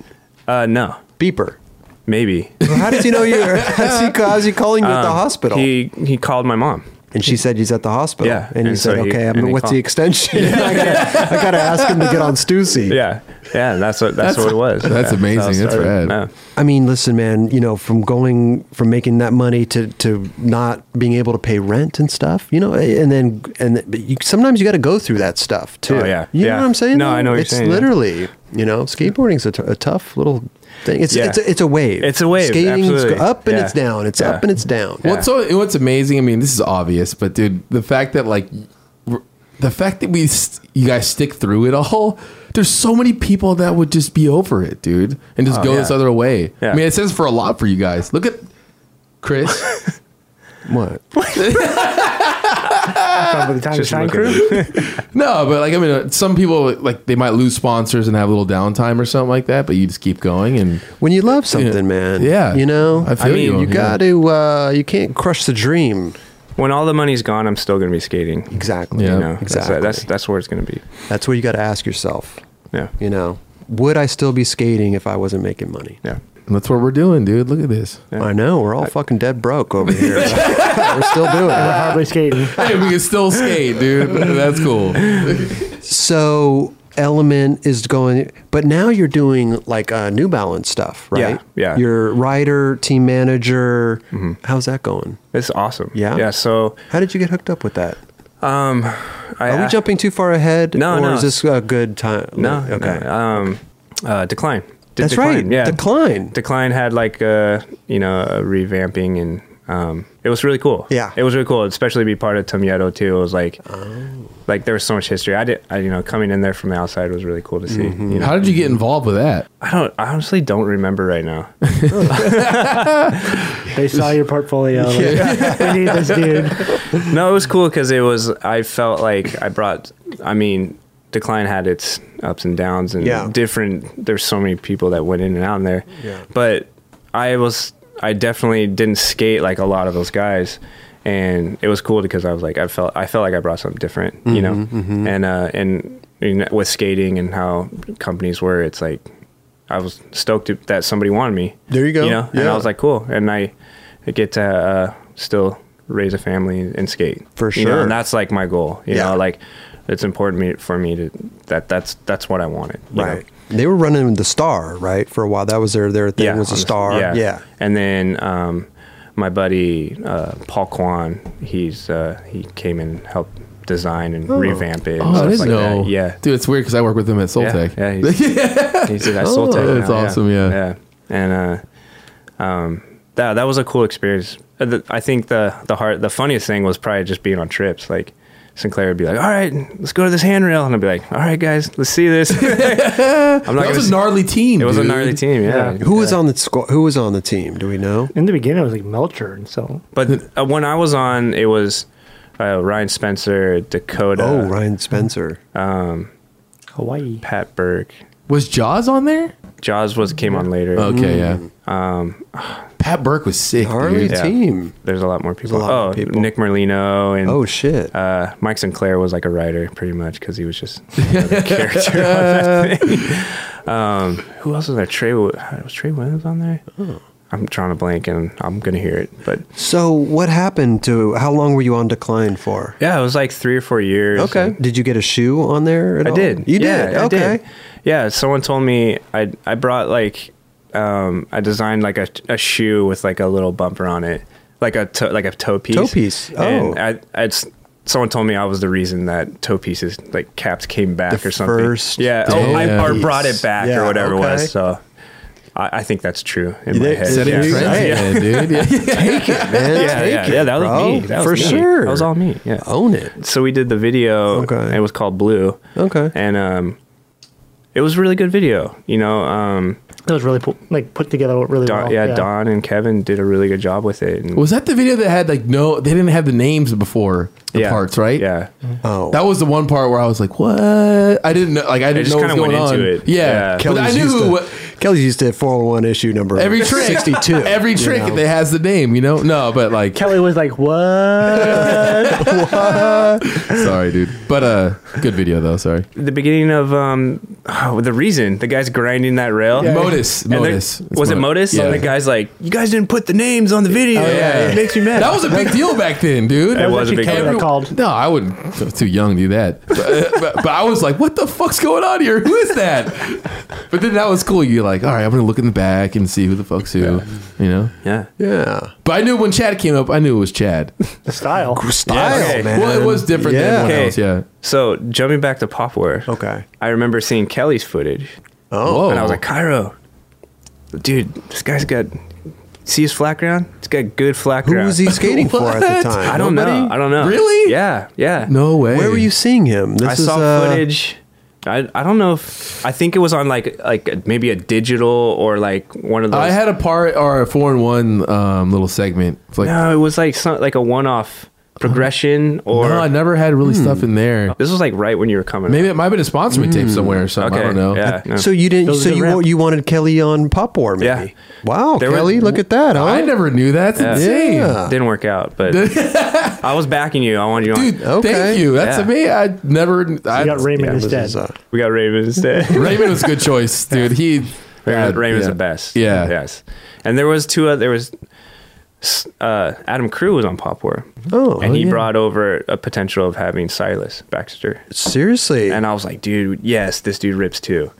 C: Uh, no,
A: Beeper.
C: maybe.
A: Well, how does he know you're? How's he, how's he calling you at the
C: Um,
A: hospital?
C: He he called my mom.
A: and she said he's at the hospital.
C: Yeah,
A: And he
C: and so
A: said,
C: he-
A: okay, I
C: and
A: mean,
C: he
A: what's the
C: called.
A: extension? I, gotta, I gotta ask him to get on Stussy.
C: Yeah, yeah. That's what that's, what it was.
B: that's
C: Yeah,
B: amazing.
C: how it
B: That's
C: started.
B: rad.
C: Yeah.
A: I mean, listen, man, you know, from going from making that money to, to not being able to pay rent and stuff, you know, and then and but you, sometimes you got to go through that stuff too.
C: Oh, yeah.
A: you know
C: Yeah.
A: what I'm saying?
C: No, I know what you're
A: it's
C: saying, yeah.
A: literally, you know, skateboarding's a, t- a tough little thing. It's
C: Yeah.
A: it's a, it's a wave.
C: It's a wave,
A: Skating's
C: absolutely.
A: go- up and
C: Yeah.
A: it's down. It's
C: Yeah.
A: up and it's down.
C: Yeah.
B: What's so what's amazing? I mean, this is obvious, but dude, the fact that like r- the fact that we st- you guys stick through it all. There's so many people that would just be over it, dude, and just go
C: yeah.
B: this other way.
C: Yeah.
B: I mean, it says for a lot for you guys. Look at Chris.
A: What?
G: By the time
C: Just
G: Shine
C: look at
G: Crew.
B: no, but like I mean, uh, some people like they might lose sponsors and have a little downtime or something like that, but you just keep going and
A: When you love something, man.
B: Yeah.
A: You know,
B: I feel
A: mean,
B: you,
A: you
B: yeah.
A: got to. Uh, you can't crush the dream.
C: When all the money's gone, I'm still gonna be skating.
A: Exactly.
B: Yeah.
C: You know,
A: Exactly.
C: That's, that's that's where it's gonna be.
A: That's what you got to ask yourself.
C: Yeah.
A: You know, would I still be skating if I wasn't making money?
C: Yeah.
B: that's what we're doing, dude. Look at this.
A: I know we're all fucking dead broke over here. we're still doing it.
G: Hardly skating.
B: hey, we can still skate, dude. That's cool.
A: So Element is going, but now you're doing like uh, New Balance stuff, right?
C: Yeah, Mm-hmm. yeah.
A: You're rider, team manager. How's that going?
C: It's awesome.
A: Yeah?
C: Yeah. So um,
A: How did you get hooked up with that?
C: I,
A: Are we jumping too far ahead?
C: Uh, No,
A: or
C: no.
A: is this a good time?
C: No.
A: okay.
C: no. Um, uh, decline. Did
A: That's right,
C: Yeah.
A: Decline.
C: Decline had like a you know a revamping and um, it was really cool.
A: Yeah. Oh.
C: It was really cool, especially to be part of Tomieto too. It was like, like there was so much history. I did. I, you know, coming in there from the outside was really cool to see.
A: Mm-hmm.
C: You know,
B: How did you get involved with that?
C: I don't. I honestly don't remember right now.
G: They saw your portfolio. Like, we need this dude.
C: no, it was cool because it was. I felt like I brought. I mean, decline had its ups and downs and
A: Yeah.
C: different. There's so many people that went in and out in there.
A: Yeah.
C: But I was I definitely didn't skate like a lot of those guys, and it was cool because I was like I felt I felt like I brought something different, you know, and uh, and you know, with skating and how companies were, it's like I was stoked that somebody wanted me.
H: There you go.
C: You know, and
H: Yeah.
C: I was like cool, and I get to uh, still raise a family and skate
A: For
C: You know,
A: sure.
C: and that's like my goal. You
H: Yeah.
C: know, like it's important me, for me to that that's that's what I wanted. you know?
A: Right. They were running the star, right? For a while. That was their their thing was a
C: on the-
A: star.
C: Yeah.
A: yeah.
C: And then um, my buddy uh, Paul Kwan, he's uh, he came and helped design and revamp it. and
B: Oh, I
C: stuff
B: didn't
C: like
B: know.
C: That. Yeah.
B: dude, it's weird because I work with him at Soltech.
C: Yeah, yeah, He's at Soul Tech
B: that's
C: now,
B: awesome, yeah.
C: Yeah. And uh, um, that that was a cool experience. Uh, the- I think the the hard the funniest thing was probably just being on trips like. Sinclair would be like, "All right, let's go to this handrail," and I'd be like, "All right, guys, let's see this." I'm not
B: that
C: gonna
B: was
C: s-
B: a gnarly team.
C: It was a
B: dude.
C: gnarly team, yeah.
A: Who was on the squad? Who was on the team? Do we know?
G: In the beginning, it was like Melcher, and so
C: But uh, when I was on, it was uh, Ryan Spencer, Dakota,
A: Oh, Ryan Spencer.
G: Hawaii.
C: Pat Burke.
B: Was Jaws on there?
C: Jaws was came on later.
B: Okay, yeah. Um, Pat Burke was sick,
A: Harley
B: dude.
C: Mm, Yeah.
A: team.
C: There's a lot more people.
A: lot
C: oh,
A: more people.
C: Nick Merlino and
A: Oh shit.
C: uh, Mike Sinclair was like a writer pretty much because he was just another character on that thing. Um, who else was there? Trey Wi- was Trey Williams on there. I'm trying to blank and I'm gonna hear it, but
A: so what happened to? How long were you on decline for?
C: yeah, it was like three or four years. and-
A: Did you get a shoe on there? At
C: I
A: all?
C: did.
A: Oh, You
C: Yeah,
A: did.
C: I
A: Okay.
C: Yeah, someone told me I I brought like um I designed like a, a shoe with like a little bumper on it, like a toe, like a toe piece.
A: Toe piece.
C: And
A: Oh.
C: I I s- someone told me I was the reason that toe pieces like caps came back
A: The
C: or something.
A: first
C: yeah. Oh,
B: toe
C: I, or
B: piece.
C: brought it back
A: Yeah,
C: or whatever it
A: okay.
C: was. So I, I think that's true in my
A: They-
C: head.
B: Setting
A: Yeah.
B: trends,
C: Yeah.
B: man, dude. Yeah.
A: Take it, man.
C: Yeah,
A: Take
C: yeah,
A: it,
C: yeah, that was
A: bro.
C: me. That was
A: for
C: me.
A: sure.
C: That was all me. Yeah.
A: Own it.
C: So we did the video.
A: Okay.
C: and it was called Blue.
A: Okay.
C: And um, it was a really good video. You know, um,
G: It was really pu- like put together really
C: Don,
G: well.
C: yeah, Don and Kevin did a really good job with it. And
B: Was that the video that had like no? They didn't have the names before the
C: yeah,
B: parts, right?
C: Yeah.
A: Oh.
B: That was the one part where I was like, "What?" I didn't know. Like, I didn't
C: just
B: know what was
C: kinda
B: going
C: went
B: on.
C: into it.
B: Yeah,
C: Yeah.
B: but I
A: Kelly's
B: knew
A: used to-
B: who,
A: Kelly's used to 401 issue number
B: every trick.
A: 62.
B: every
A: you
B: trick
A: know?
B: that has the name. You know, no, but like,
G: Kelly was like, "What?"
B: sorry, dude. But uh, good video though. Sorry,
C: The beginning of um, oh, the reason the guy's grinding that rail.
B: Modus,
C: And they're-
B: Modus. It's
C: Was it
B: Modus.
C: Modus?
B: Yeah.
C: And the guy's like, "You guys didn't put the names on the video.
B: yeah.
C: Oh, It makes me mad."
B: that was a big deal back then, dude.
C: It was a big
G: deal. Called.
B: No, I wouldn't. I was too young to do that. But, uh, but, but I was like, "What the fuck's going on here? Who is that?" But then that was cool. You're like, "All right, I'm gonna look in the back and see who the fuck's who." You know.
C: yeah.
A: Yeah.
B: But I knew when Chad came up, I knew it was Chad.
G: the style.
A: Style,
C: okay.
A: man.
B: Well, it was different than
A: Yeah.
B: everyone
C: Okay.
B: else. Yeah.
C: So jumping back to Pop War.
A: Okay.
C: I remember seeing Kelly's footage.
A: Oh.
B: Whoa.
C: And I was like, Cairo, dude, this guy's got. See his flat ground? He's got good flat
A: Who
C: ground.
A: was he skating for at
B: What?
A: the time?
C: I don't
A: Nobody?
C: know. I don't know.
B: Really?
C: Yeah, yeah.
B: no way.
A: Where were you seeing him? This
C: I
A: is,
C: saw
A: uh,
C: footage. I, I don't know if I think it was on like like maybe a digital or like one of those.
B: I had a part or a four in one um, little segment. It's Like,
C: no, it was like some like a one off progression or
B: no, uh-huh, I never had really stuff in there.
C: this was like right when you were coming.
B: Maybe it might have been a sponsorship tape somewhere or something.
C: Mm. okay,
B: I don't know.
C: Yeah, no.
A: So you didn't.
G: Those
A: So
G: are the
A: you
G: ramp.
A: wa- you wanted Kelly on Pop War, maybe?
C: Yeah.
A: Wow,
C: There were-
A: Kelly, look at that, huh?
B: I never knew that. That's
A: Yeah.
B: insane.
C: didn't work out, but I was backing you. I wanted you on.
B: Dude,
A: Okay.
B: thank you. That's
C: Yeah.
B: to me. I never. I,
G: You got Raymond
A: This
G: instead.
A: is, uh,
C: we got Raven instead.
B: Raymond was a good choice, dude. He.
C: Raymond, Raymond's
B: yeah.
C: the best.
B: Yeah.
C: Yes. And there was two other, there was, s- uh, Adam Crew was on Pop War.
A: Oh.
C: And
A: Oh,
C: he
A: yeah.
C: brought over a potential of having Silas Baxter.
A: seriously.
C: And I was like, dude, yes, this dude rips too.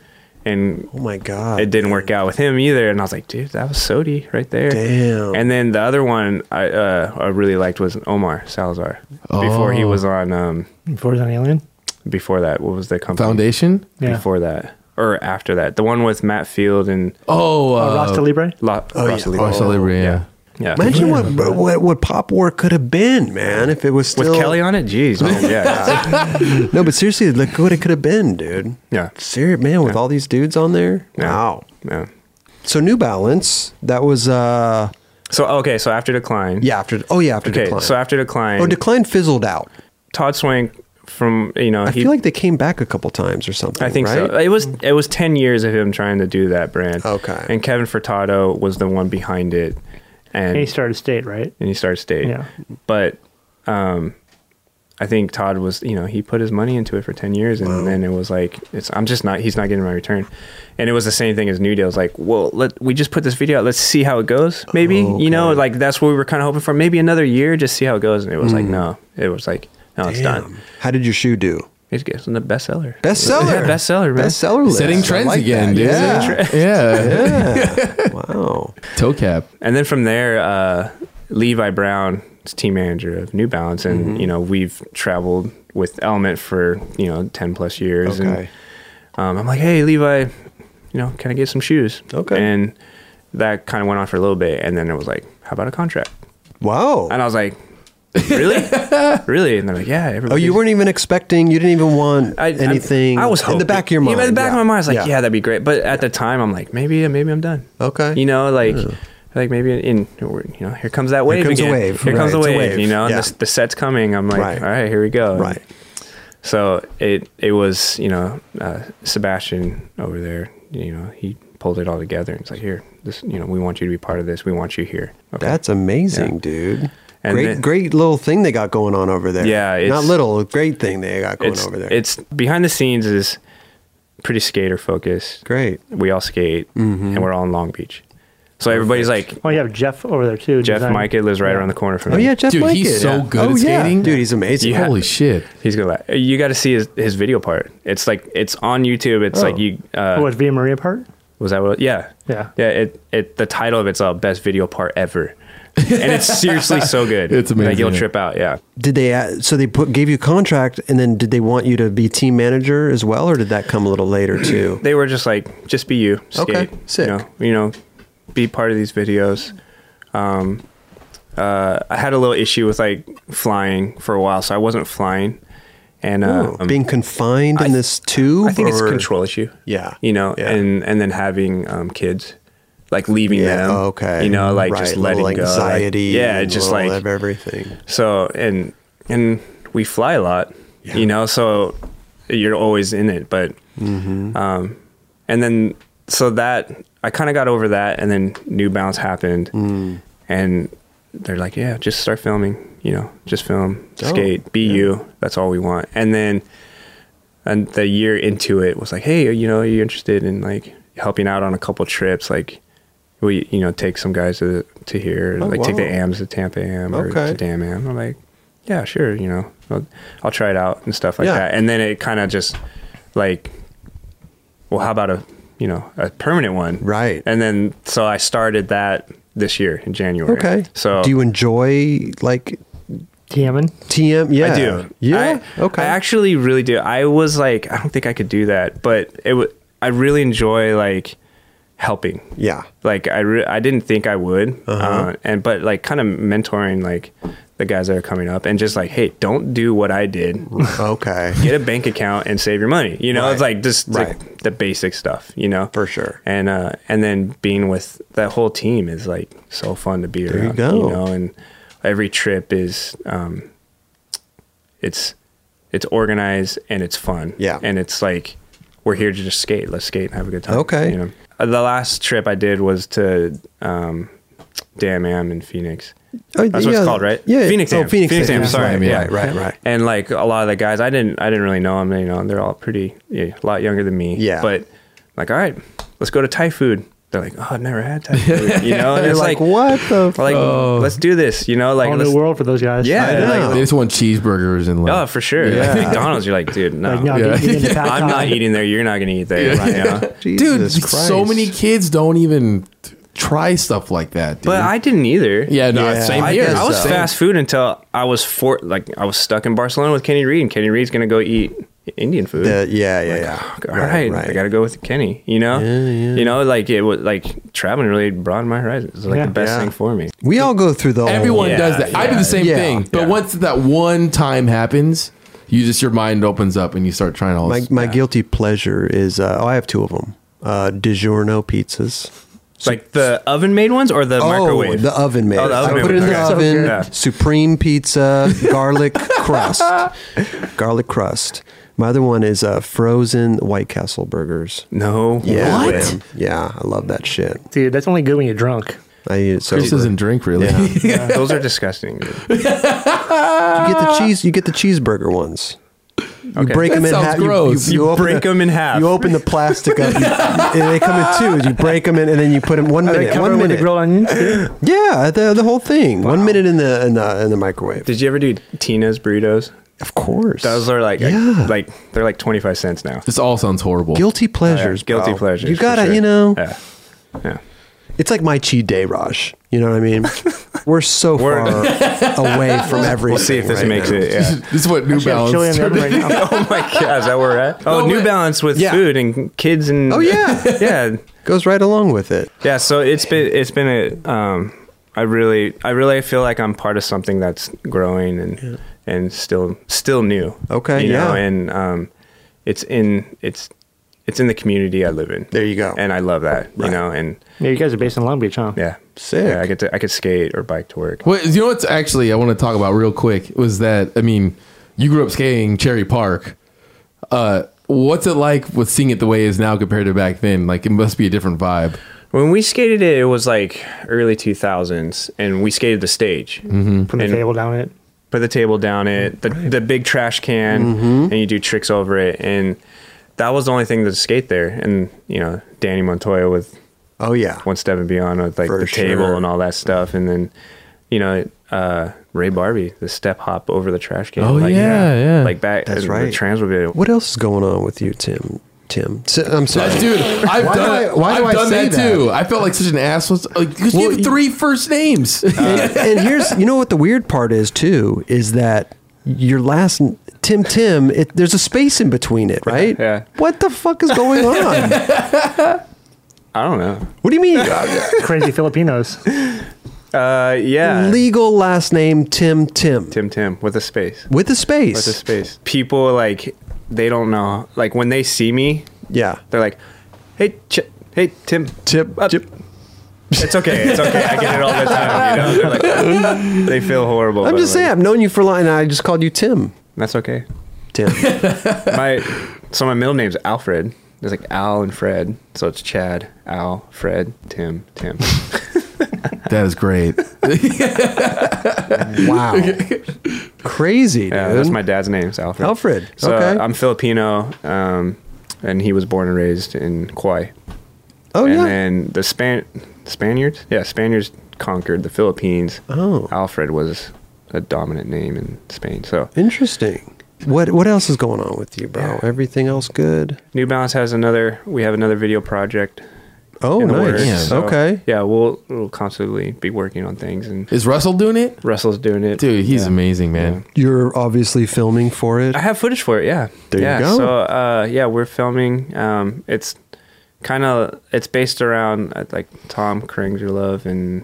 C: And
A: oh my god.
C: it didn't work out with him either. And I was like, dude, that was Sodi right there.
A: Damn.
C: And then the other one I, uh, I really liked was Omar Salazar before he
B: Oh.
C: was on, um,
G: Before it was on Alien.
C: before that, what was the company?
B: Foundation.
G: Yeah.
C: Before that. Or after that, the one with Matt Field and
B: Oh,
G: Oh,
B: uh,
G: Rasta Libre.
C: La- Ross Lee-
B: Oh, Rasta Libre, yeah.
C: yeah.
A: Imagine what, what what Pop War could have been, man, if it was
C: With
A: still Oh,
C: Kelly on it? Jeez. man, yeah.
A: No, but seriously, look what it could have been, dude.
C: Yeah.
A: Serious man, with all these dudes on there.
C: Yeah.
A: Wow.
C: yeah.
A: So New Balance, that was uh
C: So, okay. So after Decline.
A: yeah after oh yeah after
C: Okay.
A: decline.
C: So after Decline,
A: oh decline fizzled out.
C: Todd Swank from you know
A: I
C: he
A: feel like they came back a couple times or something.
C: I think
A: right?
C: so. It was it was ten years of him trying to do that brand.
A: Okay.
C: And Kevin Furtado was the one behind it, and
G: And he started state, right?
C: and he started state.
G: Yeah.
C: But um, I think Todd was you know he put his money into it for ten years, and then it was like it's I'm just not he's not getting my return, and it was the same thing as New Deal. It's like well let we just put this video out, let's see how it goes. Maybe you
A: Oh,
C: know
A: Okay.
C: like that's what we were kind of hoping for. Maybe another year, just see how it goes. And it was
A: Hmm.
C: like no, it was like no, it's done.
A: How did your shoe do?
C: It's it's the bestseller.
A: Bestseller.
C: Yeah, bestseller, man.
A: Bestseller list.
B: Setting trends
A: I like
B: again,
A: that.
B: dude.
A: Yeah.
B: Yeah.
A: Yeah. wow.
B: Toe cap.
C: And then from there, uh, Levi Brown is team manager of New Balance, and
A: Mm-hmm.
C: you know we've traveled with Element for you know ten plus years.
A: Okay.
C: And um, I'm like, hey Levi, you know, can I get some shoes?
A: Okay.
C: And that kind of went on for a little bit, and then it was like, how about a contract?
A: Wow.
C: And I was like, really, really? And they're like, yeah.
A: Oh,
C: Everybody.
A: you weren't even expecting. You didn't even want
C: I- I'm-
A: anything.
C: I was hoping.
A: in the back of your mind.
C: Yeah, in the back
A: Yeah.
C: of my mind, I was like, yeah. that'd be great. But at the time, I'm like, maybe, maybe I'm done.
A: Okay.
C: You know, like, like maybe in, you know, here comes that wave.
A: comes a
C: again.
A: wave,
C: Here comes
A: right,
C: a
A: it's a
C: wave.
A: wave,
C: You know,
A: yeah.
C: and the, the set's coming. I'm like,
A: Right.
C: all right, here we go.
A: Right.
C: So it it was you know uh, Sebastian over there. You know, he pulled it all together and it's like, here, this. You know, we want you to be part of this. We want you here. Okay.
A: That's amazing, dude.
C: And
A: great,
C: then-
A: great little thing they got going on over there.
C: Yeah, it's-
A: not little, great thing they got going
C: it's
A: over there.
C: it's behind the scenes is pretty skater focused.
A: great.
C: we all skate and we're all in Long Beach. So everybody's like,
G: Oh, you have Jeff over there too.
C: Jeff
G: design-
C: Micah lives right around the corner from
A: Oh
C: me.
A: yeah, Jeff.
B: Dude,
A: Mike
B: he's
A: is.
B: so good at
A: oh, yeah.
B: skating.
A: Dude, he's amazing.
C: Yeah.
B: Holy shit.
C: He's gonna laugh. You got to see his, his video part. It's like it's on YouTube. It's like you uh,
G: Oh, was Via Maria part?
C: was that what? Yeah,
G: Yeah.
C: yeah. It it the title of it's uh, best video part ever, and it's seriously so good.
B: It's
C: Like
B: amazing,
C: you'll
B: yeah.
C: trip out. Yeah.
A: Did they? uh, So they put gave you a contract, and then did they want you to be team manager as well, or did that come a little later too?
C: they were just like, just be you, skate.
A: Okay, sick.
C: You know, you know, be part of these videos. Um, uh, I had a little issue with like flying for a while, so I wasn't flying, and uh,
A: Oh,
C: um,
A: being confined in
C: I-
A: this tube.
C: I think it's a
A: or-
C: control issue.
A: Yeah.
C: you know,
A: Yeah.
C: and and then having um, kids, like leaving
A: Yeah.
C: them.
A: Okay.
C: you know, like just
A: Right,
C: letting
A: little
C: go, like-
A: anxiety.
C: yeah,
A: and
C: just
A: little
C: like
A: of everything.
C: so and and we fly a lot, you know. So you're always in it, but
A: Mm-hmm.
C: um, and then so that I kind of got over that, and then New Balance happened,
A: Mm.
C: and they're like, yeah, just start filming, you know, just film,
A: Oh,
C: skate, be you. That's all we want. And then and the year into it was like, hey, you know, are you interested in like helping out on a couple trips, like. We you know take some guys to to here
A: Oh,
C: like take the
A: wow.
C: AMs to Tampa AM or
A: Okay.
C: to damn man. I'm like, yeah, sure, you know, I'll, I'll try it out and stuff like
A: Yeah.
C: that. And then it kind of just like, well, how about a, you know, a permanent one?
A: Right.
C: And then, so I started that this year in January.
A: Okay.
C: So
A: do you enjoy like
G: Damon.
A: TM? Yeah,
C: I do.
A: Yeah.
C: I-
A: okay.
C: I actually really do. I was like, I don't think I could do that, but it wa I really enjoy like helping.
A: yeah.
C: Like I, re- I didn't think I would, uh and but like kind of mentoring like the guys that are coming up, and just like, hey, don't do what I did.
A: Okay.
C: Get a bank account and save your money. You know, it's
A: Right.
C: like just
A: Right.
C: like the basic stuff. You know,
A: For sure.
C: And uh, and then being with that whole team is like so fun to be
A: you
C: around.
A: go.
C: know, and every trip is um, it's it's organized and it's fun.
A: Yeah.
C: and it's like we're here to just skate. Let's skate and have a good time.
A: Okay.
C: You know, Uh, the last trip I did was to um, Damn Am in Phoenix.
A: Oh,
C: That's what it's
A: yeah.
C: called, right?
A: Yeah.
C: Phoenix
A: Oh,
C: Am.
A: Phoenix Am.
C: Am. Sorry,
A: Right,
C: yeah.
A: right, right, right.
C: And like a lot of the guys, I didn't, I didn't really know them. You know, they're all pretty, yeah, a lot younger than me.
A: Yeah.
C: But like, all right, let's go to Thai food. They're like, oh, I've never had Thai food. You know, and
A: You're
C: it's
A: like,
C: like,
A: what the? F-?
C: Like, let's do this. You know, like,
G: Whole
C: let's,
G: new world for those guys.
C: yeah,
A: I
C: like,
A: know.
B: They just want cheeseburgers and like.
C: oh, for sure. Like McDonald's, you're like, dude, no,
G: Like, no,
B: Yeah.
G: get- get in the pack
C: I'm not
G: time.
C: eating there. You're not gonna eat there. you know?
B: dude,
A: Jesus Christ.
B: so many kids don't even try stuff like that, dude.
C: But I didn't either.
B: yeah, no,
A: Yeah.
B: same
C: I,
B: here.
A: guess
C: I was
A: so.
C: fast food until I was for like I was stuck in Barcelona with Kenny Reed, and Kenny Reed's gonna go eat Indian food.
A: The- yeah, yeah, yeah.
C: All right, I gotta go with Kenny. You know, you know, like it was like traveling really broadened my horizons. It's like
G: Yeah.
C: the best
A: Yeah.
C: thing for me.
A: We all go through the.
B: Everyone
C: Oh, yeah,
B: does that. I do the same
A: yeah,
B: thing. But
C: yeah.
B: once that one time happens, you just your mind opens up and you start trying all
A: My
B: this.
A: my guilty pleasure is uh, oh I have two of them. Uh, DiGiorno pizzas. Oh,
C: like the oven made ones or the microwave?
A: the oven made.
C: Oh, the
A: I
C: oven
A: put it
C: made
A: in the
C: ones. Okay.
A: oven.
C: Yeah.
A: Supreme pizza, garlic crust, garlic crust. My other one is uh, frozen White Castle burgers.
C: No.
A: Yeah,
C: way.
A: man. yeah, I love that shit.
G: Dude, that's only good when you're drunk.
A: I eat it so.
B: Chris doesn't drink really.
C: Yeah, Those are disgusting. dude.
A: You get the cheese. You get the cheeseburger ones. You
C: Okay.
A: break
B: That
A: them in
B: sounds
A: half.
B: gross.
C: You
A: open
C: break
A: the-
C: 'em in half.
A: You open the plastic up. You, and they come in twos. You break them in, and then you put them one
G: They
A: minute.
G: cover
A: One
G: it with the
A: minute.
G: grilled onions. dude.
A: Yeah, the, the whole thing. One minute in the in the in the microwave.
C: Did you ever do Tina's burritos?
A: Of course.
C: Those are like,
A: Yeah.
C: like they're like twenty five cents now.
B: This all sounds horrible.
A: guilty pleasures.
C: Yeah, guilty
A: bro.
C: pleasures.
A: You
C: for
A: gotta,
C: sure.
A: you know,
C: Yeah. Yeah.
A: it's like my cheat day, Raj. You know what I mean? We're so
C: We're-
A: far away from everything.
C: We'll see if this
A: right
C: makes
A: now.
C: it. Yeah.
B: This is what New
G: Actually, I'm chilly in
B: Balance.
G: the oven right now.
C: oh my god, is that where we're at? Oh,
B: No
C: New
B: way.
C: Balance with
A: Yeah.
C: food and kids and
A: Oh yeah,
C: yeah,
A: goes right along with it.
C: yeah. So it's been it's been a um, I really I really feel like I'm part of something that's growing and and still still new.
A: Okay,
C: you know,
A: yeah.
C: and um, it's in it's it's in the community I live in.
A: There you go.
C: and I love that.
A: Right.
C: You know, and
G: Yeah, you guys are based in Long Beach, huh?
C: yeah,
A: Sick.
C: Yeah, I get to I could skate or bike to work.
B: What you know? What's actually I want to talk about real quick was that I mean, you grew up skating Cherry Park. Uh, what's it like with seeing it the way it is now compared to back then? Like it must be a different vibe.
C: When we skated it, it was like early 2000s, and we skated the stage.
G: Put the
C: And-
G: table down it.
C: put the table down it, the, the big trash can,
A: Mm-hmm.
C: and you do tricks over it. And that was the only thing to skate there. And, you know, Danny Montoya with
A: Oh yeah.
C: One Step and Beyond with like
A: For
C: the
A: sure.
C: table and all that stuff. And then, you know, uh, Ray Barbie, the step hop over the trash can.
B: Oh,
C: like,
B: yeah, yeah.
C: Like back,
A: That's
C: the
A: right.
C: trans would be.
A: What else is going on with you, Tim? Tim, S- I'm sorry.
B: That, dude, I've
A: Why do
B: done.
A: I- why
B: I've
A: do I
B: done
A: say
B: that, too. I felt like such an asshole. Like 'cause you have three first names.
A: and, and here's you know what the weird part is too is that your last n- Tim Tim it, there's a space in between it right
C: Yeah.
A: what the fuck is going on
C: I don't know.
A: what do you mean
G: Crazy Filipinos.
C: Uh, yeah.
A: legal last name Tim Tim
C: Tim Tim with a space.
A: with a space
C: With a space. People like, they don't know. Like when they see me,
A: yeah
C: They're like, hey, Ch- hey, Tim.
A: Tip
C: Uh,
A: Tip
C: It's okay. It's okay. I get it all the time. You know? They're like, they feel horrible.
A: I'm
C: but
A: just
C: like,
A: saying I've known you for a long and I just called you Tim
C: That's okay.
A: Tim
C: My so my middle name's Alfred. There's like Al and Fred, so it's Chad, Al, Fred, Tim, Tim.
B: that is great.
A: wow crazy dude
C: Yeah, that's my dad's name. It's Alfred.
A: Alfred,
C: So
A: okay.
C: I'm Filipino, um, and he was born and raised in Kauai.
A: oh
C: and
A: yeah
C: then the Span Spaniards, yeah, Spaniards conquered the Philippines.
A: Oh.
C: Alfred was a dominant name in Spain. So
A: interesting what what else is going on with you bro
C: Yeah.
A: everything else good
C: New Balance has another. We have another video project.
A: oh
C: in the
A: nice
C: works, so,
A: okay
C: Yeah, we'll we'll constantly be working on things, and
B: Is Russell doing it?
C: Russell's doing it.
B: Dude, he's
C: Yeah.
B: amazing, man.
A: You're obviously filming for it.
C: I have footage for it. Yeah.
A: There you
C: yeah,
A: go.
C: So uh, yeah, we're filming. Um, it's kind of it's based around uh, like Tom Love and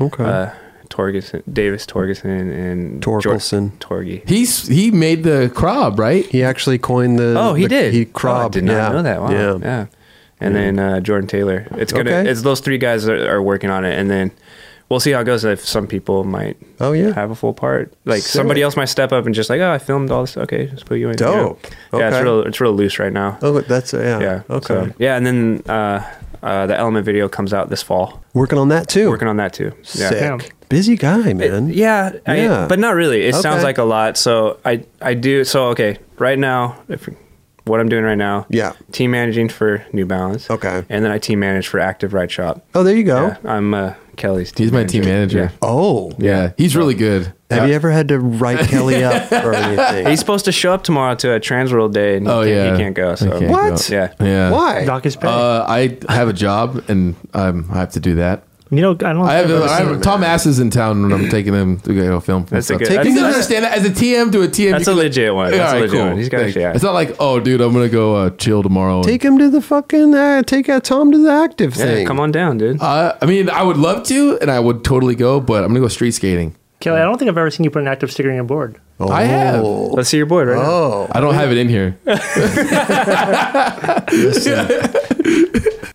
A: Okay.
C: uh, Torgeson, Davis Torgeson, and George-
A: Torkelson.
C: Torgy.
B: He's he made the crab, right?
A: he actually coined the.
C: Oh, he
A: the-
C: did.
A: He
C: Oh, I
A: cropped.
C: did not
A: yeah.
C: know that. Wow.
A: Yeah.
C: Yeah. And then uh, Jordan Taylor. It's gonna.
A: Okay.
C: It's those three guys that are working on it, and then we'll see how it goes. If some people might.
A: Oh, yeah.
C: Have a full part. Like
A: Sick.
C: somebody else might step up and just like, oh, I filmed all this. Okay, just put you in. you know?
A: Dope.
C: Yeah,
A: Okay.
C: it's real. It's real loose right now.
A: Oh, that's yeah.
C: Yeah.
A: Okay.
C: so- yeah, and then uh, uh, the Element video comes out this fall.
A: Working on that too.
C: Working on that too. Yeah.
A: Sick.
G: Yeah.
A: Busy guy, man.
C: Yeah, I-
A: Yeah.
C: but not really. It
A: Okay.
C: sounds like a lot. So I I do so okay right now. If what I'm doing right now,
A: Yeah.
C: team managing for New Balance.
A: Okay.
C: and then I team manage for Active Ride Shop.
A: Oh, there you go.
C: Yeah, I'm uh, Kelly's. Team
B: He's my team manager.
A: Oh.
B: Yeah, he's really good.
A: Have you ever had to write Kelly up or anything?
C: Yeah. He's supposed to show up tomorrow to a Trans World Day, and he,
B: Oh,
C: can't,
B: yeah.
C: he can't go. So
B: Okay.
A: what?
C: Yeah,
B: Yeah.
A: Why?
G: Doc is pay.
B: Uh, I have a job and um, I have to do that.
G: you know, I don't.
B: I have,
G: think I've
B: I
G: ever
B: have
G: seen-
B: Tom Ass is in town when I'm taking him to go film.
C: That's a
B: stuff.
C: good-
B: You
C: that's-
B: can
C: that's-
B: understand that as a TM to a TM.
C: that's
B: you can-
C: a legit one.
B: All
C: That's a
B: right,
C: legit one. He's got
B: Thanks.
C: yeah.
B: It's not like oh, dude, I'm gonna go uh, chill tomorrow. and-
A: Take him to the fucking. Uh, take uh, Tom to the active
C: yeah,
A: thing.
C: come on down, dude.
B: Uh, I mean, I would love to, and I would totally go, but I'm gonna go street skating.
G: Kelly, I don't think I've ever seen you put an active sticker on your board.
B: I have.
C: Let's see your board right now.
A: Oh,
B: I don't have it in here.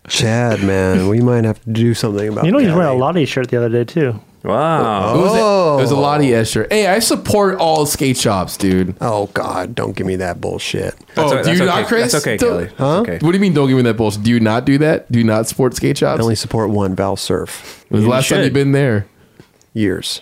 A: Chad, man, we might have to do something about.
G: You know, he's
A: that.
G: wearing a Lottie shirt the other day, too.
A: Oh.
C: Wow.
B: It was,
C: Oh.
B: it was a Lottie S shirt. Hey, I support all skate shops, dude.
A: Oh God, don't give me that bullshit.
B: oh,
C: o-
B: do you
C: okay.
B: not, Chris?
C: That's okay,
B: Don't-
C: Kelly. That's okay.
B: What do you mean? Don't give me that bullshit. Do you not do that? Do you not support skate
A: I
B: shops?
A: only support one, Val Surf.
B: When's the
C: You
B: last time
C: should.
B: you've been there?
A: Years.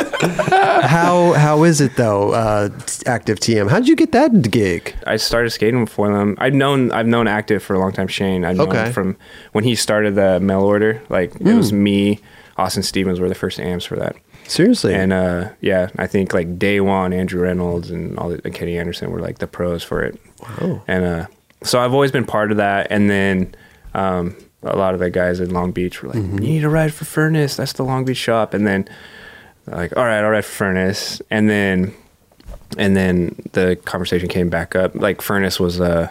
A: how how is it though? Uh, active TM. How did you get that gig?
C: I started skating for them. I've known I've known Active for a long time. Shane, I've known
A: Okay.
C: from when he started the mail order. Like it was me, Austin Stevens were the first amps for that.
A: Seriously.
C: And uh, yeah, I think like day one, Andrew Reynolds and all the, and Kenny Anderson were like the pros for it. Wow. And uh, so I've always been part of that. And then um, a lot of the guys in Long Beach were like, "You need a ride for Furnace. That's the Long Beach shop." And then like, "All right, all right, Furnace." And then and then the conversation came back up. Like Furnace was uh,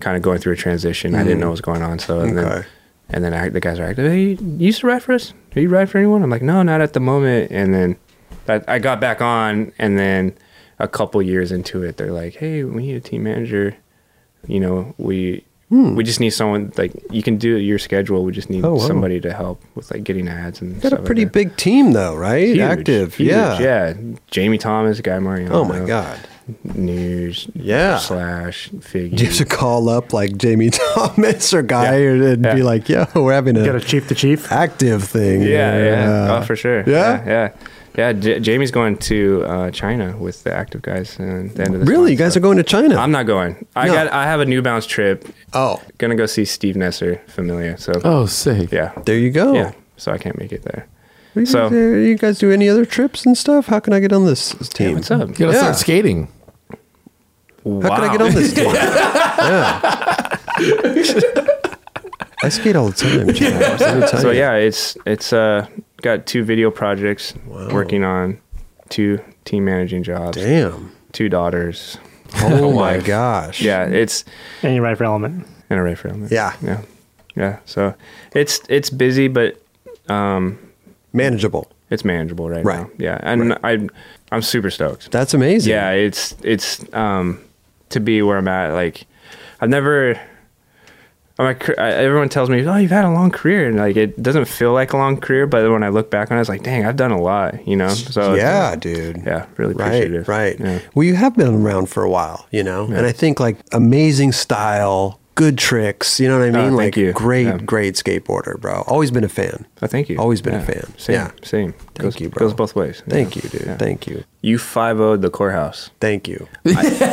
C: kind of going through a transition. I didn't know what was going on. So and
A: Mm-hmm. Okay.
C: then and then I, the guys are like, "Hey, you used to ride for us? Do you ride for anyone?" I'm like, "No, not at the moment." And then I, I got back on, and then a couple years into it, they're like, "Hey, we need a team manager. You know, we." We just need someone like you can do your schedule. We just need
A: Hmm. Oh, wow.
C: somebody to help with like getting ads and
A: Got
C: stuff
A: a
C: like
A: pretty
C: that.
A: big team though, right?
C: Huge,
A: Active.
C: huge,
A: yeah.
C: yeah. Jamie Thomas, Guy Mariano.
A: Oh my God.
C: News.
A: Yeah.
C: Slash figure.
A: Do you have to call up like Jamie Thomas or Guy
C: Yeah.
A: or- and be
C: Yeah.
A: like, yo, we're having
G: Got a
A: a
G: chief to chief.
A: active thing?
C: yeah,
A: here."
C: yeah.
A: Uh,
C: Oh, for sure.
A: Yeah?
C: yeah, yeah. Yeah, J- Jamie's going to uh, China with the active guys. And the end of this
A: Really?
C: month,
A: You guys
C: so-
A: are going to China?
C: I'm not going. I
A: No.
C: got. I have a New Balance trip.
A: oh,
C: Gonna go see Steve Nesser, Familia. So
B: Oh, sick.
C: yeah,
A: there you go.
C: yeah. So I can't make it there.
A: What do you
C: So-
A: guys- uh, you guys do any other trips and stuff? How can I get on this this team?
C: Hey, what's up?
B: You gotta
A: Yeah.
B: start skating.
A: How can I get on this team? yeah. I skate all the time. Chad. Let me tell
C: So
A: you.
C: yeah, it's it's uh got two video projects working on, two team managing jobs,
A: Damn.
C: two daughters.
A: Oh my
C: wife.
A: gosh.
C: Yeah, it's
G: And you're right for element.
C: in a for element.
A: Yeah.
C: yeah, yeah. So it's it's busy, but
A: Manageable.
C: it's manageable right,
A: Right.
C: now. Yeah, and I I'm super stoked.
A: That's amazing.
C: yeah, it's it's um to be where I'm at. Like I've never. uh, I'm like, cr- I- everyone tells me, "Oh, you've had a long career," and like it doesn't feel like a long career, but when I look back on it, it's like, "Dang, I've done a lot," you know. So it's-
A: yeah, dude.
C: yeah, really
A: Right,
C: appreciative.
A: right.
C: Yeah.
A: Well, you have been around for a while, you know, and I think like amazing style, good tricks. You know what I mean?
C: Ah, thank
A: like
C: you.
A: great,
C: Yeah.
A: great skateboarter, bro. Always been a fan.
C: Oh, thank you.
A: Always been a
C: Yeah.
A: fan.
C: Same,
A: Yeah.
C: same.
A: Thank
C: goes,
A: you, bro.
C: Goes both ways.
A: Thank
C: Yeah.
A: you, dude.
C: Yeah.
A: Thank you.
C: You five would the courthouse.
A: Thank you.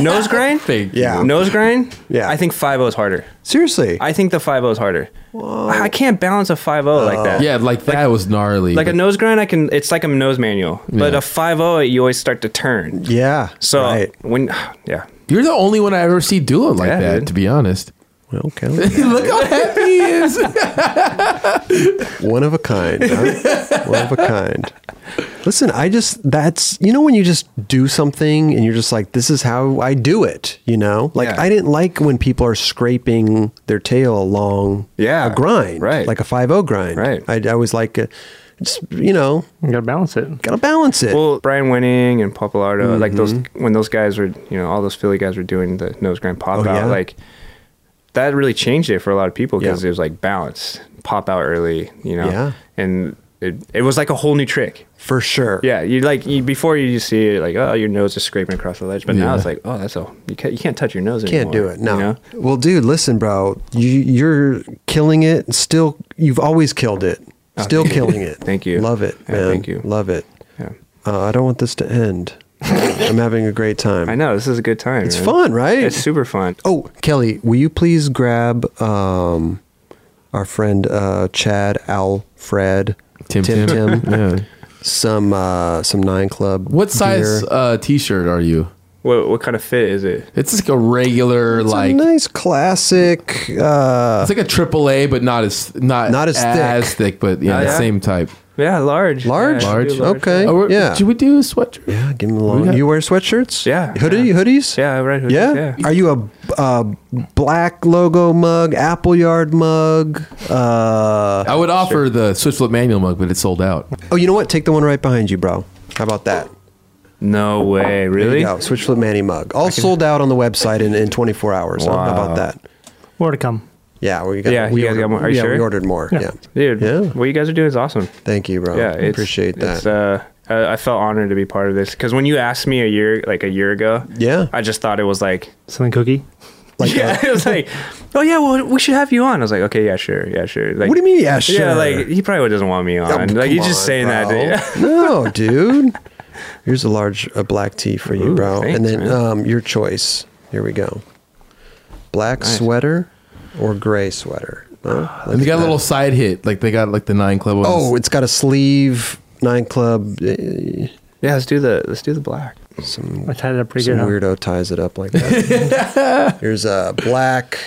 C: Nose grind?
B: Thank you.
A: Yeah.
C: Nose grind?
A: Yeah.
C: I think 5 is harder.
A: Seriously.
C: I think the 5 is harder. I can't balance a 5 like that.
B: Yeah, like that was gnarly.
C: Like a nose grind, I can. It's like a nose manual, but a 5 you always start to turn.
A: yeah.
C: So
A: right.
C: when, yeah,
B: You're the only one I ever see do it like
C: Yeah,
B: that,
C: dude.
B: to be honest.
A: Well, Kelly,
B: Look how happy he is.
A: one of a kind. Huh? one of a kind. Listen, I just that's you know when you just do something and you're just like this is how I do it, you know? Like
C: Yeah.
A: I didn't like when people are scraping their tail along
C: Yeah.
A: a grind,
C: Right.
A: Like a 50 grind.
C: Right.
A: I I was like uh just, you know,
G: You got to balance it.
A: got to balance it.
C: well, Brian Winning and Papalardo, like those
A: Mm-hmm.
C: when those guys were, you know, all those Philly guys were doing the nose grind pop
A: Oh,
C: out,
A: yeah.
C: like that really changed it for a lot of people because
A: Yeah.
C: it was like balance, pop out early, you know,
A: Yeah.
C: and it it was like a whole new trick.
A: for sure.
C: Yeah, you like you, before you just see it like oh your nose is scraping across the ledge, but
B: Yeah.
C: now it's like oh that's all you can't you can't touch your nose
A: Can't
C: anymore.
A: do it. No.
C: you know?
A: Well, dude, listen, bro. You you're killing it. Still, you've always killed it. Still
C: Oh, thank you.
A: killing it.
C: Thank you.
A: Love it,
C: Yeah,
A: man.
C: thank you.
A: Love it.
C: Yeah.
A: Uh, I don't want this to end. I'm having a great time.
C: I know this is a good time.
A: It's fun, right?
C: It's super fun.
A: Oh, Kelly, will you please grab um, our friend uh, Chad Alfred
B: Tim
A: Tim,
B: Tim.
A: Tim, some uh, some Nine Club.
B: What size
A: gear.
B: uh, t-shirt are you?
C: What what kind of fit is it?
B: It's just like a regular,
A: It's
B: like
A: a nice classic. Uh,
B: it's like a triple A, but not as not
A: Not as thick.
B: as thick, but yeah,
C: Oh,
B: the
C: yeah?
B: same type.
C: Yeah, large.
A: Large?
C: Yeah, I should do
A: Large. Okay.
B: Oh, we're-
A: Yeah.
B: Should we do a sweatshirt?
A: Yeah, give him a long.
B: got-
A: you wear sweatshirts?
C: Yeah,
A: Hoodie
C: yeah.
A: hoodies?
C: Yeah, I read hoodies,
A: Yeah?
C: yeah.
A: Are you a, uh black logo mug, Apple Yard mug? Uh,
B: I would offer the Switch Flip manual mug, but it's sold out.
A: oh, you know what? Take the one right behind you, bro. How about that?
C: No way,
A: There
C: really?
A: you go. Switch Flip Manny mug. All sold out on the website in, in 24 hours. How about
C: Wow.
A: that?
G: More to come.
A: Yeah, we got.
C: Yeah,
A: we
C: you guys
A: ordered,
C: got more. Are you
A: yeah, we
C: sure?
A: ordered more. Yeah.
G: Yeah.
C: Dude,
A: Yeah.
C: what you guys are doing is awesome.
A: Thank you, bro.
C: Yeah, it's-
A: appreciate
C: it's,
A: that.
C: uh, I I felt honored to be part of this because when you asked me a year, like a year ago,
A: Yeah.
C: I just thought it was like,
G: Something cookie.
A: Like,
C: yeah,
A: uh,
C: it was like, oh yeah, well, we should have you on. I was like, okay, yeah, sure, yeah, sure. Like,
A: What do you mean, yeah, sure?
C: Yeah, like he probably doesn't want me on.
A: Oh,
C: like
A: come
C: you're just
A: on,
C: saying that.
A: bro.
C: Dude.
A: no, dude. Here's a large a black tea for you,
C: Ooh,
A: bro. and
C: thanks,
A: then
C: man.
A: um, your choice. Here we go. Black
C: Nice.
A: sweater or gray sweater. Huh?
B: And they got a little side hit, like they got like the nine club. Ones.
A: Oh, it's got a sleeve. Nine Club. eh,
C: Yeah, let's do the let's do the black.
A: Some
G: I tied it up pretty
A: Some
G: good. huh?
A: weirdo ties it up like that. Here's a black.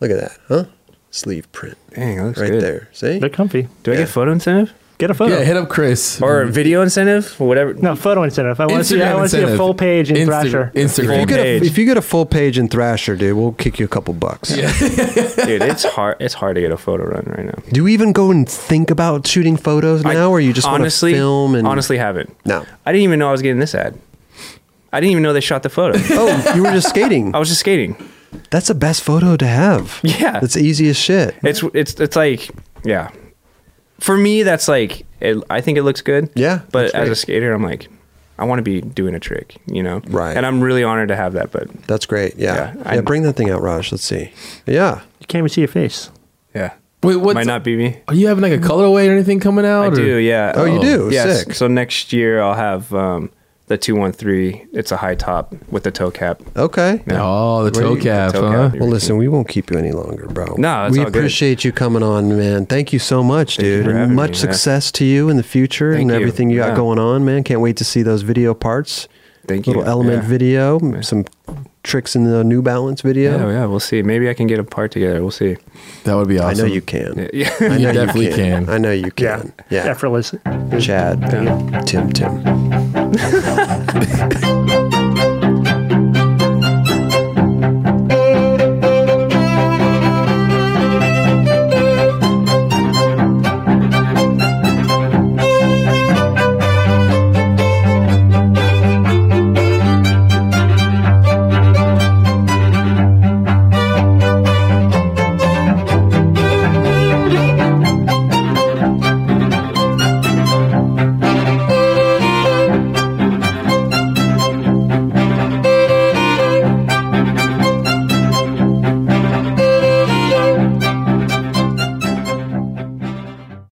A: Look at that, huh? Sleeve print.
C: Dang, it looks
A: right
C: good.
A: there. See?
G: They're comfy.
C: Do I get photo incentive
G: Get a photo.
B: yeah, hit up Chris
C: or video incentive? Whatever.
G: no, photo incentive. I want to see. I want to see a
B: incentive.
G: full page in
B: Insta-
G: Thrasher.
A: If you,
B: Instagram.
A: get a,
C: page.
A: if you get a full page in Thrasher, dude, we'll kick you a couple bucks.
C: dude, it's hard. It's hard to get a photo run right now.
A: Do you even go and think about shooting photos now, or you just want to
C: honestly
A: film and
C: honestly haven't.
A: No.
C: I didn't even know I was getting this ad. I didn't even know they shot the photo.
A: Oh, you were just skating.
C: I was just skating.
A: That's the best photo to have.
C: Yeah.
A: that's easy as shit.
C: It's it's it's like yeah. For me, that's like it, I think it looks good.
A: Yeah,
C: But
A: that's
C: as a
A: great.
C: skater, I'm like, I want to be doing a trick, you know.
A: Right.
C: And I'm really honored to have that. But
A: That's great. Yeah,
C: Yeah,
A: yeah.
C: I-
A: bring that thing out, Raj. Let's see. Yeah,
G: You can't even see your face.
C: yeah,
B: Wait, what?
C: might not be me.
B: Are you having like a colorway or anything coming out?
C: I
B: or?
C: do. Yeah.
A: Oh, you do?
C: Yes.
A: Sick.
C: So next year I'll have um, the two one three. It's a high top with the toe cap.
A: okay.
B: Oh, the
A: Where
B: toe
A: you-
B: cap,
C: toe
B: huh?
C: cap.
A: Well, listen, we won't keep you any longer, bro.
C: No, it's
A: we
C: all good.
A: appreciate you coming on, man. Thank you so much,
C: you
A: dude.
C: for
A: And
C: having
A: much
C: me, yeah.
A: success to you in the future
C: Thank
A: and
C: you.
A: everything you got
C: Yeah.
A: going on, man. Can't wait to see those video parts.
C: Thank
A: Little
C: you.
A: element
C: Yeah.
A: video, some tricks in the New Balance video.
C: Yeah, yeah, we'll see. Maybe I can get a part together. We'll see.
B: That would be
A: I know
B: awesome.
A: you can.
C: Yeah.
A: I know
B: definitely
A: you
B: can.
A: I know you can. Yeah.
G: Effortless.
A: Chad, Tim, Tim.